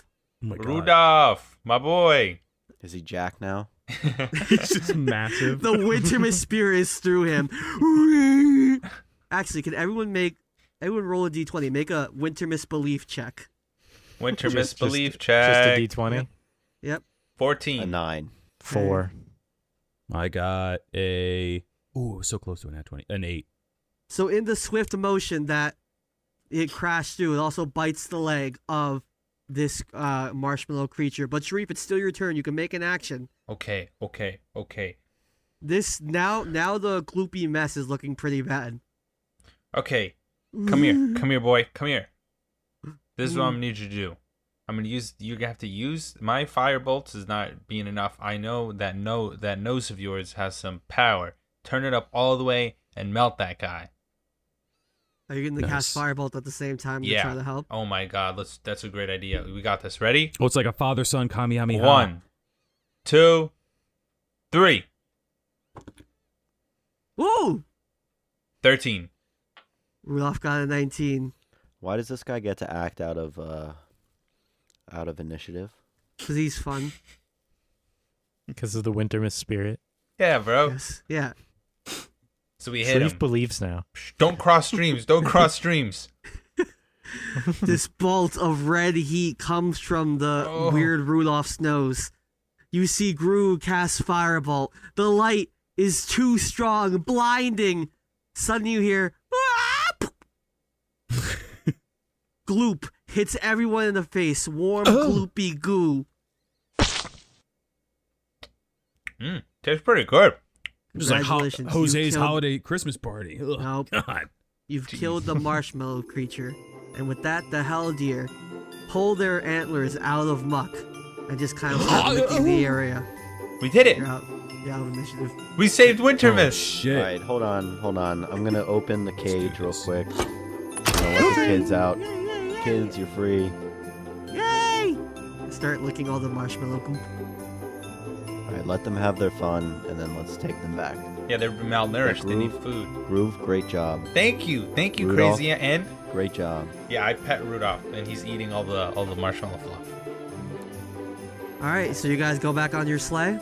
Speaker 2: Oh my God.
Speaker 3: Rudolph, my boy.
Speaker 4: Is he Jack now?
Speaker 2: He's just massive.
Speaker 1: The winter spear is through him. Actually, can everyone make everyone roll a d20? Make a winter misbelief check.
Speaker 3: Winter
Speaker 5: Just-
Speaker 3: misbelief
Speaker 5: just,
Speaker 3: check.
Speaker 5: Just a D20.
Speaker 1: Yep.
Speaker 4: A
Speaker 3: 14.
Speaker 4: nine.
Speaker 5: Four.
Speaker 2: I got a. Ooh, I was so close to an at 20. An 8.
Speaker 1: So in the swift motion that it crashed through, it also bites the leg of this uh, marshmallow creature. But Sharif, it's still your turn. You can make an action.
Speaker 3: Okay, okay, okay.
Speaker 1: This now now the gloopy mess is looking pretty bad.
Speaker 3: Okay, come here. Come here, boy. Come here. This is what I'm
Speaker 1: Mm.
Speaker 3: gonna need you to do. I'm gonna use you have to use my fire bolts is not being enough. I know that no that nose of yours has some power. Turn it up all the way and melt that guy.
Speaker 1: Are you gonna cast
Speaker 2: Nice.
Speaker 1: firebolt at the same time to
Speaker 3: Yeah.
Speaker 1: try to help?
Speaker 3: Oh my god, let's that's a great idea. We got this. Ready?
Speaker 2: Oh, it's like a father son Kamihamiha.
Speaker 3: One, two, three.
Speaker 1: Ooh!
Speaker 3: Thirteen.
Speaker 1: Rudolph got a nineteen
Speaker 4: Why does this guy get to act out of uh out of initiative?
Speaker 1: because he's fun.
Speaker 5: Because of the winter miss spirit.
Speaker 3: Yeah, bro.
Speaker 1: Yes. Yeah.
Speaker 3: So we hit
Speaker 5: Sharif
Speaker 3: him.
Speaker 5: believes now.
Speaker 3: Psh, Don't cross streams. Don't cross streams.
Speaker 1: this bolt of red heat comes from the
Speaker 3: Oh.
Speaker 1: weird Rudolph's nose. You see Gru cast firebolt. The light is too strong, blinding. Suddenly you hear "Wap!" Gloop hits everyone in the face. Warm
Speaker 3: Oh.
Speaker 1: gloopy goo.
Speaker 3: Mm, tastes pretty good.
Speaker 2: It was like ho-
Speaker 1: Congratulations, you
Speaker 2: Jose's
Speaker 1: killed-
Speaker 2: holiday Christmas party. Ugh,
Speaker 1: Nope.
Speaker 2: God.
Speaker 1: You've killed the marshmallow creature, and with that, the hell deer pull their antlers out of muck and just kind of start licking the area.
Speaker 3: We did it.
Speaker 1: You're out. You're out of initiative.
Speaker 3: We saved
Speaker 2: Oh,
Speaker 3: Wintermiss.
Speaker 2: shit.
Speaker 4: All right, hold on, hold on. I'm gonna open the cage real quick. I'm gonna let the kids out. Kids, you're free.
Speaker 1: Yay! Start licking all the marshmallow. goop.
Speaker 4: All right, let them have their fun, and then let's take them back.
Speaker 3: Yeah, they're malnourished. They need
Speaker 4: Groove.
Speaker 3: food.
Speaker 4: Groove, great job,
Speaker 3: Thank you, thank you,
Speaker 4: Rudolph.
Speaker 3: Crazy and
Speaker 4: great job.
Speaker 3: yeah, I pet Rudolph, and he's eating all the all the marshmallow fluff.
Speaker 1: All right, so you guys go back on your sleigh.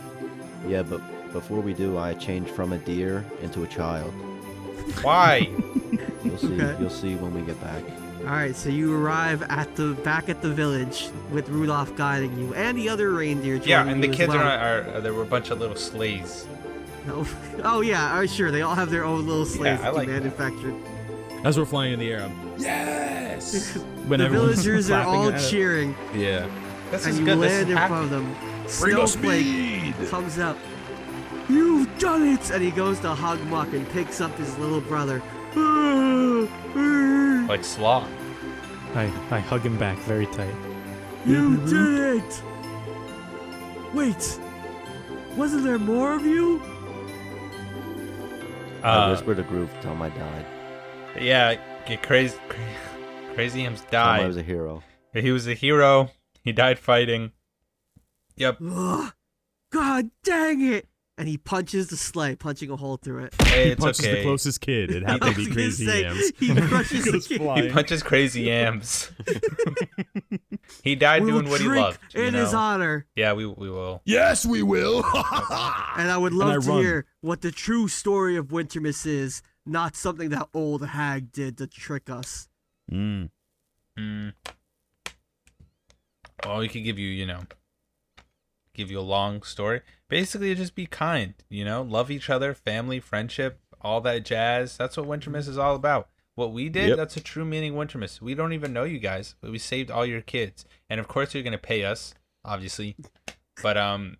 Speaker 4: Yeah, but before we do, I change from a deer into a child.
Speaker 3: Why?
Speaker 4: You'll see.
Speaker 1: Okay.
Speaker 4: You'll see when we get back.
Speaker 1: All right, so you arrive at the back at the village with Rudolph guiding you and the other reindeer.
Speaker 3: yeah,
Speaker 1: joining
Speaker 3: and the
Speaker 1: you as
Speaker 3: kids
Speaker 1: well.
Speaker 3: are, are, there were a bunch of little sleighs.
Speaker 1: Oh, oh yeah, oh, sure. They all have their own little sleighs
Speaker 3: I
Speaker 1: that
Speaker 3: like
Speaker 1: you
Speaker 3: that.
Speaker 1: manufactured.
Speaker 2: As we're flying in the air, I'm yes. When
Speaker 1: the
Speaker 2: everyone's
Speaker 1: villagers are
Speaker 2: clapping
Speaker 1: all
Speaker 2: at it.
Speaker 1: cheering,
Speaker 3: Yeah. This
Speaker 1: and
Speaker 3: is
Speaker 1: you
Speaker 3: good. This is
Speaker 1: land in
Speaker 3: happy.
Speaker 1: front of them.
Speaker 2: Bring us
Speaker 1: Snowflake
Speaker 2: speed.
Speaker 1: comes up. You've done it! And he goes to hug Muck and picks up his little brother. You
Speaker 3: Like sloth.
Speaker 5: I, I hug him back very tight.
Speaker 1: did it! Wait, wasn't there more of you?
Speaker 4: I
Speaker 3: Uh,
Speaker 4: whispered a groove. Tom, I died.
Speaker 3: yeah, get crazy. Crazy Ham's
Speaker 4: Tom, I was
Speaker 3: died.
Speaker 4: a hero.
Speaker 3: he was a hero. He died fighting. Yep.
Speaker 1: Ugh, God dang it! And he punches the sleigh, punching a hole through it.
Speaker 3: Hey,
Speaker 2: He
Speaker 3: it's
Speaker 2: punches
Speaker 3: okay.
Speaker 2: the closest kid. It
Speaker 1: I was
Speaker 2: happened to be
Speaker 1: gonna
Speaker 2: crazy
Speaker 1: say,
Speaker 2: yams.
Speaker 1: He crushes the
Speaker 2: Goes
Speaker 1: kid.
Speaker 3: He
Speaker 2: flying.
Speaker 3: punches crazy yams. he died
Speaker 1: We will
Speaker 3: doing what he
Speaker 1: drink
Speaker 3: loved. you
Speaker 1: in his
Speaker 3: know?
Speaker 1: honor.
Speaker 3: Yeah, we we will.
Speaker 2: Yes, we will.
Speaker 1: And I would
Speaker 2: And I
Speaker 1: love to
Speaker 2: run.
Speaker 1: hear what the true story of Wintermas is, not something that old hag did to trick us.
Speaker 2: Mm.
Speaker 3: Mm. Well, we could give you, you know, give you a long story. Basically, just be kind. You know, love each other, family, friendship, all that jazz. That's what Wintermas is all about. What we did,
Speaker 6: Yep.
Speaker 3: that's a true meaning of Wintermas. We don't even know you guys, but we saved all your kids, and of course, you're gonna pay us, obviously. But um,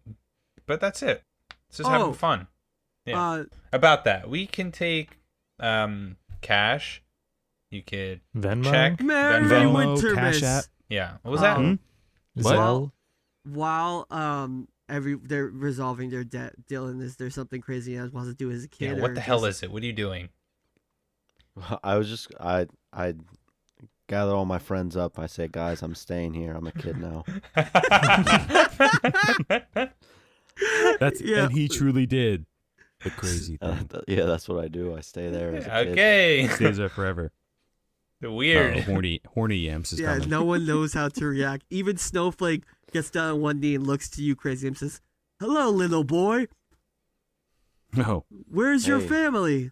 Speaker 3: but that's it. It's just
Speaker 1: Oh.
Speaker 3: having fun. Yeah.
Speaker 1: Uh,
Speaker 3: About that, we can take um cash. You could
Speaker 5: Venmo?
Speaker 3: check
Speaker 1: Merry
Speaker 3: Venmo.
Speaker 2: Venmo,
Speaker 1: Wintermas.
Speaker 2: Cash App. Hmm?
Speaker 3: Yeah. What was that?
Speaker 1: Um,
Speaker 5: Zelle?
Speaker 1: Well, While um every they're resolving their debt, Dylan is there something crazy Yams wants to do as a
Speaker 3: Yeah,
Speaker 1: kid?
Speaker 3: what the hell is it? What are you doing?
Speaker 4: I was just. I. I gather all my friends up. I say, guys, I'm staying here. I'm a kid now.
Speaker 6: That's
Speaker 1: Yeah.
Speaker 6: and he truly did the crazy
Speaker 4: Uh,
Speaker 6: thing.
Speaker 4: th- yeah, that's what I do. I stay there as a kid.
Speaker 3: okay.
Speaker 6: Stays there forever.
Speaker 3: Weird.
Speaker 6: Uh, horny, horny yams is
Speaker 1: Yeah,
Speaker 6: coming.
Speaker 1: no one knows how to react. Even Snowflake gets down on one knee and looks to you, Crazy, and says, "Hello, little boy.
Speaker 6: No,
Speaker 1: Where's your
Speaker 4: Hey.
Speaker 1: family?"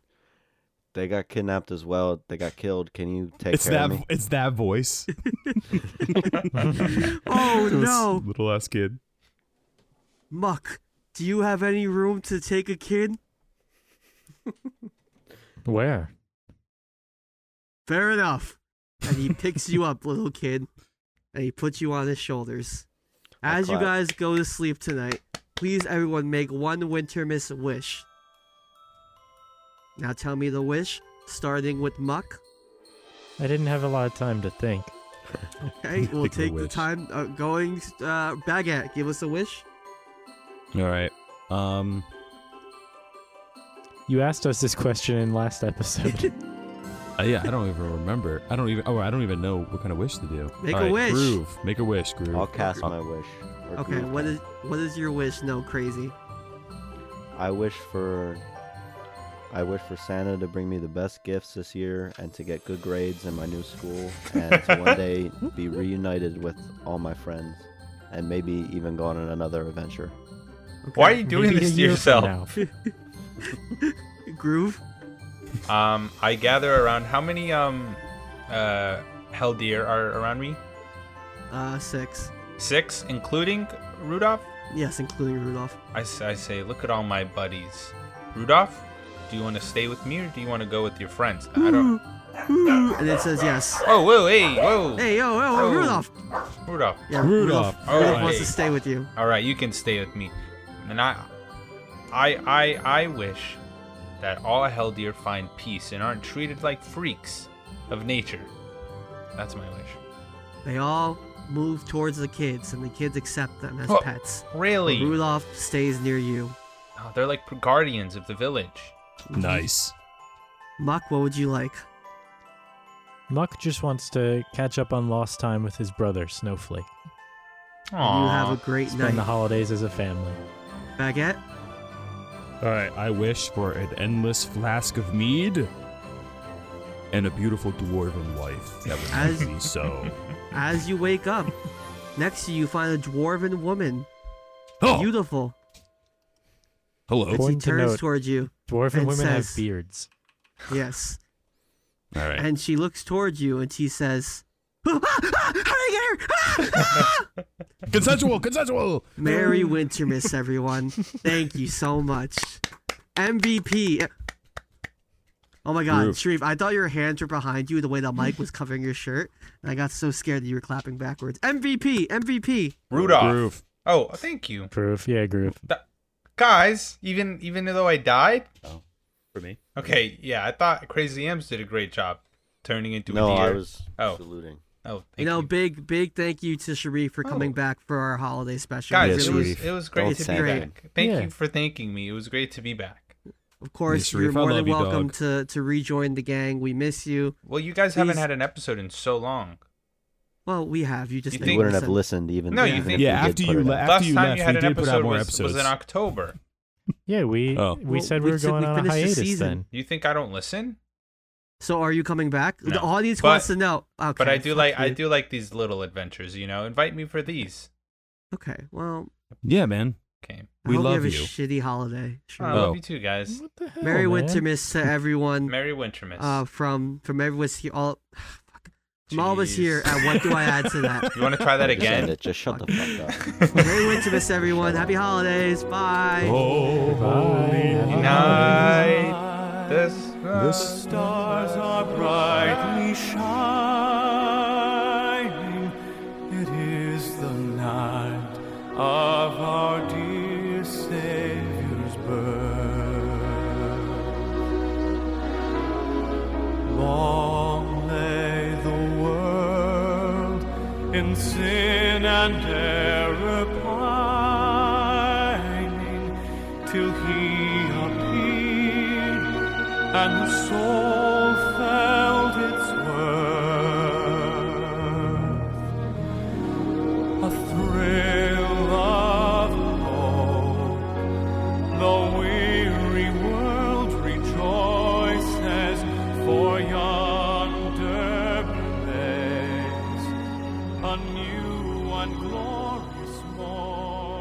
Speaker 4: They got kidnapped as well. They got killed. Can you take
Speaker 6: it's
Speaker 4: care of
Speaker 6: that
Speaker 4: me?
Speaker 6: it's that voice.
Speaker 1: Oh
Speaker 6: This
Speaker 1: no,
Speaker 6: little ass kid.
Speaker 1: Muck. Do you have any room to take a kid?
Speaker 5: Where?
Speaker 1: Fair enough. And he picks you up, little kid, and he puts you on his shoulders.
Speaker 4: I
Speaker 1: As you
Speaker 4: clap.
Speaker 1: guys go to sleep tonight, please everyone make one winter miss wish. Now tell me the wish, starting with Muck.
Speaker 5: I didn't have a lot of time to think.
Speaker 1: Okay, we'll
Speaker 6: Pick the
Speaker 1: take the
Speaker 6: wish.
Speaker 1: time uh, going. Uh, Baguette, give us a wish.
Speaker 6: All right. Um.
Speaker 5: You asked us this question in last episode.
Speaker 6: uh, yeah, I don't even remember. I don't even. Oh, I don't even know what kind of wish to do.
Speaker 1: Make
Speaker 6: All
Speaker 1: a
Speaker 6: right,
Speaker 1: wish.
Speaker 6: Groove. Make a wish. Groove.
Speaker 4: I'll cast
Speaker 6: Uh,
Speaker 4: my wish. or
Speaker 1: Okay,
Speaker 4: groove
Speaker 1: what
Speaker 4: cast.
Speaker 1: is what is your wish? No, crazy.
Speaker 4: I wish for I wish for Santa to bring me the best gifts this year and to get good grades in my new school and to one day be reunited with all my friends and maybe even go on another adventure. Oh.
Speaker 3: Why are you doing
Speaker 5: Maybe a
Speaker 3: this to
Speaker 5: year from
Speaker 3: yourself?
Speaker 5: now.
Speaker 1: Groove.
Speaker 3: Um, I gather around. How many um, uh, hell deer are around me?
Speaker 1: Uh, six.
Speaker 3: Six, including Rudolph.
Speaker 1: Yes, including Rudolph.
Speaker 3: I, s- I say, look at all my buddies. Rudolph, do you want to stay with me or do you want to go with your friends? I don't.
Speaker 1: and it says yes.
Speaker 3: Oh, whoa, hey, whoa,
Speaker 1: Hey, yo, yo,
Speaker 3: Oh.
Speaker 1: Rudolph.
Speaker 3: Rudolph.
Speaker 1: Yeah,
Speaker 6: Rudolph.
Speaker 1: Rudolph, Rudolph
Speaker 3: Alright.
Speaker 1: wants to stay with you.
Speaker 3: All right, you can stay with me. And I, I, I, I wish that all hell deer find peace and aren't treated like freaks of nature. That's my wish.
Speaker 1: They all move towards the kids, and the kids accept them as
Speaker 3: Oh,
Speaker 1: pets.
Speaker 3: Really?
Speaker 1: Rudolph stays near you.
Speaker 3: Oh, they're like guardians of the village.
Speaker 6: Nice.
Speaker 1: Muck, what would you like?
Speaker 5: Muck just wants to catch up on lost time with his brother, Snowflake.
Speaker 1: You
Speaker 3: Aw.
Speaker 1: have a great
Speaker 5: Spend
Speaker 1: night.
Speaker 5: the holidays as a family.
Speaker 1: Baguette?
Speaker 6: All right. I wish for an endless flask of mead and a beautiful dwarven wife that would love
Speaker 1: As-
Speaker 6: me so.
Speaker 1: As you wake up, next to you find a dwarven woman.
Speaker 6: Oh,
Speaker 1: Beautiful.
Speaker 2: Hello.
Speaker 1: As he
Speaker 5: Important to
Speaker 1: turns
Speaker 5: note.
Speaker 1: towards you.
Speaker 5: Dwarven
Speaker 1: And
Speaker 5: women
Speaker 1: says-
Speaker 5: have beards.
Speaker 1: Yes.
Speaker 2: All right.
Speaker 1: And she looks towards you and she says, "Ah, ah, How did I get here? Ah, ah!"
Speaker 2: consensual. Consensual.
Speaker 1: Merry Wintermas, everyone. Thank you so much. MVP. Oh my god,
Speaker 2: Groove.
Speaker 1: Sharif, I thought your hands were behind you the way the mic was covering your shirt, and I got so scared that you were clapping backwards. MVP, MVP.
Speaker 3: Rudolph.
Speaker 2: Groove.
Speaker 3: Oh, thank you,
Speaker 5: Proof. Yeah, group.
Speaker 3: guys. Even even though I died.
Speaker 2: For me.
Speaker 3: Okay, yeah, I thought Crazy M's did a great job turning into
Speaker 4: no,
Speaker 3: a deer.
Speaker 4: I was
Speaker 3: Oh.
Speaker 4: saluting.
Speaker 3: Oh, thank
Speaker 1: You know, big, big thank you to Sharif for coming
Speaker 3: Oh.
Speaker 1: back for our holiday special.
Speaker 3: guys,
Speaker 1: Really-
Speaker 3: it
Speaker 2: Yes,
Speaker 3: was
Speaker 2: Reef.
Speaker 3: it was great
Speaker 4: Don't
Speaker 3: to be
Speaker 4: say
Speaker 1: that.
Speaker 3: back. Thank
Speaker 5: Yeah.
Speaker 3: you for thanking me. It was great to be back.
Speaker 1: Of course,
Speaker 2: Yes,
Speaker 1: you're
Speaker 2: Sharif, I
Speaker 1: more than
Speaker 2: love you,
Speaker 1: welcome
Speaker 2: dog.
Speaker 1: to, to rejoin the gang. We miss you.
Speaker 3: Well, you guys haven't
Speaker 1: Please-
Speaker 3: had an episode in so long.
Speaker 1: Well, we have. You just
Speaker 3: You
Speaker 1: didn't
Speaker 4: You
Speaker 3: think-
Speaker 4: wouldn't have
Speaker 1: listen.
Speaker 4: listened even.
Speaker 3: No, you
Speaker 4: even if
Speaker 3: think-
Speaker 4: we
Speaker 2: Yeah,
Speaker 4: did
Speaker 2: after
Speaker 4: put
Speaker 2: you
Speaker 4: it out.
Speaker 2: left-
Speaker 3: Last
Speaker 2: you
Speaker 3: time you
Speaker 2: left,
Speaker 3: had
Speaker 2: we
Speaker 3: an
Speaker 2: did put out
Speaker 3: episode
Speaker 2: more
Speaker 3: was, was in
Speaker 2: episodes.
Speaker 3: October.
Speaker 5: Yeah, we
Speaker 2: Oh.
Speaker 5: we
Speaker 1: Well,
Speaker 5: said
Speaker 1: we
Speaker 5: we were
Speaker 1: said
Speaker 5: going
Speaker 1: we
Speaker 5: on a
Speaker 1: finished the
Speaker 5: hiatus
Speaker 1: season.
Speaker 5: then.
Speaker 3: You think I don't listen?
Speaker 1: So, are you coming back? The
Speaker 3: No.
Speaker 1: audience
Speaker 3: But-
Speaker 1: wants to know. Okay,
Speaker 3: but I do
Speaker 1: fuck
Speaker 3: like I
Speaker 1: you.
Speaker 3: do like these little adventures. You know, invite me for these.
Speaker 1: Okay, well,
Speaker 2: Yeah, man.
Speaker 3: Okay.
Speaker 1: I
Speaker 2: We
Speaker 1: hope
Speaker 2: love
Speaker 1: you. Have
Speaker 2: you.
Speaker 1: a shitty holiday.
Speaker 3: I
Speaker 1: Sharif.
Speaker 2: Oh.
Speaker 3: love you too, guys.
Speaker 5: What the hell,
Speaker 1: Merry
Speaker 5: Oh, man?
Speaker 1: Wintermas to everyone.
Speaker 3: Merry Wintermas.
Speaker 1: Uh, from from everyone here, all fuck, from all of us
Speaker 3: Jeez.
Speaker 1: here. And what do I add to that?
Speaker 3: you want to try that
Speaker 4: Just end
Speaker 3: again?
Speaker 4: it. Just shut the fuck up.
Speaker 1: Merry Wintermas, everyone. Happy holidays. Bye.
Speaker 6: Oh,
Speaker 5: holy
Speaker 3: night. This.
Speaker 6: The stars are brightly shining. It is the night of our dear Savior's birth. Long lay the world in sin and error pining till he appeared and the soul felt its worth. A thrill of hope, the weary world rejoices, for yonder blaze a new and glorious morn.